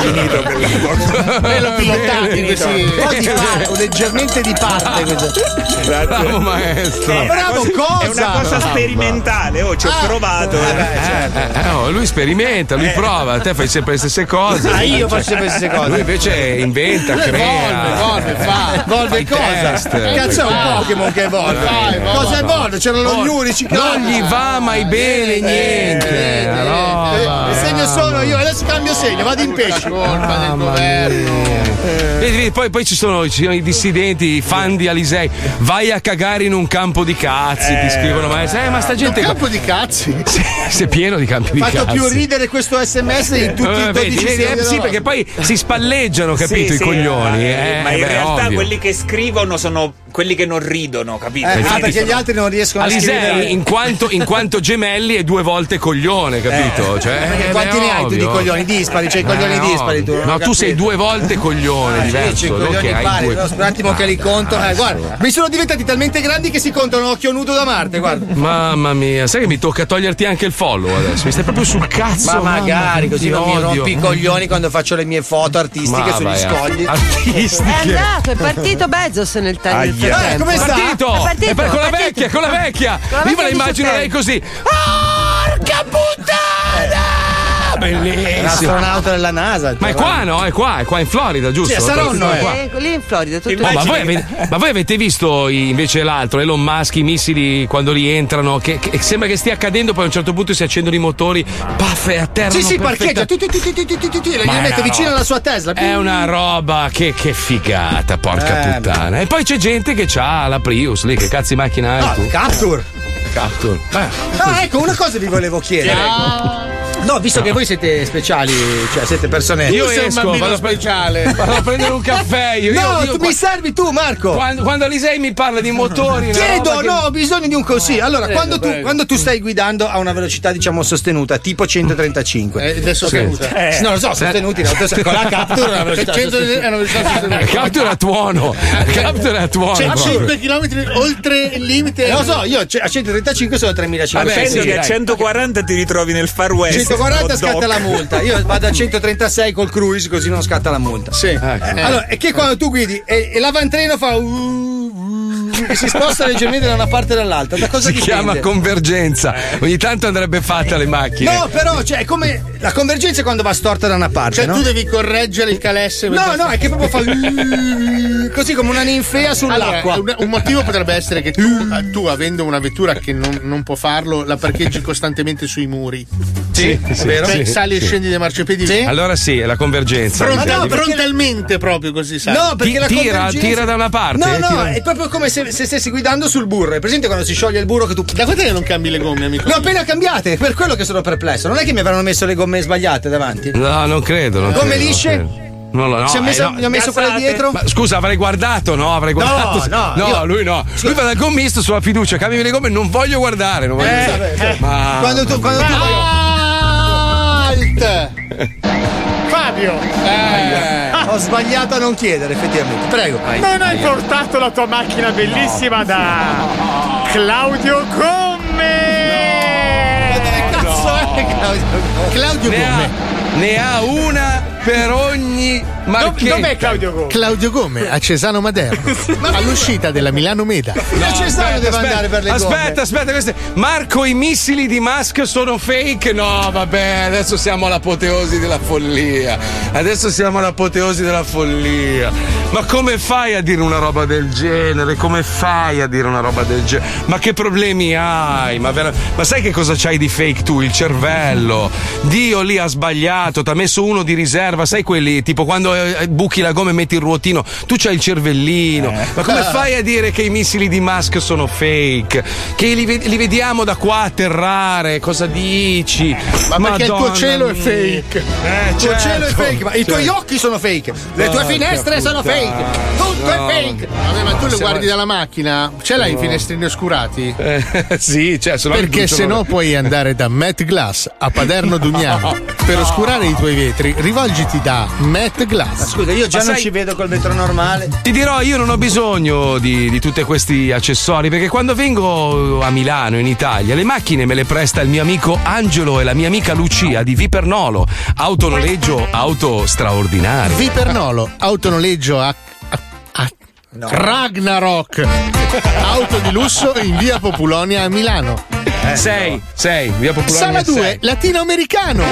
Speaker 10: Finito per la
Speaker 8: Bello pilotato
Speaker 10: Finito.
Speaker 8: così.
Speaker 10: Poi di
Speaker 9: Parco, leggermente di parte. questo.
Speaker 10: Grazie.
Speaker 6: Bravo maestro.
Speaker 10: Eh,
Speaker 6: Bravo,
Speaker 10: è una cosa- È
Speaker 6: cosa?
Speaker 10: una cosa
Speaker 6: Bravo.
Speaker 10: sperimentale, oh, ci ho provato.
Speaker 6: Eh, eh, oh, lui sperimenta, lui prova, te fai sempre le stesse cose.
Speaker 10: Eh. Ah, io faccio
Speaker 6: Cioè,
Speaker 10: sempre le stesse cose.
Speaker 6: Lui invece inventa,
Speaker 10: Lui
Speaker 6: crea.
Speaker 10: evolve, evolve,
Speaker 8: fa. Evolve
Speaker 6: i
Speaker 8: cosa?
Speaker 6: test.
Speaker 8: Cazzo, è un
Speaker 6: Fai-
Speaker 8: Pokémon che evolve.
Speaker 6: Fai, evolve.
Speaker 8: Cosa evolve? C'erano gli
Speaker 6: Oh,
Speaker 8: unici.
Speaker 6: Non gli va mai bene niente. la roba.
Speaker 8: Il segno sono io, adesso cambio segno, vado in pesce. Colpa del
Speaker 6: Vedi, vedi, poi, poi ci, sono, ci sono i dissidenti, i fan di Alisei. Vai a cagare in un campo di cazzi. Ti
Speaker 8: Eh.
Speaker 6: scrivono, ma, eh, ma sta gente.
Speaker 8: Un
Speaker 6: qua-
Speaker 8: campo di cazzi.
Speaker 6: Sei pieno di campi di
Speaker 8: Fatto
Speaker 6: cazzi.
Speaker 8: più ridere questo sms di tutti
Speaker 6: Eh,
Speaker 8: i 12
Speaker 6: vedi, vedi, eh,
Speaker 8: segni della
Speaker 6: sì,
Speaker 8: volta.
Speaker 6: perché poi si spalleggiano, capito?
Speaker 10: Sì,
Speaker 6: I
Speaker 10: sì,
Speaker 6: coglioni.
Speaker 10: eh,
Speaker 6: eh,
Speaker 10: ma in
Speaker 6: beh,
Speaker 10: realtà
Speaker 6: ovvio.
Speaker 10: quelli che scrivono sono quelli che non ridono, capito?
Speaker 6: Eh,
Speaker 10: Infatti
Speaker 6: ah, perché
Speaker 10: sono-
Speaker 6: gli altri
Speaker 9: non riescono
Speaker 6: Alisei, in quanto, in quanto gemelli e due volte coglione, capito? Cioè,
Speaker 9: Perché
Speaker 6: eh,
Speaker 9: quanti
Speaker 6: beh,
Speaker 9: ne hai tu di
Speaker 6: ovvio.
Speaker 9: coglioni dispari? C'hai i coglioni
Speaker 6: Eh,
Speaker 9: dispari tu.
Speaker 6: ovvio.
Speaker 9: non
Speaker 6: No,
Speaker 9: ho
Speaker 6: tu sei
Speaker 9: capito.
Speaker 6: due volte coglione
Speaker 9: Ah, sì,
Speaker 6: diverso.
Speaker 9: c'hai i
Speaker 6: non
Speaker 9: coglioni
Speaker 6: che hai
Speaker 9: pari,
Speaker 6: due- Ah,
Speaker 9: però
Speaker 8: Un attimo che li conto,
Speaker 10: Ah,
Speaker 8: eh, guarda, mi sono diventati talmente grandi che si contano a occhio nudo da Marte, guarda.
Speaker 6: Mamma mia, sai che mi tocca toglierti anche il follow adesso? Mi stai proprio sul cazzo.
Speaker 9: Ma magari
Speaker 6: mamma,
Speaker 9: così
Speaker 6: ti
Speaker 9: non mi
Speaker 6: odio.
Speaker 9: rompi i coglioni quando faccio le mie foto artistiche
Speaker 6: Ma
Speaker 9: sugli
Speaker 6: vai eh. a-
Speaker 9: scogli.
Speaker 16: È andato, è partito Bezos nel tempo.
Speaker 9: Aia. Eh, come sta?
Speaker 6: Partito!
Speaker 16: È partito,
Speaker 6: E poi con la
Speaker 16: è partito.
Speaker 6: vecchia, con la vecchia!
Speaker 16: Con la
Speaker 6: Io me
Speaker 16: vecchia
Speaker 6: la immagino
Speaker 16: diciottenne.
Speaker 6: lei così. Porca puttana!
Speaker 9: Un
Speaker 6: Bellissimo!
Speaker 9: astronauta della NASA.
Speaker 6: Ma è qua, no? È qua, è qua in Florida, giusto? È qua.
Speaker 16: Eh, lì in Florida, tutto
Speaker 6: Oh, ma, voi avete, ma voi avete visto i- invece l'altro, Elon Musk, i missili quando rientrano, che, che sembra che stia accadendo, poi a un certo punto si accendono i motori, paff e atterrano
Speaker 8: Sì, sì,
Speaker 6: perfetta-
Speaker 8: parcheggia, tu, tu, tu, tu, tu, tu, tu, tu, tu,
Speaker 6: Ma
Speaker 8: e
Speaker 6: è
Speaker 8: li mette
Speaker 6: una
Speaker 8: vicino
Speaker 6: roba.
Speaker 8: alla sua Tesla.
Speaker 6: È una roba che, che figata, porca
Speaker 8: Eh,
Speaker 6: puttana. E poi c'è gente che ha la Prius lì, che cazzo di macchina hai
Speaker 9: No,
Speaker 6: tu?
Speaker 9: Captur.
Speaker 6: Captur.
Speaker 9: Ah, ecco, una cosa vi volevo chiedere. No, visto che voi siete speciali, cioè siete persone.
Speaker 6: ecco. Io esco, vado a, pre- vado a prendere un caffè. Io,
Speaker 9: No,
Speaker 6: io-
Speaker 9: tu
Speaker 6: io-
Speaker 9: mi servi tu, Marco.
Speaker 6: Quando, quando Alisei mi parla di motori, una roba
Speaker 9: Chiedo,
Speaker 6: che-
Speaker 9: no, ho bisogno di un
Speaker 6: Eh,
Speaker 9: consiglio. Allora,
Speaker 6: prego,
Speaker 9: quando, tu,
Speaker 6: prego.
Speaker 9: quando tu stai guidando a una velocità, diciamo, sostenuta, tipo 135.
Speaker 8: Eh, adesso
Speaker 9: Sì.
Speaker 8: sostenuta.
Speaker 9: Eh, non lo so, sostenuti, no, tu- con la captura è una
Speaker 6: Ah,
Speaker 9: velocità
Speaker 8: 100
Speaker 9: sostenuta.
Speaker 8: è una velocità sostenuta.
Speaker 6: Captur a tuono.
Speaker 9: Eh,
Speaker 6: Captur a tuono.
Speaker 8: Cioè,
Speaker 6: proprio.
Speaker 8: 100 km oltre il limite.
Speaker 9: Eh, lo so, io c- a 135 sono 3500.
Speaker 10: Vabbè, penso Cioè, che a 140 ti ritrovi nel Far West.
Speaker 9: 140
Speaker 10: o dopo.
Speaker 9: scatta la multa. Io vado a 136 col cruise così non scatta la multa.
Speaker 8: Sì.
Speaker 6: Eh.
Speaker 8: Eh. Allora, è che quando tu guidi e, e l'avantreno fa. e si sposta leggermente da una parte all'altra. Da cosa
Speaker 6: si
Speaker 8: dipende?
Speaker 6: chiama convergenza. Ogni tanto andrebbe fatta le macchine.
Speaker 9: No, però, cioè, è come la convergenza è quando va storta da una parte.
Speaker 8: Cioè,
Speaker 9: no?
Speaker 8: tu devi correggere il calesse.
Speaker 9: No, no, è che proprio fa.
Speaker 8: così come una ninfea
Speaker 9: sull'acqua.
Speaker 8: un, un motivo potrebbe essere che tu, eh, tu, avendo una vettura che non, non può farlo, la parcheggi costantemente sui muri.
Speaker 6: Sì, sì,
Speaker 8: vero?
Speaker 6: sì,
Speaker 8: sali
Speaker 6: sì.
Speaker 8: e scendi dai marciapiedi.
Speaker 6: Allora sì, è la convergenza.
Speaker 8: Frontal-
Speaker 6: Devi-
Speaker 8: frontalmente proprio così, sai?
Speaker 9: No, perché
Speaker 6: Cioè, Ti-
Speaker 9: la
Speaker 6: tira-
Speaker 9: convergenza-
Speaker 6: tira da una parte,
Speaker 9: No,
Speaker 6: eh,
Speaker 9: no,
Speaker 6: tira-
Speaker 9: è proprio come se, se stessi guidando sul burro. È presente quando si scioglie il burro che tu.
Speaker 8: Da quant'è che non cambi le gomme, amico?
Speaker 9: Le ho appena cambiate, per quello che sono perplesso. Non è che mi avranno messo le gomme sbagliate davanti.
Speaker 6: No, non credo. Non
Speaker 9: Gomme
Speaker 6: credo, non
Speaker 9: lisce?
Speaker 6: credo. Non lo no,
Speaker 11: Ci ha messo-
Speaker 6: eh, no.
Speaker 11: gli ha messo quella
Speaker 6: Cazzate.
Speaker 11: dietro?
Speaker 6: Ma scusa, avrei guardato, no? Avrei guardato.
Speaker 11: no, io-
Speaker 6: lui no. Lui va dal gommista sulla fiducia, cambiami le gomme, non voglio guardare. Non voglio
Speaker 11: Eh,
Speaker 6: guardare.
Speaker 11: eh.
Speaker 6: Ma-
Speaker 11: Quando tu- quando tu-
Speaker 8: Alt! Eh. Fabio!
Speaker 13: Ho sbagliato a non chiedere, effettivamente. Prego.
Speaker 12: Non hai portato la tua macchina bellissima da Claudio Gomme!
Speaker 10: Oh,
Speaker 8: Cazzo è Claudio? Claudio
Speaker 6: Ne ha-
Speaker 8: Gomme.
Speaker 6: ne ha una per ogni marchetta.
Speaker 8: dov'è Claudio Gomme? Claudio Gomme a Cesano Maderno, all'uscita della Milano Meda.
Speaker 6: No,
Speaker 8: Da Cesano
Speaker 6: aspetta,
Speaker 8: deve
Speaker 6: aspetta,
Speaker 8: andare per le
Speaker 6: aspetta,
Speaker 8: gomme.
Speaker 6: aspetta, queste. Marco, i missili di Musk sono fake. No, vabbè, adesso siamo all'apoteosi della follia. Adesso siamo all'apoteosi della follia. Ma come fai a dire una roba del genere? Come fai a dire una roba del genere? Ma che problemi hai? Ma, vera- ma sai che cosa c'hai di fake tu? Il cervello. Dio lì ha sbagliato, ti ha messo uno di riserva, sai quelli tipo quando eh, buchi la gomma e metti il ruotino, tu c'hai il cervellino.
Speaker 8: Eh.
Speaker 6: Ma come fai a dire che i missili di Musk sono fake? Che li, ve- li vediamo da qua atterrare? Cosa dici?
Speaker 8: Ma perché il tuo
Speaker 6: Madonna
Speaker 8: cielo è
Speaker 6: mia.
Speaker 8: fake?
Speaker 6: Eh,
Speaker 8: il tuo
Speaker 6: certo,
Speaker 8: cielo è fake, ma i tuoi
Speaker 6: certo.
Speaker 8: occhi sono fake, le tue
Speaker 6: Porca
Speaker 8: finestre sono
Speaker 6: puttana.
Speaker 8: fake, tutto
Speaker 6: No.
Speaker 8: è fake. Vabbè, ma tu lo
Speaker 6: Siamo-
Speaker 8: guardi dalla macchina? Ce l'hai i finestrini oscurati?
Speaker 6: sì, cioè, se no
Speaker 8: Perché
Speaker 6: riducono
Speaker 8: se no
Speaker 6: le-
Speaker 8: puoi andare da Matt Glass a Paderno Dugnano. Per oscurare i tuoi vetri, rivolgiti da Matt Glass.
Speaker 13: Scusa, io già
Speaker 6: Ma
Speaker 13: non
Speaker 6: sai-
Speaker 13: ci vedo col vetro normale.
Speaker 6: Ti dirò, io non ho bisogno di, di tutti questi accessori perché quando vengo a Milano, in Italia, le macchine me le presta il mio amico Angelo e la mia amica Lucia di Vipernolo. Autonoleggio, auto straordinario.
Speaker 8: Vipernolo, autonoleggio a, a- a- Ragnarok, auto di lusso in via Populonia a Milano.
Speaker 6: 6, 6, via popolare.
Speaker 8: Sala 2, latinoamericano.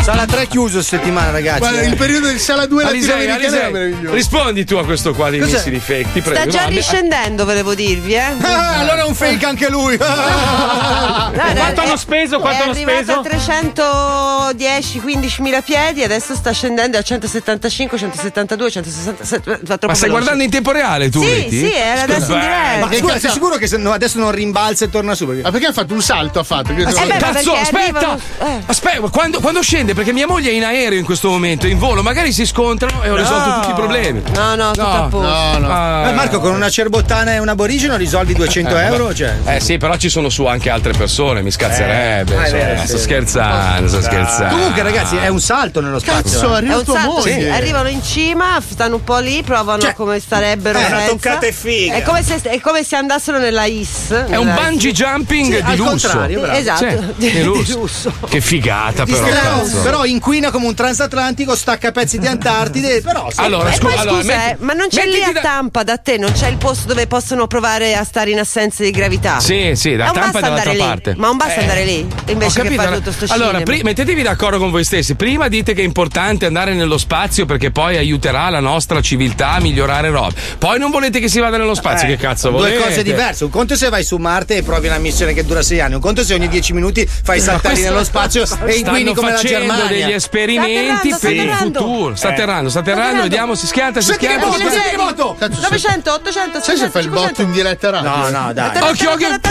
Speaker 13: Sala 3 chiuso settimana, ragazzi. eh.
Speaker 8: Guarda, il periodo di sala 2
Speaker 6: Alisei,
Speaker 8: latinoamericano era
Speaker 6: Alisei,
Speaker 8: meraviglioso.
Speaker 6: rispondi tu a questo qua dei
Speaker 8: Cos'è?
Speaker 6: missili fake, ti prego.
Speaker 16: Sta già
Speaker 6: No, a me-
Speaker 16: riscendendo, volevo dirvi, eh.
Speaker 8: Ah, allora è un fake anche lui.
Speaker 12: Quanto hanno speso? Quanto
Speaker 16: è
Speaker 12: hanno
Speaker 16: arrivato
Speaker 12: speso?
Speaker 16: a 310 15 mila piedi, adesso sta scendendo a 175, 172, 167. Ma
Speaker 6: Ma stai guardando in tempo reale tu,
Speaker 16: Sì,
Speaker 6: Ritti?
Speaker 16: sì, era adesso in
Speaker 6: Beh.
Speaker 16: diretta.
Speaker 13: Eh, Ma che cazzo, sei sicuro che se no- adesso non rimbalza e torna su? Ma
Speaker 8: perché ha fatto un salto? Ha fatto. Che-
Speaker 13: Eh beh, ma perché
Speaker 6: Cazzo,
Speaker 13: eh.
Speaker 6: aspetta! Aspetta, ma quando, quando scende? Perché mia moglie è in aereo in questo momento, in volo, magari si scontrano e ho risolto tutti i problemi.
Speaker 16: No, no,
Speaker 13: tutto a posto.
Speaker 6: Ah.
Speaker 13: Eh, Marco, con una cerbottana e un aborigeno risolvi 200
Speaker 6: Eh,
Speaker 13: euro?
Speaker 6: vabbè.
Speaker 13: Cioè.
Speaker 6: Eh sì, però ci sono su anche altre persone, mi scazzerebbe.
Speaker 13: Eh, ah, è
Speaker 6: insomma,
Speaker 13: vero,
Speaker 6: sto
Speaker 13: sì.
Speaker 6: scherzando, sto scherzando.
Speaker 13: Comunque, ragazzi, è un salto nello spazio. eh.
Speaker 16: È un salto, sì,
Speaker 13: Sì.
Speaker 16: arrivano in cima, stanno un po' lì, provano
Speaker 6: Cioè,
Speaker 16: come starebbero.
Speaker 13: eh, una
Speaker 16: senza.
Speaker 13: toccata e figa.
Speaker 16: È come se, è come se andassero nella IS.
Speaker 6: È un bungee jumping
Speaker 13: Sì,
Speaker 6: di
Speaker 13: al
Speaker 6: lusso.
Speaker 13: contrario, bravo.
Speaker 16: Esatto.
Speaker 6: Sì, di lusso.
Speaker 13: Di lusso.
Speaker 6: Che figata, però.
Speaker 13: Però,
Speaker 6: cazzo.
Speaker 13: però inquina come un transatlantico, stacca pezzi di Antartide. Però, sì.
Speaker 6: Allora,
Speaker 16: e
Speaker 6: scu-
Speaker 16: poi scusa,
Speaker 6: allora,
Speaker 16: eh,
Speaker 6: metti-
Speaker 16: ma non c'è lì
Speaker 6: mettiti
Speaker 16: a
Speaker 6: da-
Speaker 16: tampa da te, non c'è il posto dove possono provare a stare in assenza di gravità.
Speaker 6: Sì, sì, da
Speaker 16: Ma
Speaker 6: Tampa
Speaker 16: non basta
Speaker 6: è dall'altra
Speaker 16: andare lì,
Speaker 6: parte.
Speaker 16: Ma non basta
Speaker 6: Eh,
Speaker 16: andare lì, invece
Speaker 6: Ho
Speaker 16: che
Speaker 6: capito,
Speaker 16: fare
Speaker 6: allora-
Speaker 16: tutto sto
Speaker 6: Allora,
Speaker 16: scinema.
Speaker 6: pri- mettetevi d'accordo con voi stessi. Prima dite che è importante andare nello spazio perché poi aiuterà la nostra civiltà a migliorare roba. Poi non volete che si vada nello spazio,
Speaker 13: Eh,
Speaker 6: che cazzo
Speaker 13: Due
Speaker 6: volete?
Speaker 13: cose diverse. Un conto è se vai su Marte e provi una missione che dura sei anni, un conto è se ogni dieci minuti fai saltare
Speaker 6: questo-
Speaker 13: nello spazio e inquini
Speaker 6: Stanno
Speaker 13: come la
Speaker 6: facendo
Speaker 13: Germania.
Speaker 6: degli esperimenti
Speaker 16: Sta
Speaker 6: per il
Speaker 16: atterrando, sta
Speaker 6: futuro. Sta atterrando, sta atterrando, vediamo, si schianta, si
Speaker 8: Senti che
Speaker 6: schianta. si
Speaker 8: botto,
Speaker 6: schianta.
Speaker 8: senti che botto.
Speaker 16: 900, 800,
Speaker 8: Sai se fai il botto in diretta radio?
Speaker 13: No, no, dai.
Speaker 6: Occhio, occhio.
Speaker 8: Ecco,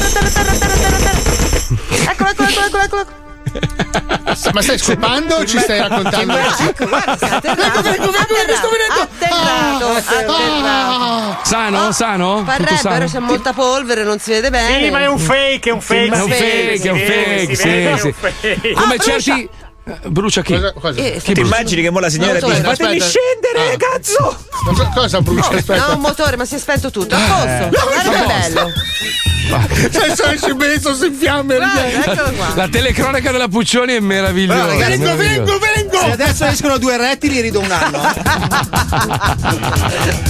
Speaker 16: Eccolo, eccolo, eccolo, eccolo, eccolo.
Speaker 8: Ma stai scopando o ci stai raccontando?
Speaker 16: Atterrato, Ah, atterrato.
Speaker 6: Sano, sano? Tutto
Speaker 16: Parrebbero,
Speaker 6: sano?
Speaker 16: c'è molta polvere, non si vede bene.
Speaker 12: Sì, ma è un fake, è un fake.
Speaker 6: È un
Speaker 12: si vede,
Speaker 6: fake,
Speaker 12: si
Speaker 6: è un
Speaker 12: vede,
Speaker 6: fake,
Speaker 12: si
Speaker 6: sì,
Speaker 12: vede, è
Speaker 6: sì.
Speaker 12: un fake. Ah,
Speaker 16: Ah,
Speaker 6: Come certi. Brucia chi?
Speaker 8: Eh,
Speaker 6: Chi
Speaker 10: Ti
Speaker 6: brucia?
Speaker 10: immagini che mo la signora
Speaker 16: Non lo so,
Speaker 10: dice:
Speaker 16: aspetta.
Speaker 10: Fatemi scendere,
Speaker 6: Ah.
Speaker 10: cazzo!
Speaker 8: Cosa, cosa brucia?
Speaker 16: No,
Speaker 8: Aspetta.
Speaker 16: un motore, ma si è spento tutto.
Speaker 6: Eh.
Speaker 16: A posto. Guarda che bello.
Speaker 8: Cioè, sono ci messo in fiamme.
Speaker 16: Guarda, eccolo qua.
Speaker 6: La telecronaca della Puccioni è meravigliosa.
Speaker 13: Allora, ragazzi,
Speaker 6: meravigliosa.
Speaker 8: vengo!
Speaker 13: Se adesso escono due rettili, rido un anno.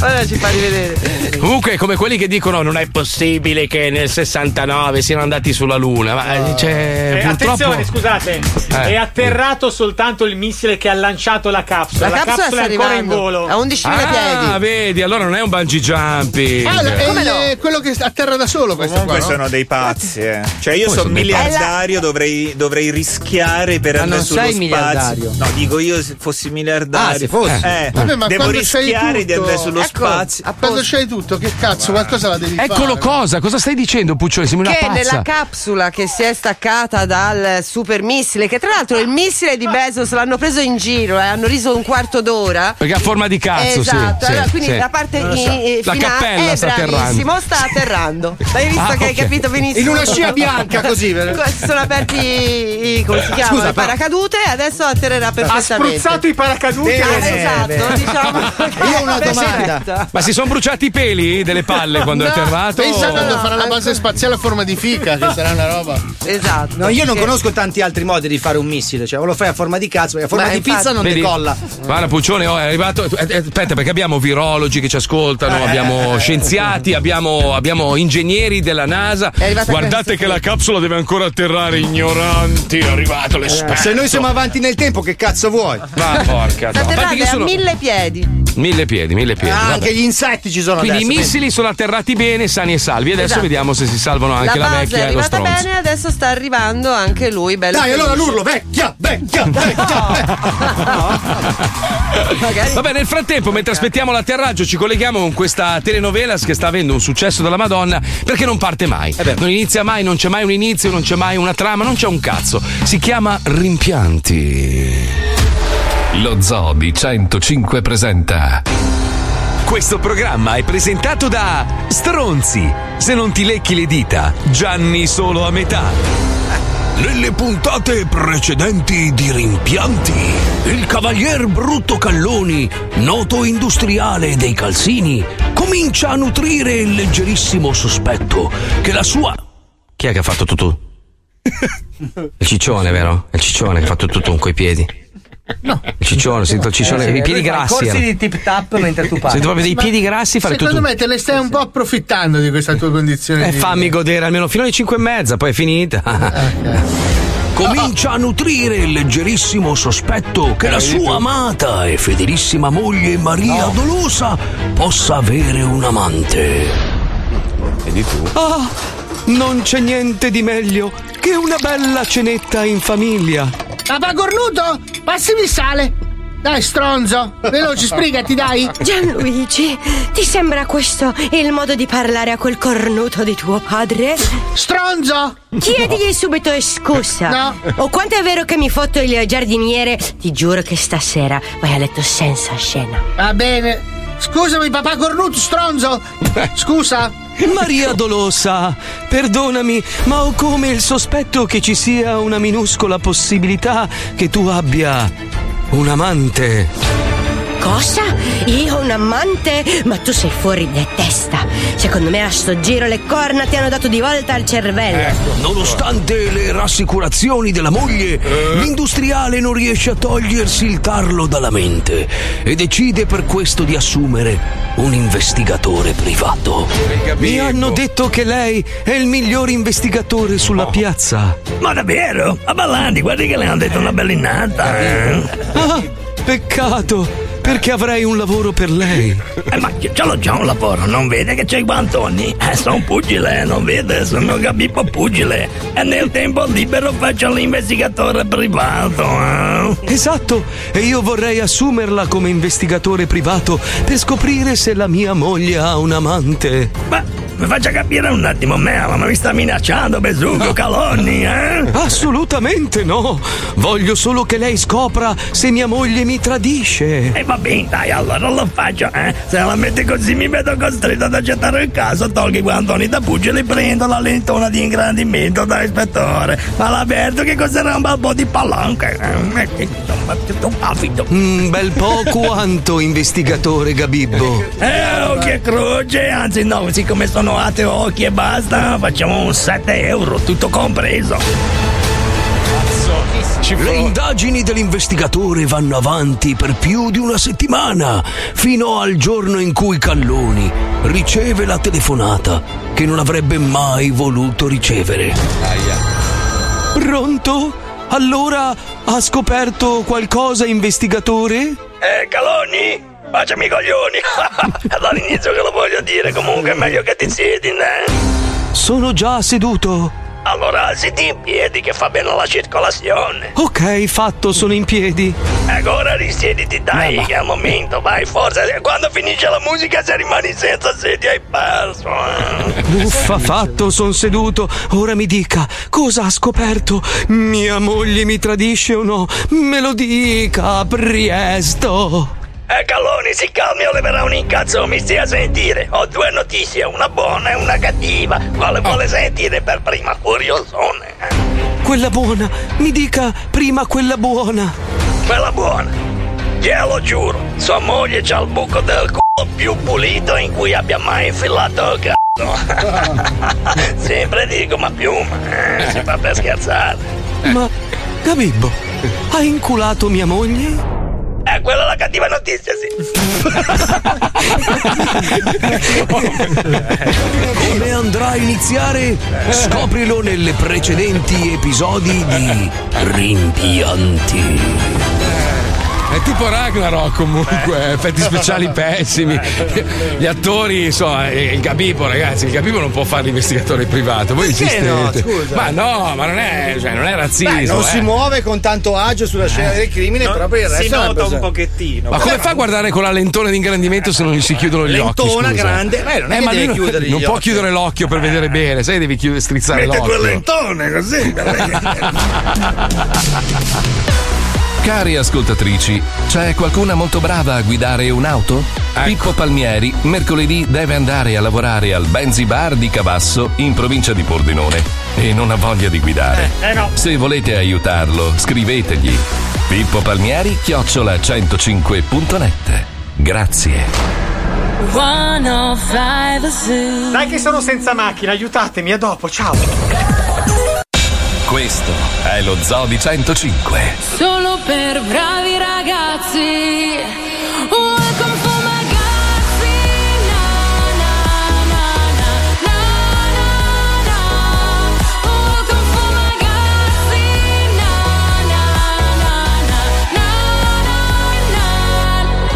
Speaker 16: Ora ci fa rivedere.
Speaker 6: Comunque, è come quelli che dicono: "Oh, Non è possibile che nel 69 siano andati sulla Luna. Ma eh, cioè,
Speaker 12: Eh,
Speaker 6: purtroppo.
Speaker 12: attenzione, scusate,
Speaker 6: Eh.
Speaker 12: è atterrato soltanto il missile che ha lanciato la capsula.
Speaker 16: La
Speaker 12: La,
Speaker 16: capsula
Speaker 12: capsula,
Speaker 16: sta
Speaker 12: è ancora in
Speaker 16: arrivando.
Speaker 12: volo.
Speaker 16: A 11.000 piedi.
Speaker 6: Ah, vedi, allora non è un bungee jumping.
Speaker 8: Ah, è
Speaker 6: eh,
Speaker 16: Come
Speaker 8: il- quello che atterra da solo questo qua.
Speaker 10: Comunque
Speaker 8: no?
Speaker 10: sono dei pazzi, eh. Cioè, io
Speaker 6: Come
Speaker 10: sono
Speaker 6: sono dei pazzi?
Speaker 10: miliardario, dovrei, dovrei rischiare per
Speaker 13: Ma
Speaker 10: andare
Speaker 13: non
Speaker 10: sullo
Speaker 13: sei
Speaker 10: spazio.
Speaker 13: miliardario.
Speaker 10: No, dico io se fossi miliardario.
Speaker 13: Ah, se fossi.
Speaker 10: Eh,
Speaker 8: Vabbè, ma
Speaker 10: devo
Speaker 8: quando c'hai
Speaker 10: rischiare di
Speaker 8: tutto-
Speaker 10: andare sullo
Speaker 8: Ecco,
Speaker 10: spazio.
Speaker 8: Quando c'hai tutto, che cazzo, qualcosa la devi fare.
Speaker 6: Eccolo cosa, cosa stai dicendo, Puccioni? Sembra una
Speaker 16: Che
Speaker 6: pazza.
Speaker 16: nella capsula che si è staccata dal super missile, che tra l'altro il missile di Bezos l'hanno preso in giro, eh, hanno riso un quarto d'ora.
Speaker 27: Perché ha forma di cazzo, sì,
Speaker 16: Esatto,
Speaker 27: sì,
Speaker 16: allora, quindi
Speaker 27: sì.
Speaker 16: la parte
Speaker 27: Non lo so.
Speaker 16: in- eh,
Speaker 27: La
Speaker 16: finale
Speaker 27: cappella
Speaker 16: è
Speaker 27: sta
Speaker 16: bravissimo, sta atterrando. L'hai visto
Speaker 27: Ah,
Speaker 16: che hai
Speaker 27: ok.
Speaker 16: capito benissimo.
Speaker 27: In una scia bianca, così,
Speaker 16: Qua
Speaker 27: vero?
Speaker 16: si sono aperti i, i- come si
Speaker 2: Scusa,
Speaker 16: chiama?
Speaker 2: però-
Speaker 16: I paracadute e adesso atterrerà perfettamente.
Speaker 2: spruzzato i paracadute.
Speaker 16: Ah,
Speaker 2: Bene,
Speaker 16: esatto,
Speaker 2: bene.
Speaker 16: diciamo.
Speaker 2: Io ho una
Speaker 16: Perfetto.
Speaker 27: Ma si sono bruciati i peli delle palle quando è
Speaker 8: No,
Speaker 27: atterrato?
Speaker 8: Pensa quando
Speaker 27: Oh.
Speaker 8: farà la base spaziale a forma di fica, che sarà una roba.
Speaker 16: Esatto.
Speaker 9: No, io non conosco tanti altri modi di fare un missile, cioè o lo fai a forma di cazzo, perché a forma
Speaker 6: Beh,
Speaker 9: di
Speaker 6: infatti-
Speaker 9: pizza non
Speaker 27: Vedi?
Speaker 9: decolla.
Speaker 27: Guarda, Puccione, oh, è arrivato. eh, eh, Aspetta, perché abbiamo virologi che ci ascoltano, abbiamo scienziati, abbiamo, abbiamo ingegneri della NASA.
Speaker 9: arrivata
Speaker 27: Guardate che la capsula deve ancora atterrare, ignoranti. È arrivato l'esperto.
Speaker 9: Se noi siamo avanti nel tempo, che cazzo vuoi?
Speaker 27: Va, porca.
Speaker 16: Sta
Speaker 27: troia. A parte
Speaker 16: atterrando
Speaker 27: che sono-
Speaker 16: a mille piedi.
Speaker 27: Mille piedi, mille piedi.
Speaker 9: Ah,
Speaker 27: vabbè.
Speaker 9: anche gli insetti ci sono
Speaker 27: Quindi
Speaker 9: adesso.
Speaker 27: i missili sono atterrati bene, sani e salvi. Adesso
Speaker 16: Esatto.
Speaker 27: vediamo se si salvano
Speaker 16: La
Speaker 27: anche la,
Speaker 16: base è
Speaker 27: vecchia e lo
Speaker 16: arrivata
Speaker 27: stronzo.
Speaker 16: bene, adesso sta arrivando anche lui. Bello
Speaker 9: Dai, allora l'urlo,
Speaker 16: vecchia, vecchia,
Speaker 27: Vabbè, nel frattempo, mentre aspettiamo l'atterraggio, ci colleghiamo con questa telenovelas che sta avendo un successo della Madonna perché non parte mai.
Speaker 16: Eh
Speaker 27: Non inizia mai, non c'è mai un inizio, non c'è mai una trama, non c'è un cazzo. Si chiama Rimpianti.
Speaker 28: Lo Zoo di 105 presenta. Questo programma è presentato da Stronzi. Se non ti lecchi le dita, Gianni solo a metà. Nelle puntate precedenti di Rimpianti, il cavalier Brutto Calloni, noto industriale dei calzini, comincia a nutrire il leggerissimo sospetto che la sua. Chi è che ha fatto tutto? Il ciccione, vero? Il ciccione che ha fatto tutto coi piedi. No. Il ciccione, sento il
Speaker 6: Eh,
Speaker 28: ciccione, i piedi grassi.
Speaker 6: Corsi
Speaker 28: erano.
Speaker 6: di tip tap mentre tu parli.
Speaker 27: Sento eh. proprio dei piedi grassi fare
Speaker 8: Secondo
Speaker 27: tutto.
Speaker 8: me te le stai un po' approfittando di questa tua condizione.
Speaker 27: E
Speaker 8: di-
Speaker 27: Eh, fammi godere almeno fino alle 5 e mezza, poi è finita.
Speaker 6: Eh.
Speaker 28: Comincia a nutrire il leggerissimo sospetto che la sua amata e fedelissima moglie Maria Dolosa possa avere un amante.
Speaker 27: Vedi tu.
Speaker 28: Ah,
Speaker 27: non c'è niente di meglio che una bella cenetta in famiglia.
Speaker 8: Ah, va cornuto? Passimi il sale. Dai, stronzo. Veloce, sbrigati, dai.
Speaker 15: Gianluigi, ti sembra questo il modo di parlare a quel cornuto di tuo padre?
Speaker 8: Stronzo!
Speaker 15: Chiedigli subito scusa.
Speaker 8: No.
Speaker 15: O quanto è vero che mi fotto il giardiniere, ti giuro che stasera vai a letto senza scena.
Speaker 8: Va bene. Scusami, papà cornuto, stronzo. Scusa.
Speaker 27: Maria Dolosa, perdonami, ma ho come il sospetto che ci sia una minuscola possibilità che tu abbia un amante.
Speaker 15: Cosa? Io ho un amante? Ma tu sei fuori di testa. Secondo me a sto giro le corna ti hanno dato di volta al cervello.
Speaker 8: Eh.
Speaker 28: Nonostante le rassicurazioni della moglie, l'industriale non riesce a togliersi il tarlo dalla mente e decide per questo di assumere un investigatore privato.
Speaker 27: Mi hanno detto che lei è il miglior investigatore sulla
Speaker 17: Oh.
Speaker 27: piazza.
Speaker 17: Ma davvero? A Ballandi, guardi che le hanno detto una bella innata.
Speaker 27: Ah, peccato, perché avrei un lavoro per lei.
Speaker 17: Eh, ma che ce l'ho già un lavoro, non vede che c'è i guantoni? Eh, sono pugile, non vede, sono Gabippo pugile. E nel tempo libero faccio l'investigatore privato. eh.
Speaker 27: Esatto, e io vorrei assumerla come investigatore privato per scoprire se la mia moglie ha un amante.
Speaker 17: Ma mi faccia capire un attimo, Mela, ma mi sta minacciando, Besugo, Calonni, eh?
Speaker 27: Assolutamente no! Voglio solo che lei scopra se mia moglie mi tradisce.
Speaker 17: E Eh, va bene, dai, allora lo faccio, eh? Se la metti così mi vedo costretto ad accettare il caso, tolgo i guantoni da pugile e prendo la lentona di ingrandimento da ispettore. Ma l'avverto che costerà un bel po' di palanca. eh, eh, Ma tutto un affido.
Speaker 27: Un bel po' quanto, investigatore Gabibbo.
Speaker 17: Eh, occhi e croce, anzi no, siccome sono ateo occhi e basta, facciamo un 7 euro, tutto compreso.
Speaker 28: Le indagini dell'investigatore vanno avanti per più di una settimana, fino al giorno in cui Calloni riceve la telefonata che non avrebbe mai voluto ricevere.
Speaker 27: Pronto? Allora ha scoperto qualcosa, investigatore?
Speaker 17: Eh, Caloni, baciami i coglioni. Dall'inizio che lo voglio dire, comunque è meglio che ti siedi, eh.
Speaker 27: Sono già seduto.
Speaker 17: Allora, siedi in piedi che fa bene alla circolazione.
Speaker 27: Ok, fatto, sono in piedi.
Speaker 17: Agora risiediti, dai, che è il momento, vai, forza. Quando finisce la musica, se rimani senza sedia, hai perso. eh.
Speaker 27: Buffa fatto, son seduto. Ora mi dica, cosa ha scoperto? Mia moglie mi tradisce o no? Me lo dica, presto.
Speaker 17: E Eh, Calloni, si calmi o leverà un incazzo, mi stia a sentire. Ho due notizie, una buona e una cattiva. Quale vuole sentire per prima, curiosone?
Speaker 27: Quella buona, mi dica prima quella buona.
Speaker 17: Quella buona. Glielo giuro, sua moglie c'ha il buco del c***o più pulito in cui abbia mai infilato il c***o. Sempre dico, ma piuma, eh, si fa per scherzare.
Speaker 27: Ma, Gabibbo, ha inculato mia moglie?
Speaker 17: Eh, quella è la cattiva notizia, sì.
Speaker 27: Come andrà a iniziare? Scoprilo nelle precedenti episodi di Rimpianti.
Speaker 6: È tipo Ragnarok comunque, effetti speciali pessimi. Gli attori, insomma, e il Gabibbo, ragazzi, il Gabibbo non può fare l'investigatore privato. Voi
Speaker 9: Perché
Speaker 6: insistete.
Speaker 9: no? Scusa.
Speaker 6: Ma no, ma non è, cioè, non è razzismo.
Speaker 9: Beh, non
Speaker 6: eh.
Speaker 9: si muove con tanto agio sulla scena del crimine,
Speaker 6: Non-
Speaker 9: però per il
Speaker 6: si
Speaker 9: resto è una
Speaker 6: nota un
Speaker 9: persona-
Speaker 29: pochettino.
Speaker 6: Ma
Speaker 9: Cioè,
Speaker 6: come fa a guardare con la lentona di ingrandimento se non gli si chiudono gli occhi?
Speaker 9: Lentona
Speaker 6: scusa? Eh,
Speaker 9: grande, beh, non è che
Speaker 6: ma
Speaker 9: devi
Speaker 6: lui non-
Speaker 9: chiudere gli
Speaker 6: Non può
Speaker 9: occhi.
Speaker 6: chiudere l'occhio per vedere bene, sai, devi chiudere, strizzare
Speaker 17: Mette
Speaker 6: l'occhio.
Speaker 17: due lentone così.
Speaker 1: Cari ascoltatrici, c'è qualcuna molto brava a guidare un'auto?
Speaker 30: Ecco.
Speaker 1: Pippo Palmieri mercoledì deve andare a lavorare al Benzi Bar di Cavasso in provincia di Pordenone e non ha voglia di guidare.
Speaker 30: Eh, eh no.
Speaker 1: Se volete aiutarlo, scrivetegli Pippo Palmieri chiocciola 105.net. Grazie.
Speaker 30: 105 Zoo. Dai che sono senza macchina, aiutatemi, a dopo, ciao.
Speaker 1: Questo è lo Zoo di 105.
Speaker 4: Solo per bravi ragazzi. Welcome for my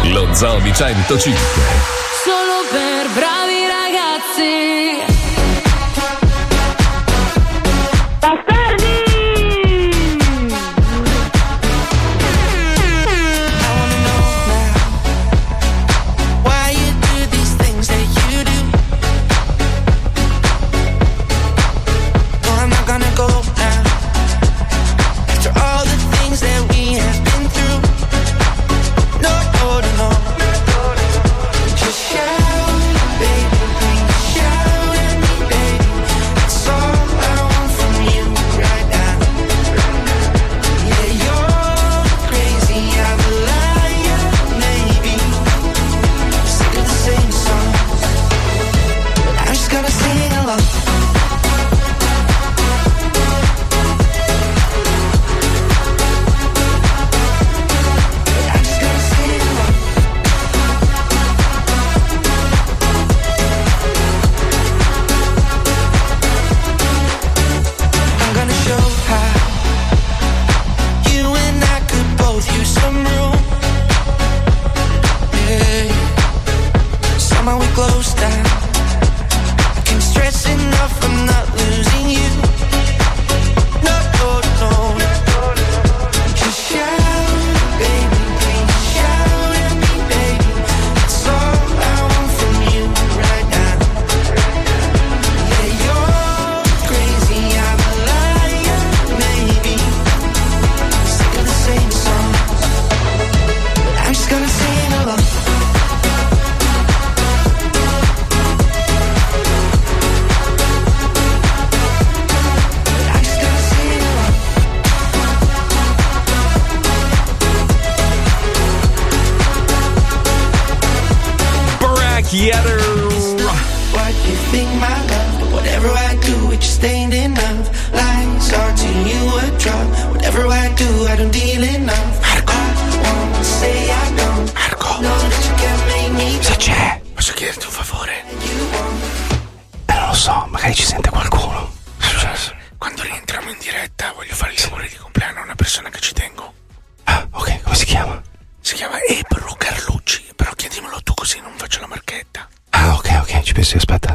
Speaker 1: Lo Zoo di 105.
Speaker 4: Solo per bravi ragazzi.
Speaker 2: Why you do these things that you do? No, I'm not gonna go now. After all the things that we have been through, no, no, no. Just shout, baby, please shout at me, baby. That's all I want from you right now. Yeah, you're crazy, I'm a liar, maybe. Sick of the same song. I just gotta sing along. I just gotta sing along. I'm gonna show how you and I could both use some room. Yeah. Somehow we close down. I can stress enough, I'm not losing you. No, no, no. Just shout, baby, please shout at me, baby. That's all I want from you right now. Yeah, you're crazy, I'm a liar, maybe. Sick of the same song. I'm just gonna sing along.
Speaker 6: Bracchiato.
Speaker 2: What you think, my love? Whatever I do, it's just ain't enough. Lies are to you a drug. Whatever I do, I don't deal enough. I won't say I don't. Know that you can make me.
Speaker 27: Se c'è, posso chiederti un favore? Però lo so, magari ci sente qualcuno.
Speaker 14: Quando rientriamo in diretta voglio fare gli auguri di compleanno a una persona che ci tengo.
Speaker 27: Ah, ok, come si chiama?
Speaker 14: Si chiama Ebro Carlucci, però chiedimelo tu così non faccio la marchetta.
Speaker 27: Ah, ok, ok, ci penso io, aspetta.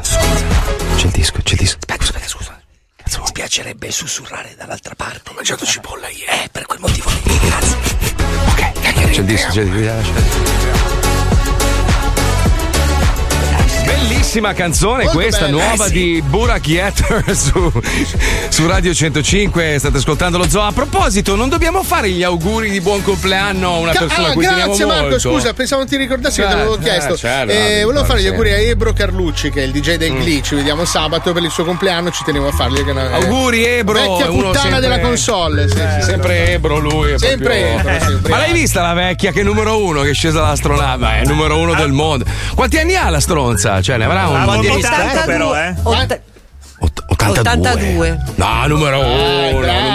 Speaker 27: C'è il disco, c'è il disco.
Speaker 14: Aspetta, scusa. Cazzo, mi piacerebbe sussurrare dall'altra parte. Ho mangiato cipolla ieri. Eh, per quel motivo lì, grazie. Ok,
Speaker 6: C'è il disco, c'è il disco. Bellissima canzone
Speaker 1: Molto
Speaker 6: questa
Speaker 1: bella.
Speaker 6: nuova
Speaker 1: Eh, sì.
Speaker 6: di Burak Yeter su, su Radio 105. State ascoltando lo zoo. A proposito, non dobbiamo fare gli auguri di buon compleanno a una
Speaker 8: Ca-
Speaker 6: persona a
Speaker 8: ah,
Speaker 6: cui teniamo
Speaker 8: grazie Marco,
Speaker 6: molto.
Speaker 8: scusa, pensavo non ti ricordassi che te
Speaker 6: Eh,
Speaker 8: l'avevo
Speaker 6: eh,
Speaker 8: chiesto.
Speaker 6: certo,
Speaker 8: Eh,
Speaker 6: ah, mi
Speaker 8: volevo fare gli
Speaker 6: ricordo,
Speaker 8: auguri
Speaker 6: sì. Mm.
Speaker 8: a Ebro Carlucci, che è il DJ del Glee. Ci vediamo sabato per il suo compleanno, ci tenevo a fargli che una- eh,
Speaker 6: Auguri, Ebro,
Speaker 8: Vecchia
Speaker 6: è uno
Speaker 8: puttana
Speaker 6: sempre-
Speaker 8: della console. sì, sì, sì.
Speaker 6: Sempre Ebro lui. è
Speaker 8: Sempre
Speaker 6: proprio-
Speaker 8: Ebro, sempre
Speaker 6: eh. Ma l'hai vista la vecchia che è numero uno, che è scesa dall'astronave? È numero uno del mondo. Quanti anni ha la stronza? Cioè, ne avrà un
Speaker 10: Ha
Speaker 6: po' di
Speaker 10: vomitato
Speaker 6: rispetto, però, eh?
Speaker 16: Otta-
Speaker 6: 82. No, numero uno.
Speaker 16: grande.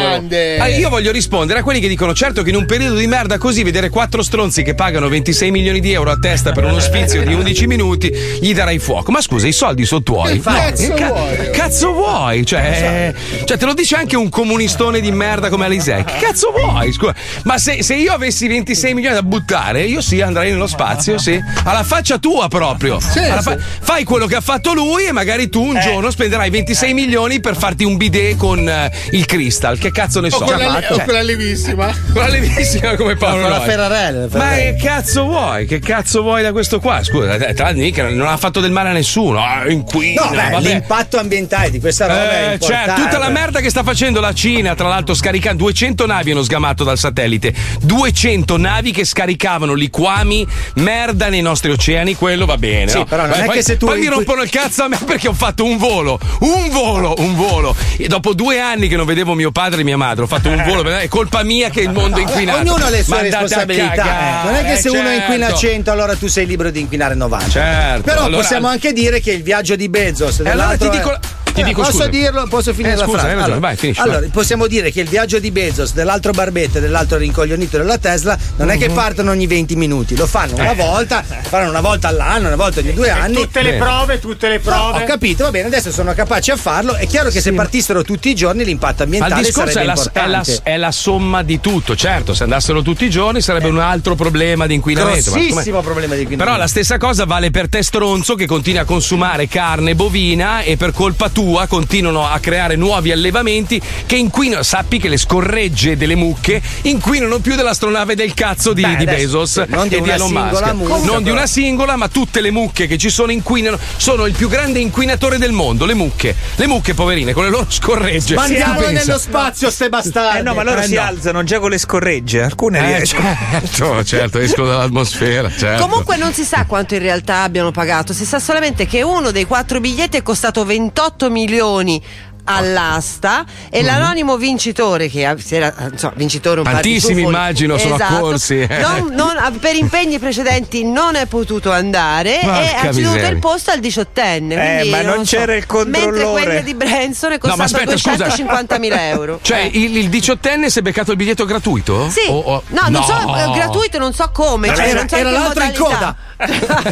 Speaker 6: numero- Ah, io voglio rispondere a quelli che dicono: certo che in un periodo di merda così, vedere quattro stronzi che pagano 26 milioni di euro a testa per uno sfizio di 11 minuti, gli darai fuoco. Ma scusa, i soldi sono tuoi.
Speaker 2: Che cazzo
Speaker 6: No, che
Speaker 2: vuoi?
Speaker 6: cazzo vuoi? Cioè,
Speaker 8: Esatto.
Speaker 6: cioè, te lo dice anche un comunistone di merda come Alisei. Che cazzo vuoi? Scusa. Ma se, se io avessi 26 milioni da buttare, io sì, andrei nello spazio, sì. Alla faccia tua proprio. Alla fa- Fai quello che ha fatto lui e magari tu
Speaker 8: Eh.
Speaker 6: un giorno spenderai 26 milioni per farti un bidet con eh, il Crystal. Che cazzo ne
Speaker 8: O
Speaker 6: so?
Speaker 8: quella,
Speaker 6: Cioè,
Speaker 8: o quella levissima.
Speaker 6: Quella levissima come Paolo
Speaker 8: Con la
Speaker 6: Nois.
Speaker 8: Ferrarella, la
Speaker 6: Ma
Speaker 8: Ferrarella.
Speaker 6: che cazzo vuoi? Che cazzo vuoi da questo qua? Scusa, eh, tra l'altro mica non ha fatto del male a nessuno. Ah, inquina,
Speaker 9: No, beh,
Speaker 6: vabbè.
Speaker 9: l'impatto ambientale di questa roba è
Speaker 6: Eh, cioè,
Speaker 9: importante.
Speaker 6: tutta la merda che sta facendo la Cina, tra l'altro, scaricando 200 navi hanno sgamato dal satellite. 200 navi che scaricavano liquami, merda nei nostri oceani, quello va bene.
Speaker 9: Sì,
Speaker 6: Eh, no?
Speaker 9: però non
Speaker 6: Poi-
Speaker 9: è che
Speaker 6: poi-
Speaker 9: se tu
Speaker 6: Poi mi
Speaker 9: in-
Speaker 6: rompono il cazzo a me perché ho fatto un volo, un volo, un volo. E dopo due anni che non vedevo mio padre e mia madre, ho fatto un volo, è colpa mia che il mondo è inquinato.
Speaker 9: Ognuno ha le sue
Speaker 6: Ma andate a
Speaker 9: responsabilità.
Speaker 6: cagare,
Speaker 9: non è che se uno
Speaker 6: certo.
Speaker 9: inquina 100, allora tu sei libero di inquinare 90.
Speaker 6: Certo,
Speaker 9: Però
Speaker 6: allora-
Speaker 9: possiamo anche dire che il viaggio di Bezos.
Speaker 6: E allora ti
Speaker 9: dell'altro è-
Speaker 6: dico- ti
Speaker 9: Eh,
Speaker 6: dico,
Speaker 9: posso
Speaker 6: scusami.
Speaker 9: dirlo? Posso finire
Speaker 6: Eh,
Speaker 9: la
Speaker 6: scusa,
Speaker 9: frase?
Speaker 6: hai ragione, vai, finisci,
Speaker 9: allora,
Speaker 6: vai.
Speaker 9: possiamo dire che il viaggio di Bezos, dell'altro barbette, dell'altro rincoglionito della Tesla, non è che
Speaker 30: Mhm.
Speaker 9: partono ogni 20 minuti, lo fanno una
Speaker 30: Eh.
Speaker 9: volta, faranno una volta all'anno, una volta ogni due anni.
Speaker 30: Tutte le
Speaker 9: Eh.
Speaker 30: prove, tutte le
Speaker 9: No,
Speaker 30: prove.
Speaker 9: ho capito, va bene, adesso sono capaci a farlo. È chiaro che se partissero tutti i giorni l'impatto
Speaker 6: Ma il
Speaker 9: ambientale
Speaker 6: discorso
Speaker 9: sarebbe
Speaker 6: è la, è la-
Speaker 9: importante.
Speaker 6: è la somma di tutto, certo, se andassero tutti i giorni sarebbe un altro problema di inquinamento. ma come-
Speaker 9: Grossissimo problema di inquinamento.
Speaker 6: Però la stessa cosa vale per te stronzo che continui a consumare carne bovina e per colpa tua continuano a creare nuovi allevamenti che inquinano. Sappi che le scorregge delle mucche inquinano più dell'astronave del cazzo di,
Speaker 9: Beh,
Speaker 6: di
Speaker 9: adesso,
Speaker 6: Bezos
Speaker 9: non di
Speaker 6: e di
Speaker 9: una
Speaker 6: Elon Musk.
Speaker 9: singola mucca,
Speaker 6: non di
Speaker 9: però.
Speaker 6: una singola, ma tutte le mucche che ci sono inquinano. Sono il più grande inquinatore del mondo, le mucche. Le mucche poverine con le loro scorregge.
Speaker 10: Mandiamole
Speaker 6: Tu pensa.
Speaker 10: nello
Speaker 9: spazio, ste bastardi.
Speaker 10: Eh no, ma loro si alzano già con le scorregge, alcune
Speaker 6: Eh,
Speaker 10: riescono.
Speaker 6: certo, certo, escono dall'atmosfera. Certo.
Speaker 16: Comunque non si sa quanto in realtà abbiano pagato, si sa solamente che uno dei quattro biglietti è costato 28 milioni all'asta e
Speaker 6: Mm-hmm.
Speaker 16: l'anonimo vincitore che ha- si era insomma, vincitore un
Speaker 6: Tantissimi,
Speaker 16: par di tufoli.
Speaker 6: immagino, sono accorsi, eh.
Speaker 16: non- non- a- per impegni precedenti non è potuto andare
Speaker 6: Porca
Speaker 16: e ha ceduto
Speaker 6: miseria.
Speaker 16: il posto al diciottenne
Speaker 6: Eh,
Speaker 16: quindi
Speaker 6: ma non
Speaker 16: lo so.
Speaker 6: c'era il
Speaker 16: mentre
Speaker 6: controllore.
Speaker 16: quello di Branson è
Speaker 6: No, ma
Speaker 16: costato
Speaker 6: aspetta, scusa.
Speaker 16: 250.000 euro
Speaker 6: Cioè, il, il diciottenne si è beccato il biglietto gratuito?
Speaker 16: sì,
Speaker 6: O- o-
Speaker 16: no, non so, eh, gratuito, non so come.
Speaker 6: Era-
Speaker 16: cioè, non so
Speaker 9: Oh, era
Speaker 16: che
Speaker 9: l'altro in
Speaker 16: modalità.
Speaker 9: coda.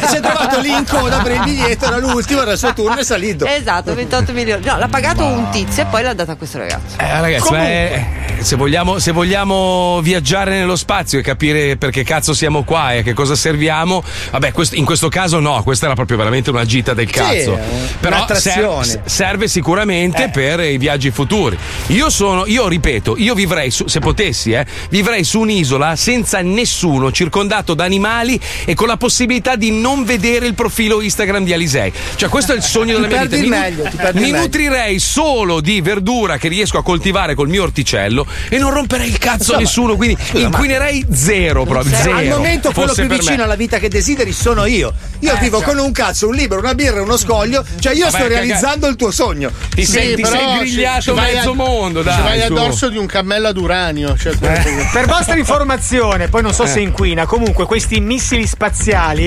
Speaker 9: si è trovato lì in coda per il biglietto, era l'ultimo, era il suo turno e è salito.
Speaker 16: Esatto, 28 milioni. No, l'ha pagato un tizio e poi l'ha data a questo ragazzo.
Speaker 6: Eh, ragazzi, ma, eh, se, vogliamo, se vogliamo viaggiare nello spazio e capire perché cazzo siamo qua e a che cosa serviamo, vabbè, quest- in questo caso no, questa era proprio veramente una gita del cazzo.
Speaker 9: eh,
Speaker 6: Però
Speaker 9: un'attrazione. Eh.
Speaker 6: ser- serve sicuramente per i viaggi futuri. Io sono, io ripeto, io vivrei su, se potessi, eh, vivrei su un'isola senza nessuno, circondato da animali e con la possibilità di non vedere il profilo Instagram di Alisei. Cioè, questo è il sogno
Speaker 9: Ti
Speaker 6: della mia
Speaker 9: perdi
Speaker 6: vita.
Speaker 9: il
Speaker 6: Mi, nu-
Speaker 9: meglio, ti perdi il
Speaker 6: mi
Speaker 9: meglio.
Speaker 6: nutrirei solo di verdura che riesco a coltivare col mio orticello e non romperei il cazzo a nessuno. Quindi inquinerei zero Eh, proprio.
Speaker 9: Cioè,
Speaker 6: Zero.
Speaker 9: Al momento quello
Speaker 6: Fosse
Speaker 9: più
Speaker 6: per
Speaker 9: vicino
Speaker 6: me.
Speaker 9: alla vita che desideri sono io. Io
Speaker 6: Eh,
Speaker 9: vivo
Speaker 6: cioè.
Speaker 9: con un cazzo, un libro, una birra, uno scoglio. Cioè, io
Speaker 8: Vabbè, che-
Speaker 9: sto realizzando il tuo sogno.
Speaker 6: Ti
Speaker 8: Sì,
Speaker 6: sei- ti
Speaker 8: però
Speaker 6: sei
Speaker 8: ci-
Speaker 6: grigliato
Speaker 8: ci vai
Speaker 6: mezzo mondo, dai, Eh.
Speaker 8: Ci vai a
Speaker 6: su.
Speaker 8: dorso di un cammello d'uranio. Cioè,
Speaker 12: Per vostra informazione, poi non so
Speaker 8: Eh.
Speaker 12: se inquina, comunque questi missili spaziali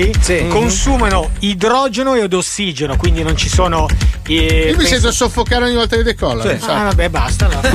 Speaker 12: consumano idrogeno ed ossigeno, quindi non ci sono. eh,
Speaker 8: Io mi
Speaker 12: penso-
Speaker 8: sento soffocare ogni volta che decolla.
Speaker 12: Sì.
Speaker 8: non so.
Speaker 12: Ah, vabbè, basta. allora.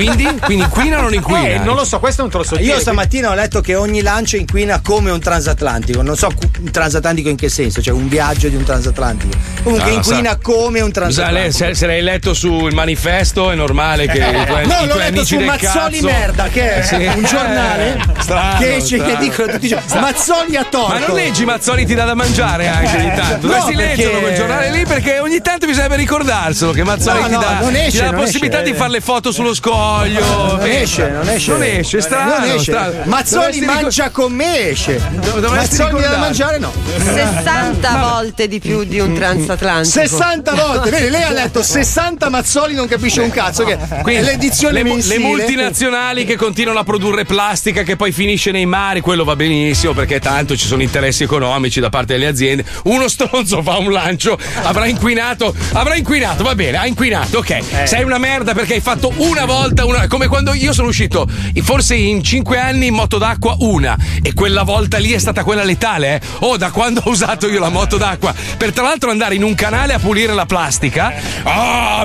Speaker 12: Eh, non lo so, questo non te lo so dire.
Speaker 9: Io stamattina ho letto che ogni lancio inquina come un transatlantico. Non so cu- un transatlantico in che senso, cioè un viaggio di un transatlantico. Comunque
Speaker 6: No, no,
Speaker 9: inquina
Speaker 6: Ah, sa-
Speaker 9: come un
Speaker 6: Scusa,
Speaker 9: transatlantico.
Speaker 6: lei- se, se l'hai letto sul manifesto è normale che i tuoi,
Speaker 9: Eh, no, l'ho
Speaker 6: i tuoi
Speaker 9: letto
Speaker 6: amici
Speaker 9: su
Speaker 6: del
Speaker 9: Mazzoli
Speaker 6: cazzo-
Speaker 9: Merda, che è
Speaker 6: Sì.
Speaker 9: un giornale
Speaker 6: Strano,
Speaker 9: che, ci, che
Speaker 6: strano.
Speaker 9: dicono tutti i giorni
Speaker 6: Strano.
Speaker 9: Mazzoli ha torto. Eh,
Speaker 6: Ma non leggi Mazzoli ti dà da da mangiare anche ogni tanto.
Speaker 7: no,
Speaker 6: Dovresti
Speaker 7: perché-
Speaker 6: leggerlo quel giornale lì perché ogni tanto bisognerebbe ricordarselo che Mazzoli
Speaker 7: No,
Speaker 6: ti
Speaker 7: no,
Speaker 6: dà,
Speaker 7: non
Speaker 6: ti
Speaker 7: esce,
Speaker 6: dà la
Speaker 7: non
Speaker 6: possibilità
Speaker 7: esce.
Speaker 6: di fare le foto sullo scoglio.
Speaker 7: Non
Speaker 6: pensa.
Speaker 7: esce, non esce.
Speaker 6: Non esce, è strano.
Speaker 7: Non esce.
Speaker 6: strano.
Speaker 7: Mazzoli
Speaker 6: Dovresti ricor-
Speaker 9: Mangia con me
Speaker 14: Eh,
Speaker 9: esce.
Speaker 6: Dov- dovresti
Speaker 9: Mazzoli da
Speaker 6: ricordarlo.
Speaker 9: mangiare no.
Speaker 16: 60 volte di più
Speaker 9: Mm,
Speaker 16: di un transatlantico.
Speaker 30: 60 volte, vedi, lei ha letto 60 mazzoli, non capisce un cazzo. Che è
Speaker 6: Ah. Quindi
Speaker 30: l'edizione
Speaker 6: le, mu- le
Speaker 30: mensile.
Speaker 6: multinazionali che continuano a produrre plastica che poi finisce nei mari, quello va benissimo perché tanto ci sono interessi economici da parte delle aziende. Uno stronzo fa un lancio, avrà inquinato, avrà inquinato, va bene, ha inquinato, ok.
Speaker 30: Eh.
Speaker 6: Sei una merda perché hai fatto una volta una come quando io sono uscito forse in 5 anni in moto d'acqua una e quella volta lì è stata quella letale, eh. Oh, da quando ho usato io la moto d'acqua per tra l'altro andare in un canale a pulire la plastica. Ah,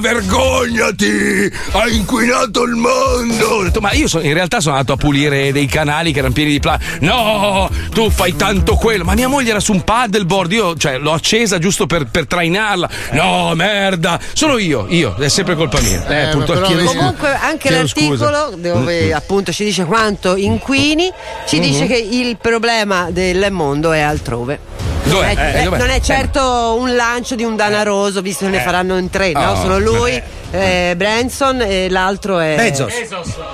Speaker 6: vergognati! Hai inquinato il mondo! Ho detto, ma io sono- in realtà sono andato a pulire dei canali che erano pieni di plastica. No, tu fai tanto quello. Ma mia moglie era su un paddleboard, io cioè, l'ho accesa giusto per, per trainarla. No, merda! Sono io, io, è sempre colpa mia. Eh,
Speaker 16: ma
Speaker 6: purtroppo
Speaker 16: però
Speaker 6: chiedo scusa.
Speaker 16: Comunque anche
Speaker 6: Chiedo
Speaker 16: l'articolo
Speaker 6: scusa.
Speaker 16: dove
Speaker 6: Mm.
Speaker 16: appunto ci dice quanto inquini, ci
Speaker 6: Mhm.
Speaker 16: dice che il problema del mondo è altrove.
Speaker 6: Dov'è?
Speaker 16: Non è,
Speaker 6: Eh, dov'è?
Speaker 16: non è certo un lancio di un Danaroso, visto che ne faranno in tre, no?
Speaker 6: Oh,
Speaker 16: Sono lui, eh, Branson e l'altro è
Speaker 9: Bezos.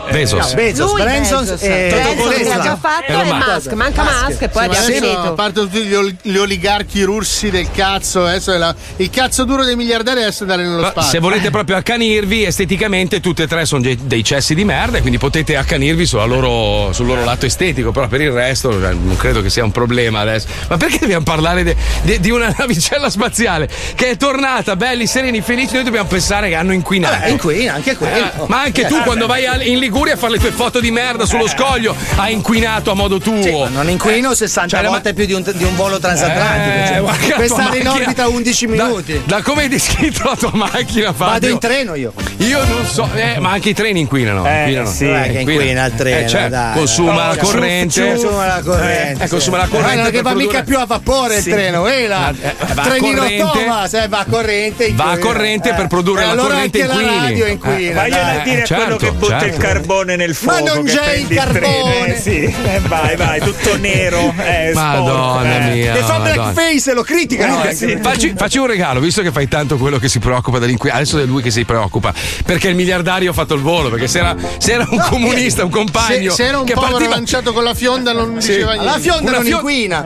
Speaker 6: Bezos.
Speaker 16: No,
Speaker 9: Bezos,
Speaker 16: lui,
Speaker 9: Branson
Speaker 16: Bezos,
Speaker 8: eh,
Speaker 6: eh,
Speaker 9: e-
Speaker 16: Branson
Speaker 9: Toto
Speaker 16: che
Speaker 9: Tesla.
Speaker 16: Eh, l'ha già fatto
Speaker 9: Elon
Speaker 16: e
Speaker 9: Musk.
Speaker 16: Musk, manca Musk e poi abbiamo
Speaker 8: adesso a
Speaker 16: finito.
Speaker 8: parte tutti gli, ol- gli oligarchi russi del cazzo, adesso è la- il cazzo duro dei miliardari adesso è andare nello
Speaker 6: Ma
Speaker 8: spazio.
Speaker 6: se volete proprio accanirvi esteticamente, tutte e tre sono dei- dei cessi di merda, quindi potete accanirvi sulla loro- sul loro lato estetico, però per il resto cioè, non credo che sia un problema adesso. Ma perché dobbiamo parlare de- de- di una navicella spaziale che è tornata, belli, sereni, felici, noi dobbiamo pensare che hanno inquinato.
Speaker 9: inquina, anche quello.
Speaker 6: Eh, ma anche tu quando vai a- in Liguria a fare le tue foto di merda sullo scoglio hai inquinato a modo tuo.
Speaker 9: non inquino 60
Speaker 6: Cioè, ma-
Speaker 9: volte più di un, di un volo transatlantico.
Speaker 6: Eh,
Speaker 9: cioè.
Speaker 6: guarda la
Speaker 9: Questa
Speaker 6: tua
Speaker 9: era in
Speaker 6: macchina.
Speaker 9: orbita 11 minuti.
Speaker 6: Da come hai descritto la tua macchina, Fabio?
Speaker 9: Vado in treno io.
Speaker 6: Io non so, eh, ma anche i treni inquinano.
Speaker 9: Eh,
Speaker 6: inquinano.
Speaker 9: sì. Non è che inquina il treno,
Speaker 6: Eh, certo,
Speaker 9: dai.
Speaker 6: consuma la
Speaker 9: Porca,
Speaker 6: corrente.
Speaker 9: ciuff, ciuff. Consuma la corrente,
Speaker 6: Eh, consuma
Speaker 9: sì.
Speaker 6: la corrente.
Speaker 9: Guarda che
Speaker 6: per
Speaker 9: va
Speaker 6: produrre-
Speaker 9: mica più a vapore il treno, eh, là.
Speaker 6: Ma, eh, va a
Speaker 9: Trenino
Speaker 6: corrente.
Speaker 9: Thomas, eh, va a corrente.
Speaker 6: Va a
Speaker 9: inquina.
Speaker 6: corrente
Speaker 9: Eh.
Speaker 6: per produrre
Speaker 9: Eh,
Speaker 6: la
Speaker 9: allora
Speaker 6: corrente
Speaker 9: anche
Speaker 6: inquini.
Speaker 9: la radio inquina.
Speaker 6: Eh, certo.
Speaker 9: dai.
Speaker 10: Vaglielo a dire a quello che butta il carbone nel
Speaker 9: Ma
Speaker 10: fuoco.
Speaker 9: non
Speaker 10: che
Speaker 9: c'è
Speaker 10: prendi
Speaker 9: il
Speaker 10: treno.
Speaker 9: carbone.
Speaker 10: Eh, sì. Eh, vai, vai, tutto nero. Eh, sporco,
Speaker 6: Madonna
Speaker 10: eh.
Speaker 6: mia,
Speaker 10: E fa
Speaker 6: Madonna.
Speaker 9: Blackface lo criticano.
Speaker 6: No, sì. Facci, facci un regalo, visto che fai tanto quello che si preoccupa dell'inquilino, adesso è lui che si preoccupa, perché il miliardario ha fatto il volo, perché se era, se era
Speaker 9: eh,
Speaker 6: un
Speaker 8: No, eh,
Speaker 6: comunista, un
Speaker 8: Se,
Speaker 6: compagno...
Speaker 8: se era un
Speaker 6: che
Speaker 8: povero
Speaker 6: partiva-
Speaker 8: lanciato con la fionda non
Speaker 6: Sì.
Speaker 8: diceva niente.
Speaker 6: Una fio-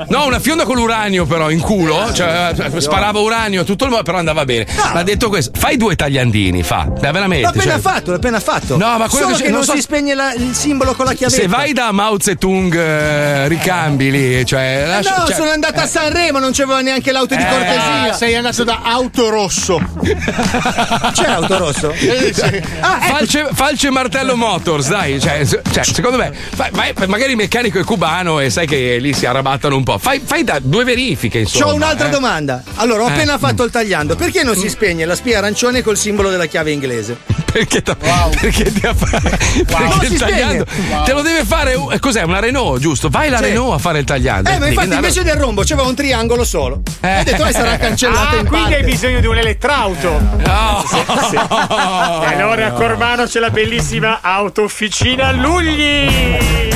Speaker 6: No, una fionda con l'uranio, però in culo. Cioè, eh, sparava uranio a tutto il mondo, però andava bene. Ma ha detto questo: fai due tagliandini, fa. Dai, veramente.
Speaker 9: L'ho appena
Speaker 6: cioè-
Speaker 9: fatto, l'ho appena fatto.
Speaker 6: No, ma quello
Speaker 9: Solo
Speaker 6: che
Speaker 9: che,
Speaker 6: c'è-
Speaker 9: non,
Speaker 6: non so-
Speaker 9: si spegne la- il simbolo con la chiavetta.
Speaker 6: Se vai da Mao Zedong, eh, ricambi lì. Cioè,
Speaker 9: Eh
Speaker 6: lascia-
Speaker 9: no,
Speaker 6: cioè-
Speaker 9: sono andato a Sanremo, non c'aveva neanche l'auto di
Speaker 6: Eh,
Speaker 9: cortesia.
Speaker 8: Sei andato da auto rosso.
Speaker 9: C'è l'auto rosso?
Speaker 8: Eh, sì.
Speaker 9: Ah, ecco.
Speaker 6: Falce, falce martello motors, dai, cioè, s- cioè, secondo me, fai- vai- magari il meccanico è cubano e sai che lì si arrabattano un po'. Fai, fai da- due verifiche, insomma.
Speaker 9: C'ho un'altra
Speaker 6: eh.
Speaker 9: domanda. Allora, ho
Speaker 6: Eh. Mm.
Speaker 9: appena fatto il tagliando. Perché non si spegne la spia arancione col simbolo della chiave inglese?
Speaker 6: Perché, t- perché ti ha fatto.
Speaker 9: Non
Speaker 6: Perché
Speaker 9: si
Speaker 6: il tagliando
Speaker 9: spegne.
Speaker 6: te lo deve fare. un- eh, Cos'è? Una Renault, giusto? Vai la
Speaker 9: Sì.
Speaker 6: Renault a fare il tagliando.
Speaker 9: Eh, ma
Speaker 6: Devi
Speaker 9: infatti
Speaker 6: andare-
Speaker 9: invece del rombo c'aveva un triangolo solo. Ho detto, eh, sarà cancellato
Speaker 12: Ah,
Speaker 9: in
Speaker 12: quindi
Speaker 9: parte.
Speaker 12: hai bisogno di un elettrauto.
Speaker 6: No.
Speaker 12: E allora a Eh, Cormano c'è la bellissima autofficina Lugli.
Speaker 8: Eh,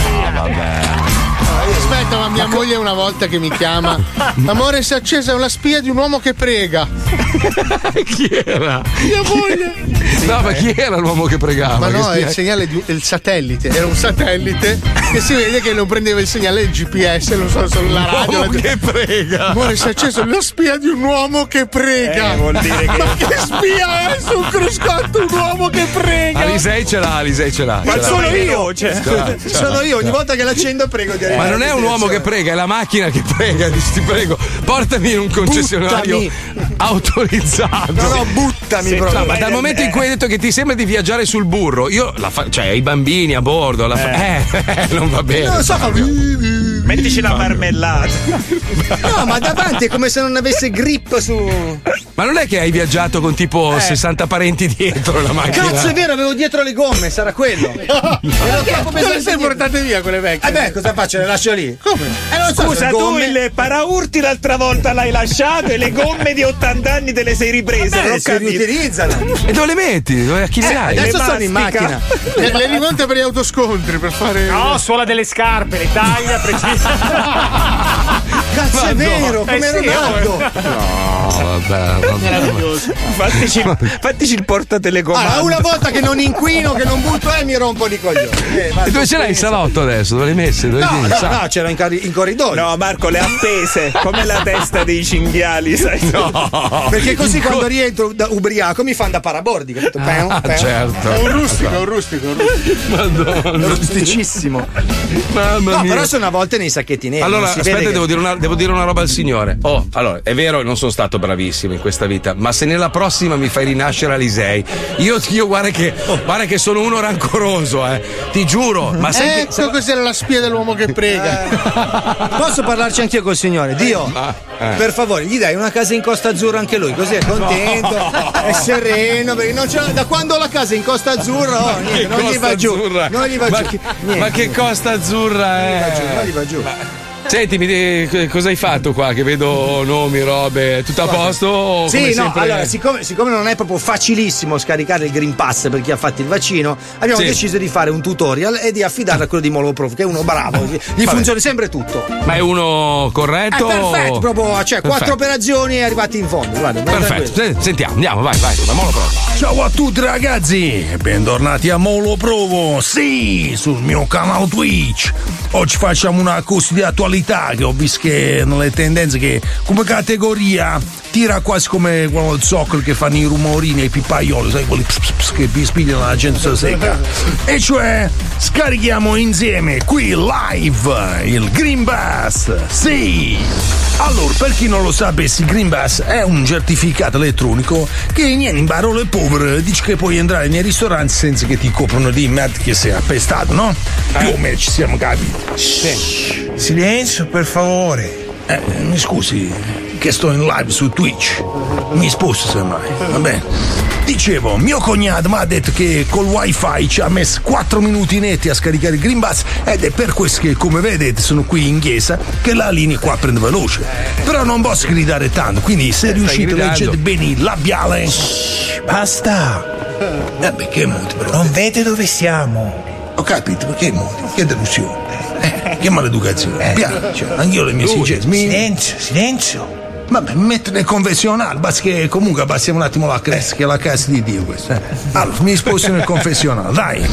Speaker 8: Aspetta, ma mia moglie una volta che mi chiama. Amore, si è accesa la spia di un uomo che prega.
Speaker 6: chi era?
Speaker 8: Mia moglie.
Speaker 6: No, ma chi era l'uomo che pregava?
Speaker 8: Ma no, eh,
Speaker 6: Che
Speaker 8: è il
Speaker 6: spia-
Speaker 8: segnale di il satellite. Era un satellite che si vede che non prendeva il segnale del GPS, non so, solo la radio.
Speaker 6: Uomo che prega.
Speaker 8: Amore, si è acceso la spia di un uomo che prega.
Speaker 6: Eh, vuol dire che-
Speaker 8: Ma che spia è su un cruscotto un uomo che prega?
Speaker 6: Alisei ce l'ha, Alisei ce l'ha.
Speaker 8: Ma
Speaker 6: ce l'ha.
Speaker 8: sono
Speaker 9: io, cioè,
Speaker 6: Ce l'ha, ce l'ha.
Speaker 9: Sono io, ogni volta che l'accendo prego di
Speaker 6: Ma
Speaker 9: arrivare.
Speaker 6: non è un uomo che prega, è la macchina che prega. Dici, ti prego, portami in un concessionario autorizzato.
Speaker 9: No, no, buttami
Speaker 6: Sì,
Speaker 9: proprio. Eh,
Speaker 6: no, ma dal momento in cui hai detto che ti sembra di viaggiare sul burro, io la fa- cioè i bambini a bordo, la fa- eh. non va bene.
Speaker 9: Non lo so, fa-
Speaker 10: Mettici la marmellata.
Speaker 9: No, ma davanti è come se non avesse grip su.
Speaker 6: Ma non è che hai viaggiato con tipo 60 parenti dietro la macchina?
Speaker 9: Eh. Ah, Cazzo, è vero, avevo dietro le gomme, sarà quello.
Speaker 8: Come se le sei portate via quelle vecchie?
Speaker 9: Eh beh, cosa faccio? Le lascio lì. Come? Eh, non so,
Speaker 10: Scusa,
Speaker 9: se
Speaker 10: tu
Speaker 9: gomme-
Speaker 10: il Eh, paraurti l'altra volta l'hai lasciato e le gomme di 80 anni te le sei riprese.
Speaker 9: Vabbè,
Speaker 10: non ho
Speaker 9: si
Speaker 10: capito.
Speaker 9: riutilizzano.
Speaker 6: E dove le metti? Dove, a chi le
Speaker 10: Eh,
Speaker 6: dai?
Speaker 10: adesso sono in
Speaker 12: macchina.
Speaker 8: Le, le rimonte per gli autoscontri per fare.
Speaker 12: No, suola delle scarpe, le taglia precisa.
Speaker 8: Cazzo, è
Speaker 6: Eh
Speaker 8: vero,
Speaker 2: Eh
Speaker 8: come Ronaldo.
Speaker 6: No, vabbè, vabbè.
Speaker 10: Fattici, fattici il portatelecomando.
Speaker 30: Allora, una volta che non inquino, che non butto, eh, mi rompo di coglioni. Eh, ma-
Speaker 6: E dove ce l'hai il salotto adesso? Dove l'hai messo? Dove
Speaker 10: No,
Speaker 6: l'hai
Speaker 10: no,
Speaker 6: messo?
Speaker 10: no,
Speaker 9: c'era in, corridoio.
Speaker 10: No, Marco, le appese come la testa dei cinghiali, sai?
Speaker 6: No.
Speaker 10: Oh,
Speaker 9: Perché così quando
Speaker 10: riesci
Speaker 9: rientro da ubriaco mi fanno da parabordi, capito? Pam,
Speaker 10: Ah,
Speaker 9: pam.
Speaker 10: certo.
Speaker 8: È un rustico, è un rustico, è un rustico.
Speaker 6: Madonna.
Speaker 9: Rusticissimo.
Speaker 6: Mamma
Speaker 9: no,
Speaker 6: mia.
Speaker 9: però sono a volte nei sacchetti neri.
Speaker 6: Allora,
Speaker 9: Eh, non si
Speaker 6: aspetta,
Speaker 9: vede che-
Speaker 6: devo, dire una, devo dire una roba al signore. Oh, allora, è vero, non sono stato bravissimo in questa vita, ma se nella prossima mi fai rinascere Alisei, io, io guarda, che, guarda che sono uno rancoroso, eh. Ti giuro, ma sai che.
Speaker 8: ecco cos'era la spia dell'uomo che prega.
Speaker 9: Posso parlarci anch'io col signore? Dio,
Speaker 6: eh.
Speaker 9: per favore, gli dai una casa in Costa Azzurra anche lui, così è contento, è sereno, perché non c'è da quando la casa in Costa Azzurra, oh, niente,
Speaker 6: Che
Speaker 9: non gli
Speaker 6: Costa
Speaker 9: va giù,
Speaker 6: Azzurra.
Speaker 9: non gli va
Speaker 6: ma
Speaker 9: giù.
Speaker 6: Che,
Speaker 9: niente.
Speaker 6: ma che costa azzurra eh? è?
Speaker 9: non gli va giù.
Speaker 6: Senti, mi di- che cosa hai fatto qua? Che vedo nomi, robe, tutto a posto? o come
Speaker 9: Sì, no,
Speaker 6: sempre-
Speaker 9: allora, siccome, siccome non è proprio facilissimo scaricare il Green Pass per chi ha fatto il vaccino, abbiamo
Speaker 6: Sì.
Speaker 9: deciso di fare un tutorial e di affidarlo a quello di Moloprov, che è uno bravo, gli gli
Speaker 6: Vabbè.
Speaker 9: funziona sempre tutto.
Speaker 6: Ma è uno
Speaker 9: È
Speaker 6: corretto?
Speaker 9: perfetto,
Speaker 6: o-
Speaker 9: proprio, cioè, quattro
Speaker 6: Perfetto.
Speaker 9: operazioni e arrivati in fondo, guarda, ma
Speaker 6: Perfetto, Se- sentiamo, andiamo, vai, vai, ma mo lo provo.
Speaker 22: Ciao a tutti ragazzi e bentornati a Molo Provo, sì, sul mio canale Twitch. Oggi facciamo una corsa di attualità che ho visto che nelle tendenze che come categoria tira quasi come quello del zoccolo che fanno i rumorini e i pippaioli, sai quelli pss, pss, pss, che vi spigliano la gente se secca. E cioè scarichiamo insieme qui live il Green Bass, sì. Allora, per chi non lo sapesse, il Green Pass è un certificato elettronico che niente in parole povere dice che puoi entrare nei ristoranti senza che ti coprono di merda che sei appestato, no? Più o meno ci siamo capiti. Silenzio, per favore. Eh, mi scusi, che sto in live su Twitch. Mi sposto semmai, va bene. Dicevo, mio cognato mi ha detto che col wifi ci ha messo 4 minuti netti a scaricare il Green Pass ed è per questo che, come vedete, sono qui in chiesa che la linea qua prende veloce. Però non posso gridare tanto, quindi se riuscite
Speaker 6: gridando.
Speaker 22: leggete bene il labiale. Basta! Eh, perché muti, però? Non vede dove siamo. Ho capito, perché muti? Che delusione. Eh, che maleducazione. Piano, cioè, anch'io ho le mie esigenze. Silenzio, silenzio. Vabbè, mi metto nel confessionale, basta che comunque passiamo un attimo la cresta, che è la casa di Dio questa. eh. Allora, mi sposto nel confessionale, dai.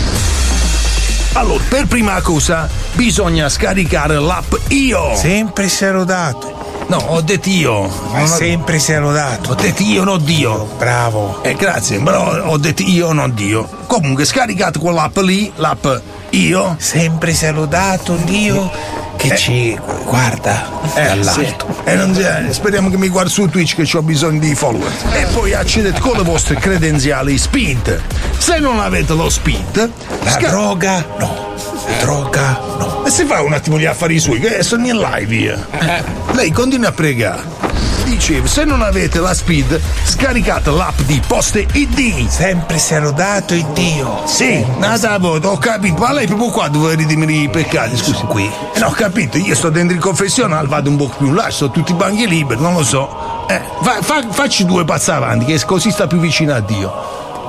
Speaker 22: Allora, per prima cosa bisogna scaricare l'app Io. Sempre si rodato. No, ho detto io. sempre si rodato. Ho detto io, non Dio. Bravo. Eh, grazie, però ho detto io, non Dio. Comunque, scaricate quell'app lì, l'app Io. Eh. Sempre si rodato, Dio. Che ci guarda dall'alto. Certo. E non c'è- speriamo che mi guardi su Twitch che ho bisogno di follower. E poi accedete con le vostre credenziali spinte. Se non avete lo spint, la droga no. Droga no. Eh. E si fa un attimo gli affari suoi, che sono in live io. Lei continua a pregare. Dicevo, se non avete la speed, scaricate l'app di Poste ID. Sempre si è rodato il Dio. Eh. Sì, nata voto, ho capito. Ma lei proprio qua dove ridimere i peccati, scusi. qui. no, ho capito, io sto dentro il confessionale, vado un po' più in là, sono tutti i banchi liberi, non lo so. Eh, fa- fa- facci due passi avanti, che così sta più vicino a Dio.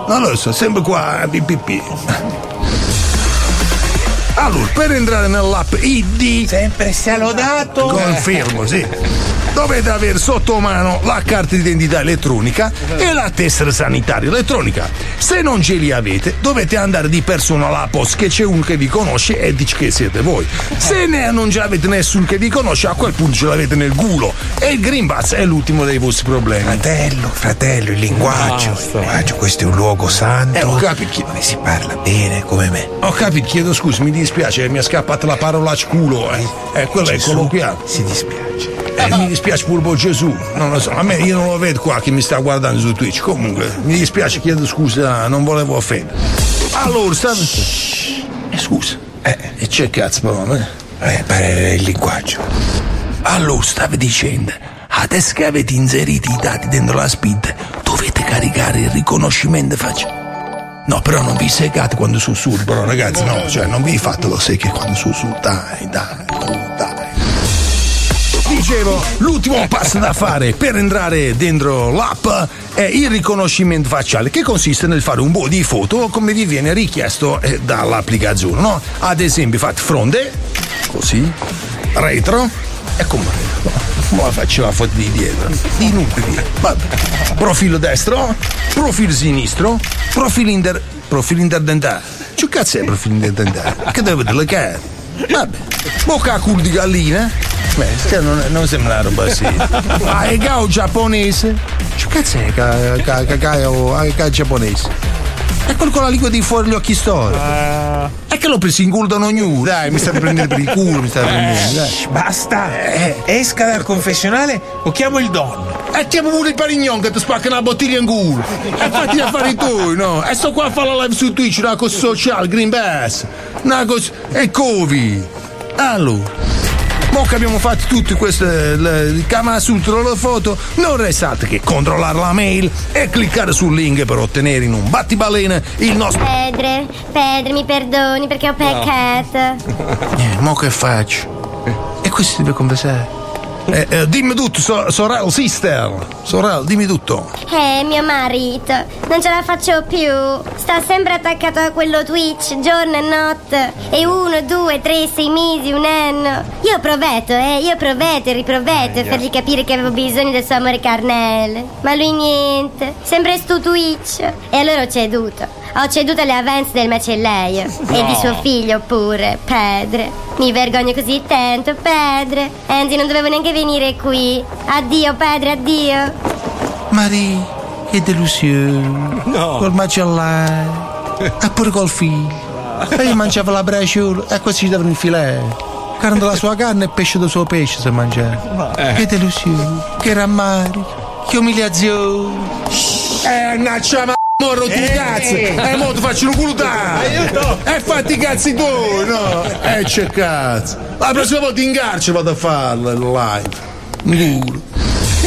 Speaker 22: Non lo so, sempre qua, pipipì. Allora, per entrare nell'app ID. Sempre se l'ho dato. Confermo, sì. Dovete avere sotto mano la carta d'identità elettronica e la tessera sanitaria elettronica. Se non ce li avete, dovete andare di persona alla posta che c'è uno che vi conosce e dice che siete voi. Se ne- non ce l'avete nessuno che vi conosce, a quel punto ce l'avete nel culo. E il Green Pass è l'ultimo dei vostri problemi. Fratello, fratello, il
Speaker 7: linguaggio, il linguaggio, questo è un luogo santo.
Speaker 22: Eh, ho capito.
Speaker 7: dove si parla bene come me.
Speaker 22: Ho capito, chiedo scusa, mi dispiace, mi è scappata la parola culo, eh. Eh, quello è colloquiale. Si dispiace. Eh, mi dispiace pure per Gesù, non lo so, a me io non lo vedo qua che mi sta guardando su Twitch. Comunque, mi dispiace, chiedo scusa, non volevo offendere. Allora, sta. Eh, scusa. Eh, e c'è cazzo, però, eh? Eh, per il linguaggio. Allora, stavi dicendo, adesso che avete inserito i dati dentro la speed, dovete caricare il riconoscimento faccia. No, però non vi segate quando sussurro, però ragazzi, no, cioè non vi fate lo secche quando sussurro, dai, dai. Dicevo, l'ultimo passo da fare per entrare dentro l'app è il riconoscimento facciale, che consiste nel fare un po' di foto come vi viene richiesto eh, dall'applicazione, no? Ad esempio, fate fronte, così, retro, Ecco Ma faccio la foto di dietro. Di nuclei. Vabbè. Profilo destro, profilo sinistro, profilo inter. profilo interdentale. Che cazzo è profilo interdentale? Che devo vedere le carte? Vabbè. Bocca a culo di gallina. Beh, se non, non sembra una roba sì. Ah, è gao giapponese. Che cazzo è ca- ca- cacao ah, cacao giapponese? È quel con la lingua di fuori gli occhi storici. È che l'ho preso in culo da Eh, ognuno. Eh. Dai, mi stai prendendo per il culo, mi stai prendendo. Dai.
Speaker 10: Shh, Basta, Eh, esca dal confessionale o chiamo il don.
Speaker 22: E chiamo Eh, pure il parignon che ti spacca una bottiglia in culo. E fatti gli affari tuoi, no? E sto qua a fare la live su Twitch, una cosa sociale, Green Bass, una cosa. e Covi. Allora. Mo che abbiamo fatto tutte queste le- Kama Sutra la foto, non restate che controllare la mail e cliccare sul link per ottenere in un battibalena il nostro.
Speaker 3: Pedre, Pedre, mi perdoni perché ho peccato.
Speaker 22: Eh, mo che faccio? E questo deve conversare. Eh, eh, dimmi tutto, so- sorella, sister. Sorella, dimmi tutto.
Speaker 3: Eh, mio marito, non ce la faccio più. Sta sempre attaccato a quello Twitch, giorno e notte. E uno, due, tre, sei mesi, un anno. Io ho provato, eh, io ho provato e riprovato a fargli capire che avevo bisogno del suo amore carnale. Ma lui niente, sempre stu Twitch. E allora ho ceduto. Ho ceduto alle avance del macellaio e di suo
Speaker 23: No.
Speaker 3: figlio pure, Pedre. Mi vergogno così tanto, Pedre. Anzi, non dovevo neanche venire qui. Addio, Pedre, addio.
Speaker 22: Marie, che delusione.
Speaker 2: No.
Speaker 22: Col macellare. E pure col figlio. E io mangiavo la braciola e questo ci davano il filetto. Carne della sua carne e pesce del suo pesce se mangiava.
Speaker 2: Eh.
Speaker 22: Che delusione, che rammarico, che umiliazione. Eh, annaccia ma morro tu
Speaker 2: Eh.
Speaker 22: cazzo! E mo ti faccio un culo da!
Speaker 2: Eh, io no.
Speaker 22: E fatti i cazzi tu, no! E c'è cazzo! La prossima volta in carcere vado a farlo in live. Un culo.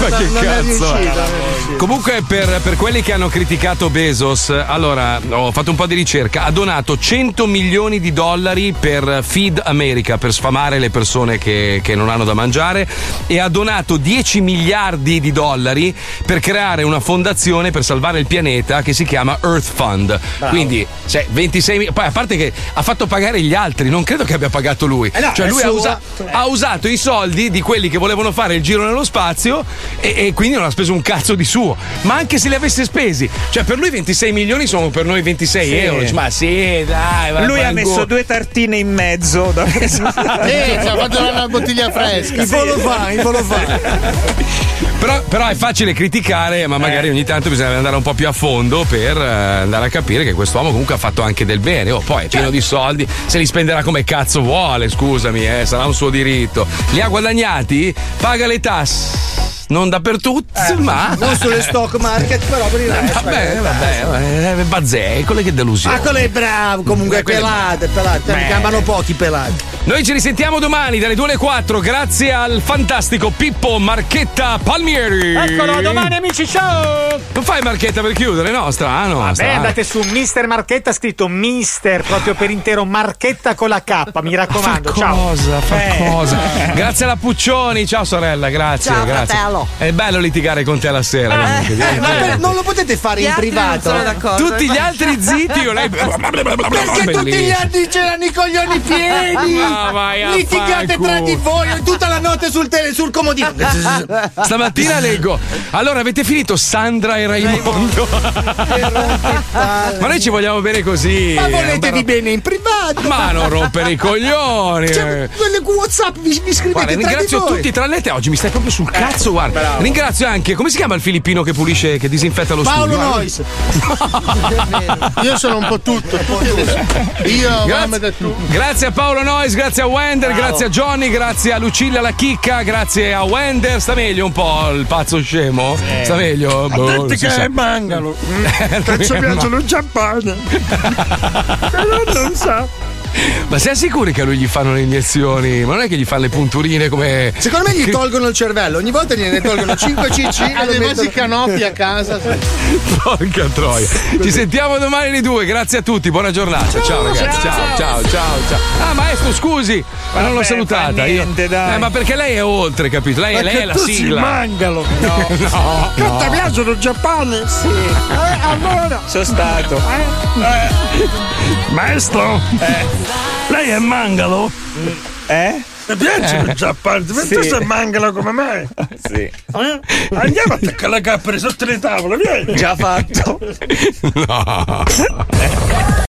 Speaker 6: Ma che
Speaker 22: Non è
Speaker 6: cazzo è?
Speaker 22: riuscito, non è
Speaker 6: Comunque, per, per quelli che hanno criticato Bezos, allora ho fatto un po' di ricerca. Ha donato 100 milioni di dollari per Feed America per sfamare le persone che, che non hanno da mangiare. E ha donato 10 miliardi di dollari per creare una fondazione per salvare il pianeta che si chiama Earth Fund. Quindi, cioè, 26 miliardi. Poi, a parte che ha fatto pagare gli altri, non credo che abbia pagato lui.
Speaker 2: Eh no,
Speaker 6: cioè,
Speaker 2: è
Speaker 6: lui ha,
Speaker 2: suo.
Speaker 6: usa- ha usato i soldi di quelli che volevano fare il giro nello spazio e, e quindi non ha speso un cazzo di suo. Ma anche se li avesse spesi, cioè per lui 26 milioni sono per noi 26
Speaker 10: Sì.
Speaker 6: euro. Dici, Ma sì, dai, va
Speaker 10: Lui
Speaker 6: va
Speaker 10: ha
Speaker 6: in
Speaker 10: messo
Speaker 6: go-
Speaker 10: due tartine in mezzo. Eh, ci
Speaker 6: ci ha fatto una bottiglia fresca. In volo va, in volo Però, però è facile criticare, ma magari ogni tanto bisogna andare un po' più a fondo per eh, andare a capire che quest'uomo comunque ha fatto anche del bene. Oh, poi è pieno di soldi, se li spenderà come cazzo vuole, scusami, eh, sarà un suo diritto. Li ha guadagnati? Paga le tasse. Non dappertutto, ma.
Speaker 9: Non sulle stock market, però per il resto.
Speaker 6: Vabbè,
Speaker 9: eh.
Speaker 6: vabbè, vabbè, bazzè, eh, quelle che delusione.
Speaker 9: Ah, quello è bravo, comunque pelate, pelate, ne chiamano pochi pelati.
Speaker 6: Noi ci risentiamo domani dalle 2 alle 4 grazie al fantastico Pippo Marchetta Palmieri.
Speaker 12: Eccolo, a domani,
Speaker 6: amici, ciao! Non fai Marchetta per chiudere, ah, no? Strano,
Speaker 12: Beh,
Speaker 6: strano.
Speaker 12: andate su Mister Marchetta, scritto Mister proprio per intero Marchetta con la K, mi raccomando. ciao.
Speaker 6: Cosa, fa
Speaker 9: Eh.
Speaker 6: cosa? Grazie alla Puccioni, ciao sorella, grazie.
Speaker 12: Ciao,
Speaker 6: grazie.
Speaker 12: fratello.
Speaker 6: È bello litigare con te la sera. comunque,
Speaker 9: Eh,
Speaker 6: dai.
Speaker 9: ma per- non lo potete fare
Speaker 6: Gli
Speaker 9: in
Speaker 6: altri non
Speaker 9: privato.
Speaker 6: sono d'accordo. Tutti gli altri zitti, o lei-
Speaker 9: Perché
Speaker 6: Bellissimo.
Speaker 9: tutti gli altri c'erano i coglioni pieni.
Speaker 6: Ma vai a
Speaker 9: Litigate
Speaker 6: fanculo.
Speaker 9: tra di voi tutta la notte sul, tele, sul comodino.
Speaker 6: Stamattina leggo. Allora avete finito Sandra e Raimondo. Ma noi ci vogliamo bene così.
Speaker 9: Ma
Speaker 6: È un
Speaker 9: voletevi bene in privato.
Speaker 6: bel- Ma non rompere i coglioni.
Speaker 9: Cioè, quelle con WhatsApp vi, vi scrivete
Speaker 6: Guarda,
Speaker 9: tra di
Speaker 6: ringrazio
Speaker 9: voi.
Speaker 6: tutti, tra le te oggi mi stai proprio sul cazzo,
Speaker 8: Eh,
Speaker 6: guarda.
Speaker 9: bravo.
Speaker 6: Ringrazio anche, come si chiama il filippino che pulisce, che disinfetta lo
Speaker 8: Paolo
Speaker 6: studio?
Speaker 8: Nois. Io sono un po' tutto. Io mamma da tu.
Speaker 6: Grazie a Paolo Nois, grazie a Wender,
Speaker 8: Bravo.
Speaker 6: grazie a Johnny, grazie a Lucilla la chicca, grazie a Wender. Sta meglio un po' il pazzo scemo? Sta meglio?
Speaker 22: Ha
Speaker 6: Boh,
Speaker 22: detto
Speaker 6: non si
Speaker 22: Eh. che
Speaker 6: sa.
Speaker 22: è mangalo. Mm.
Speaker 6: Lui
Speaker 22: Cazzo
Speaker 6: è
Speaker 22: piacciono il Giappone. Però non sa.
Speaker 6: Ma sei sicuri che a lui gli fanno le iniezioni? Ma non è che gli fanno le punturine come.
Speaker 9: Secondo me gli
Speaker 6: che- Ah,
Speaker 9: tolgono il cervello, ogni volta gliene tolgono 5 cc e
Speaker 8: Alle
Speaker 9: lo
Speaker 8: masi
Speaker 9: mettono-
Speaker 8: canopi a casa.
Speaker 6: Porca troia. Ci sentiamo domani alle due, grazie a tutti, buona giornata. Ciao ragazzi, ciao, ciao, ciao, ciao. Ah, maestro, scusi, ma non l'ho salutata. io. Eh, ma perché lei è oltre, capito? Lei,
Speaker 22: Ma
Speaker 6: lei
Speaker 22: che
Speaker 6: è la
Speaker 22: tu si
Speaker 6: sigla.
Speaker 22: mangalo.
Speaker 6: No, no.
Speaker 22: Che
Speaker 6: no.
Speaker 22: ti piacciono il Giappone? Sì. Eh, allora. Eh,
Speaker 10: Sono stato.
Speaker 22: Maestro? Lei è mangalo?
Speaker 10: Eh?
Speaker 17: Mi piace che già parte, ma tu
Speaker 10: Sì. Eh?
Speaker 17: sei mangala come me.
Speaker 10: Sì.
Speaker 17: Andiamo a toccare le cappere sotto le tavole, vieni.
Speaker 10: Già fatto.
Speaker 31: No.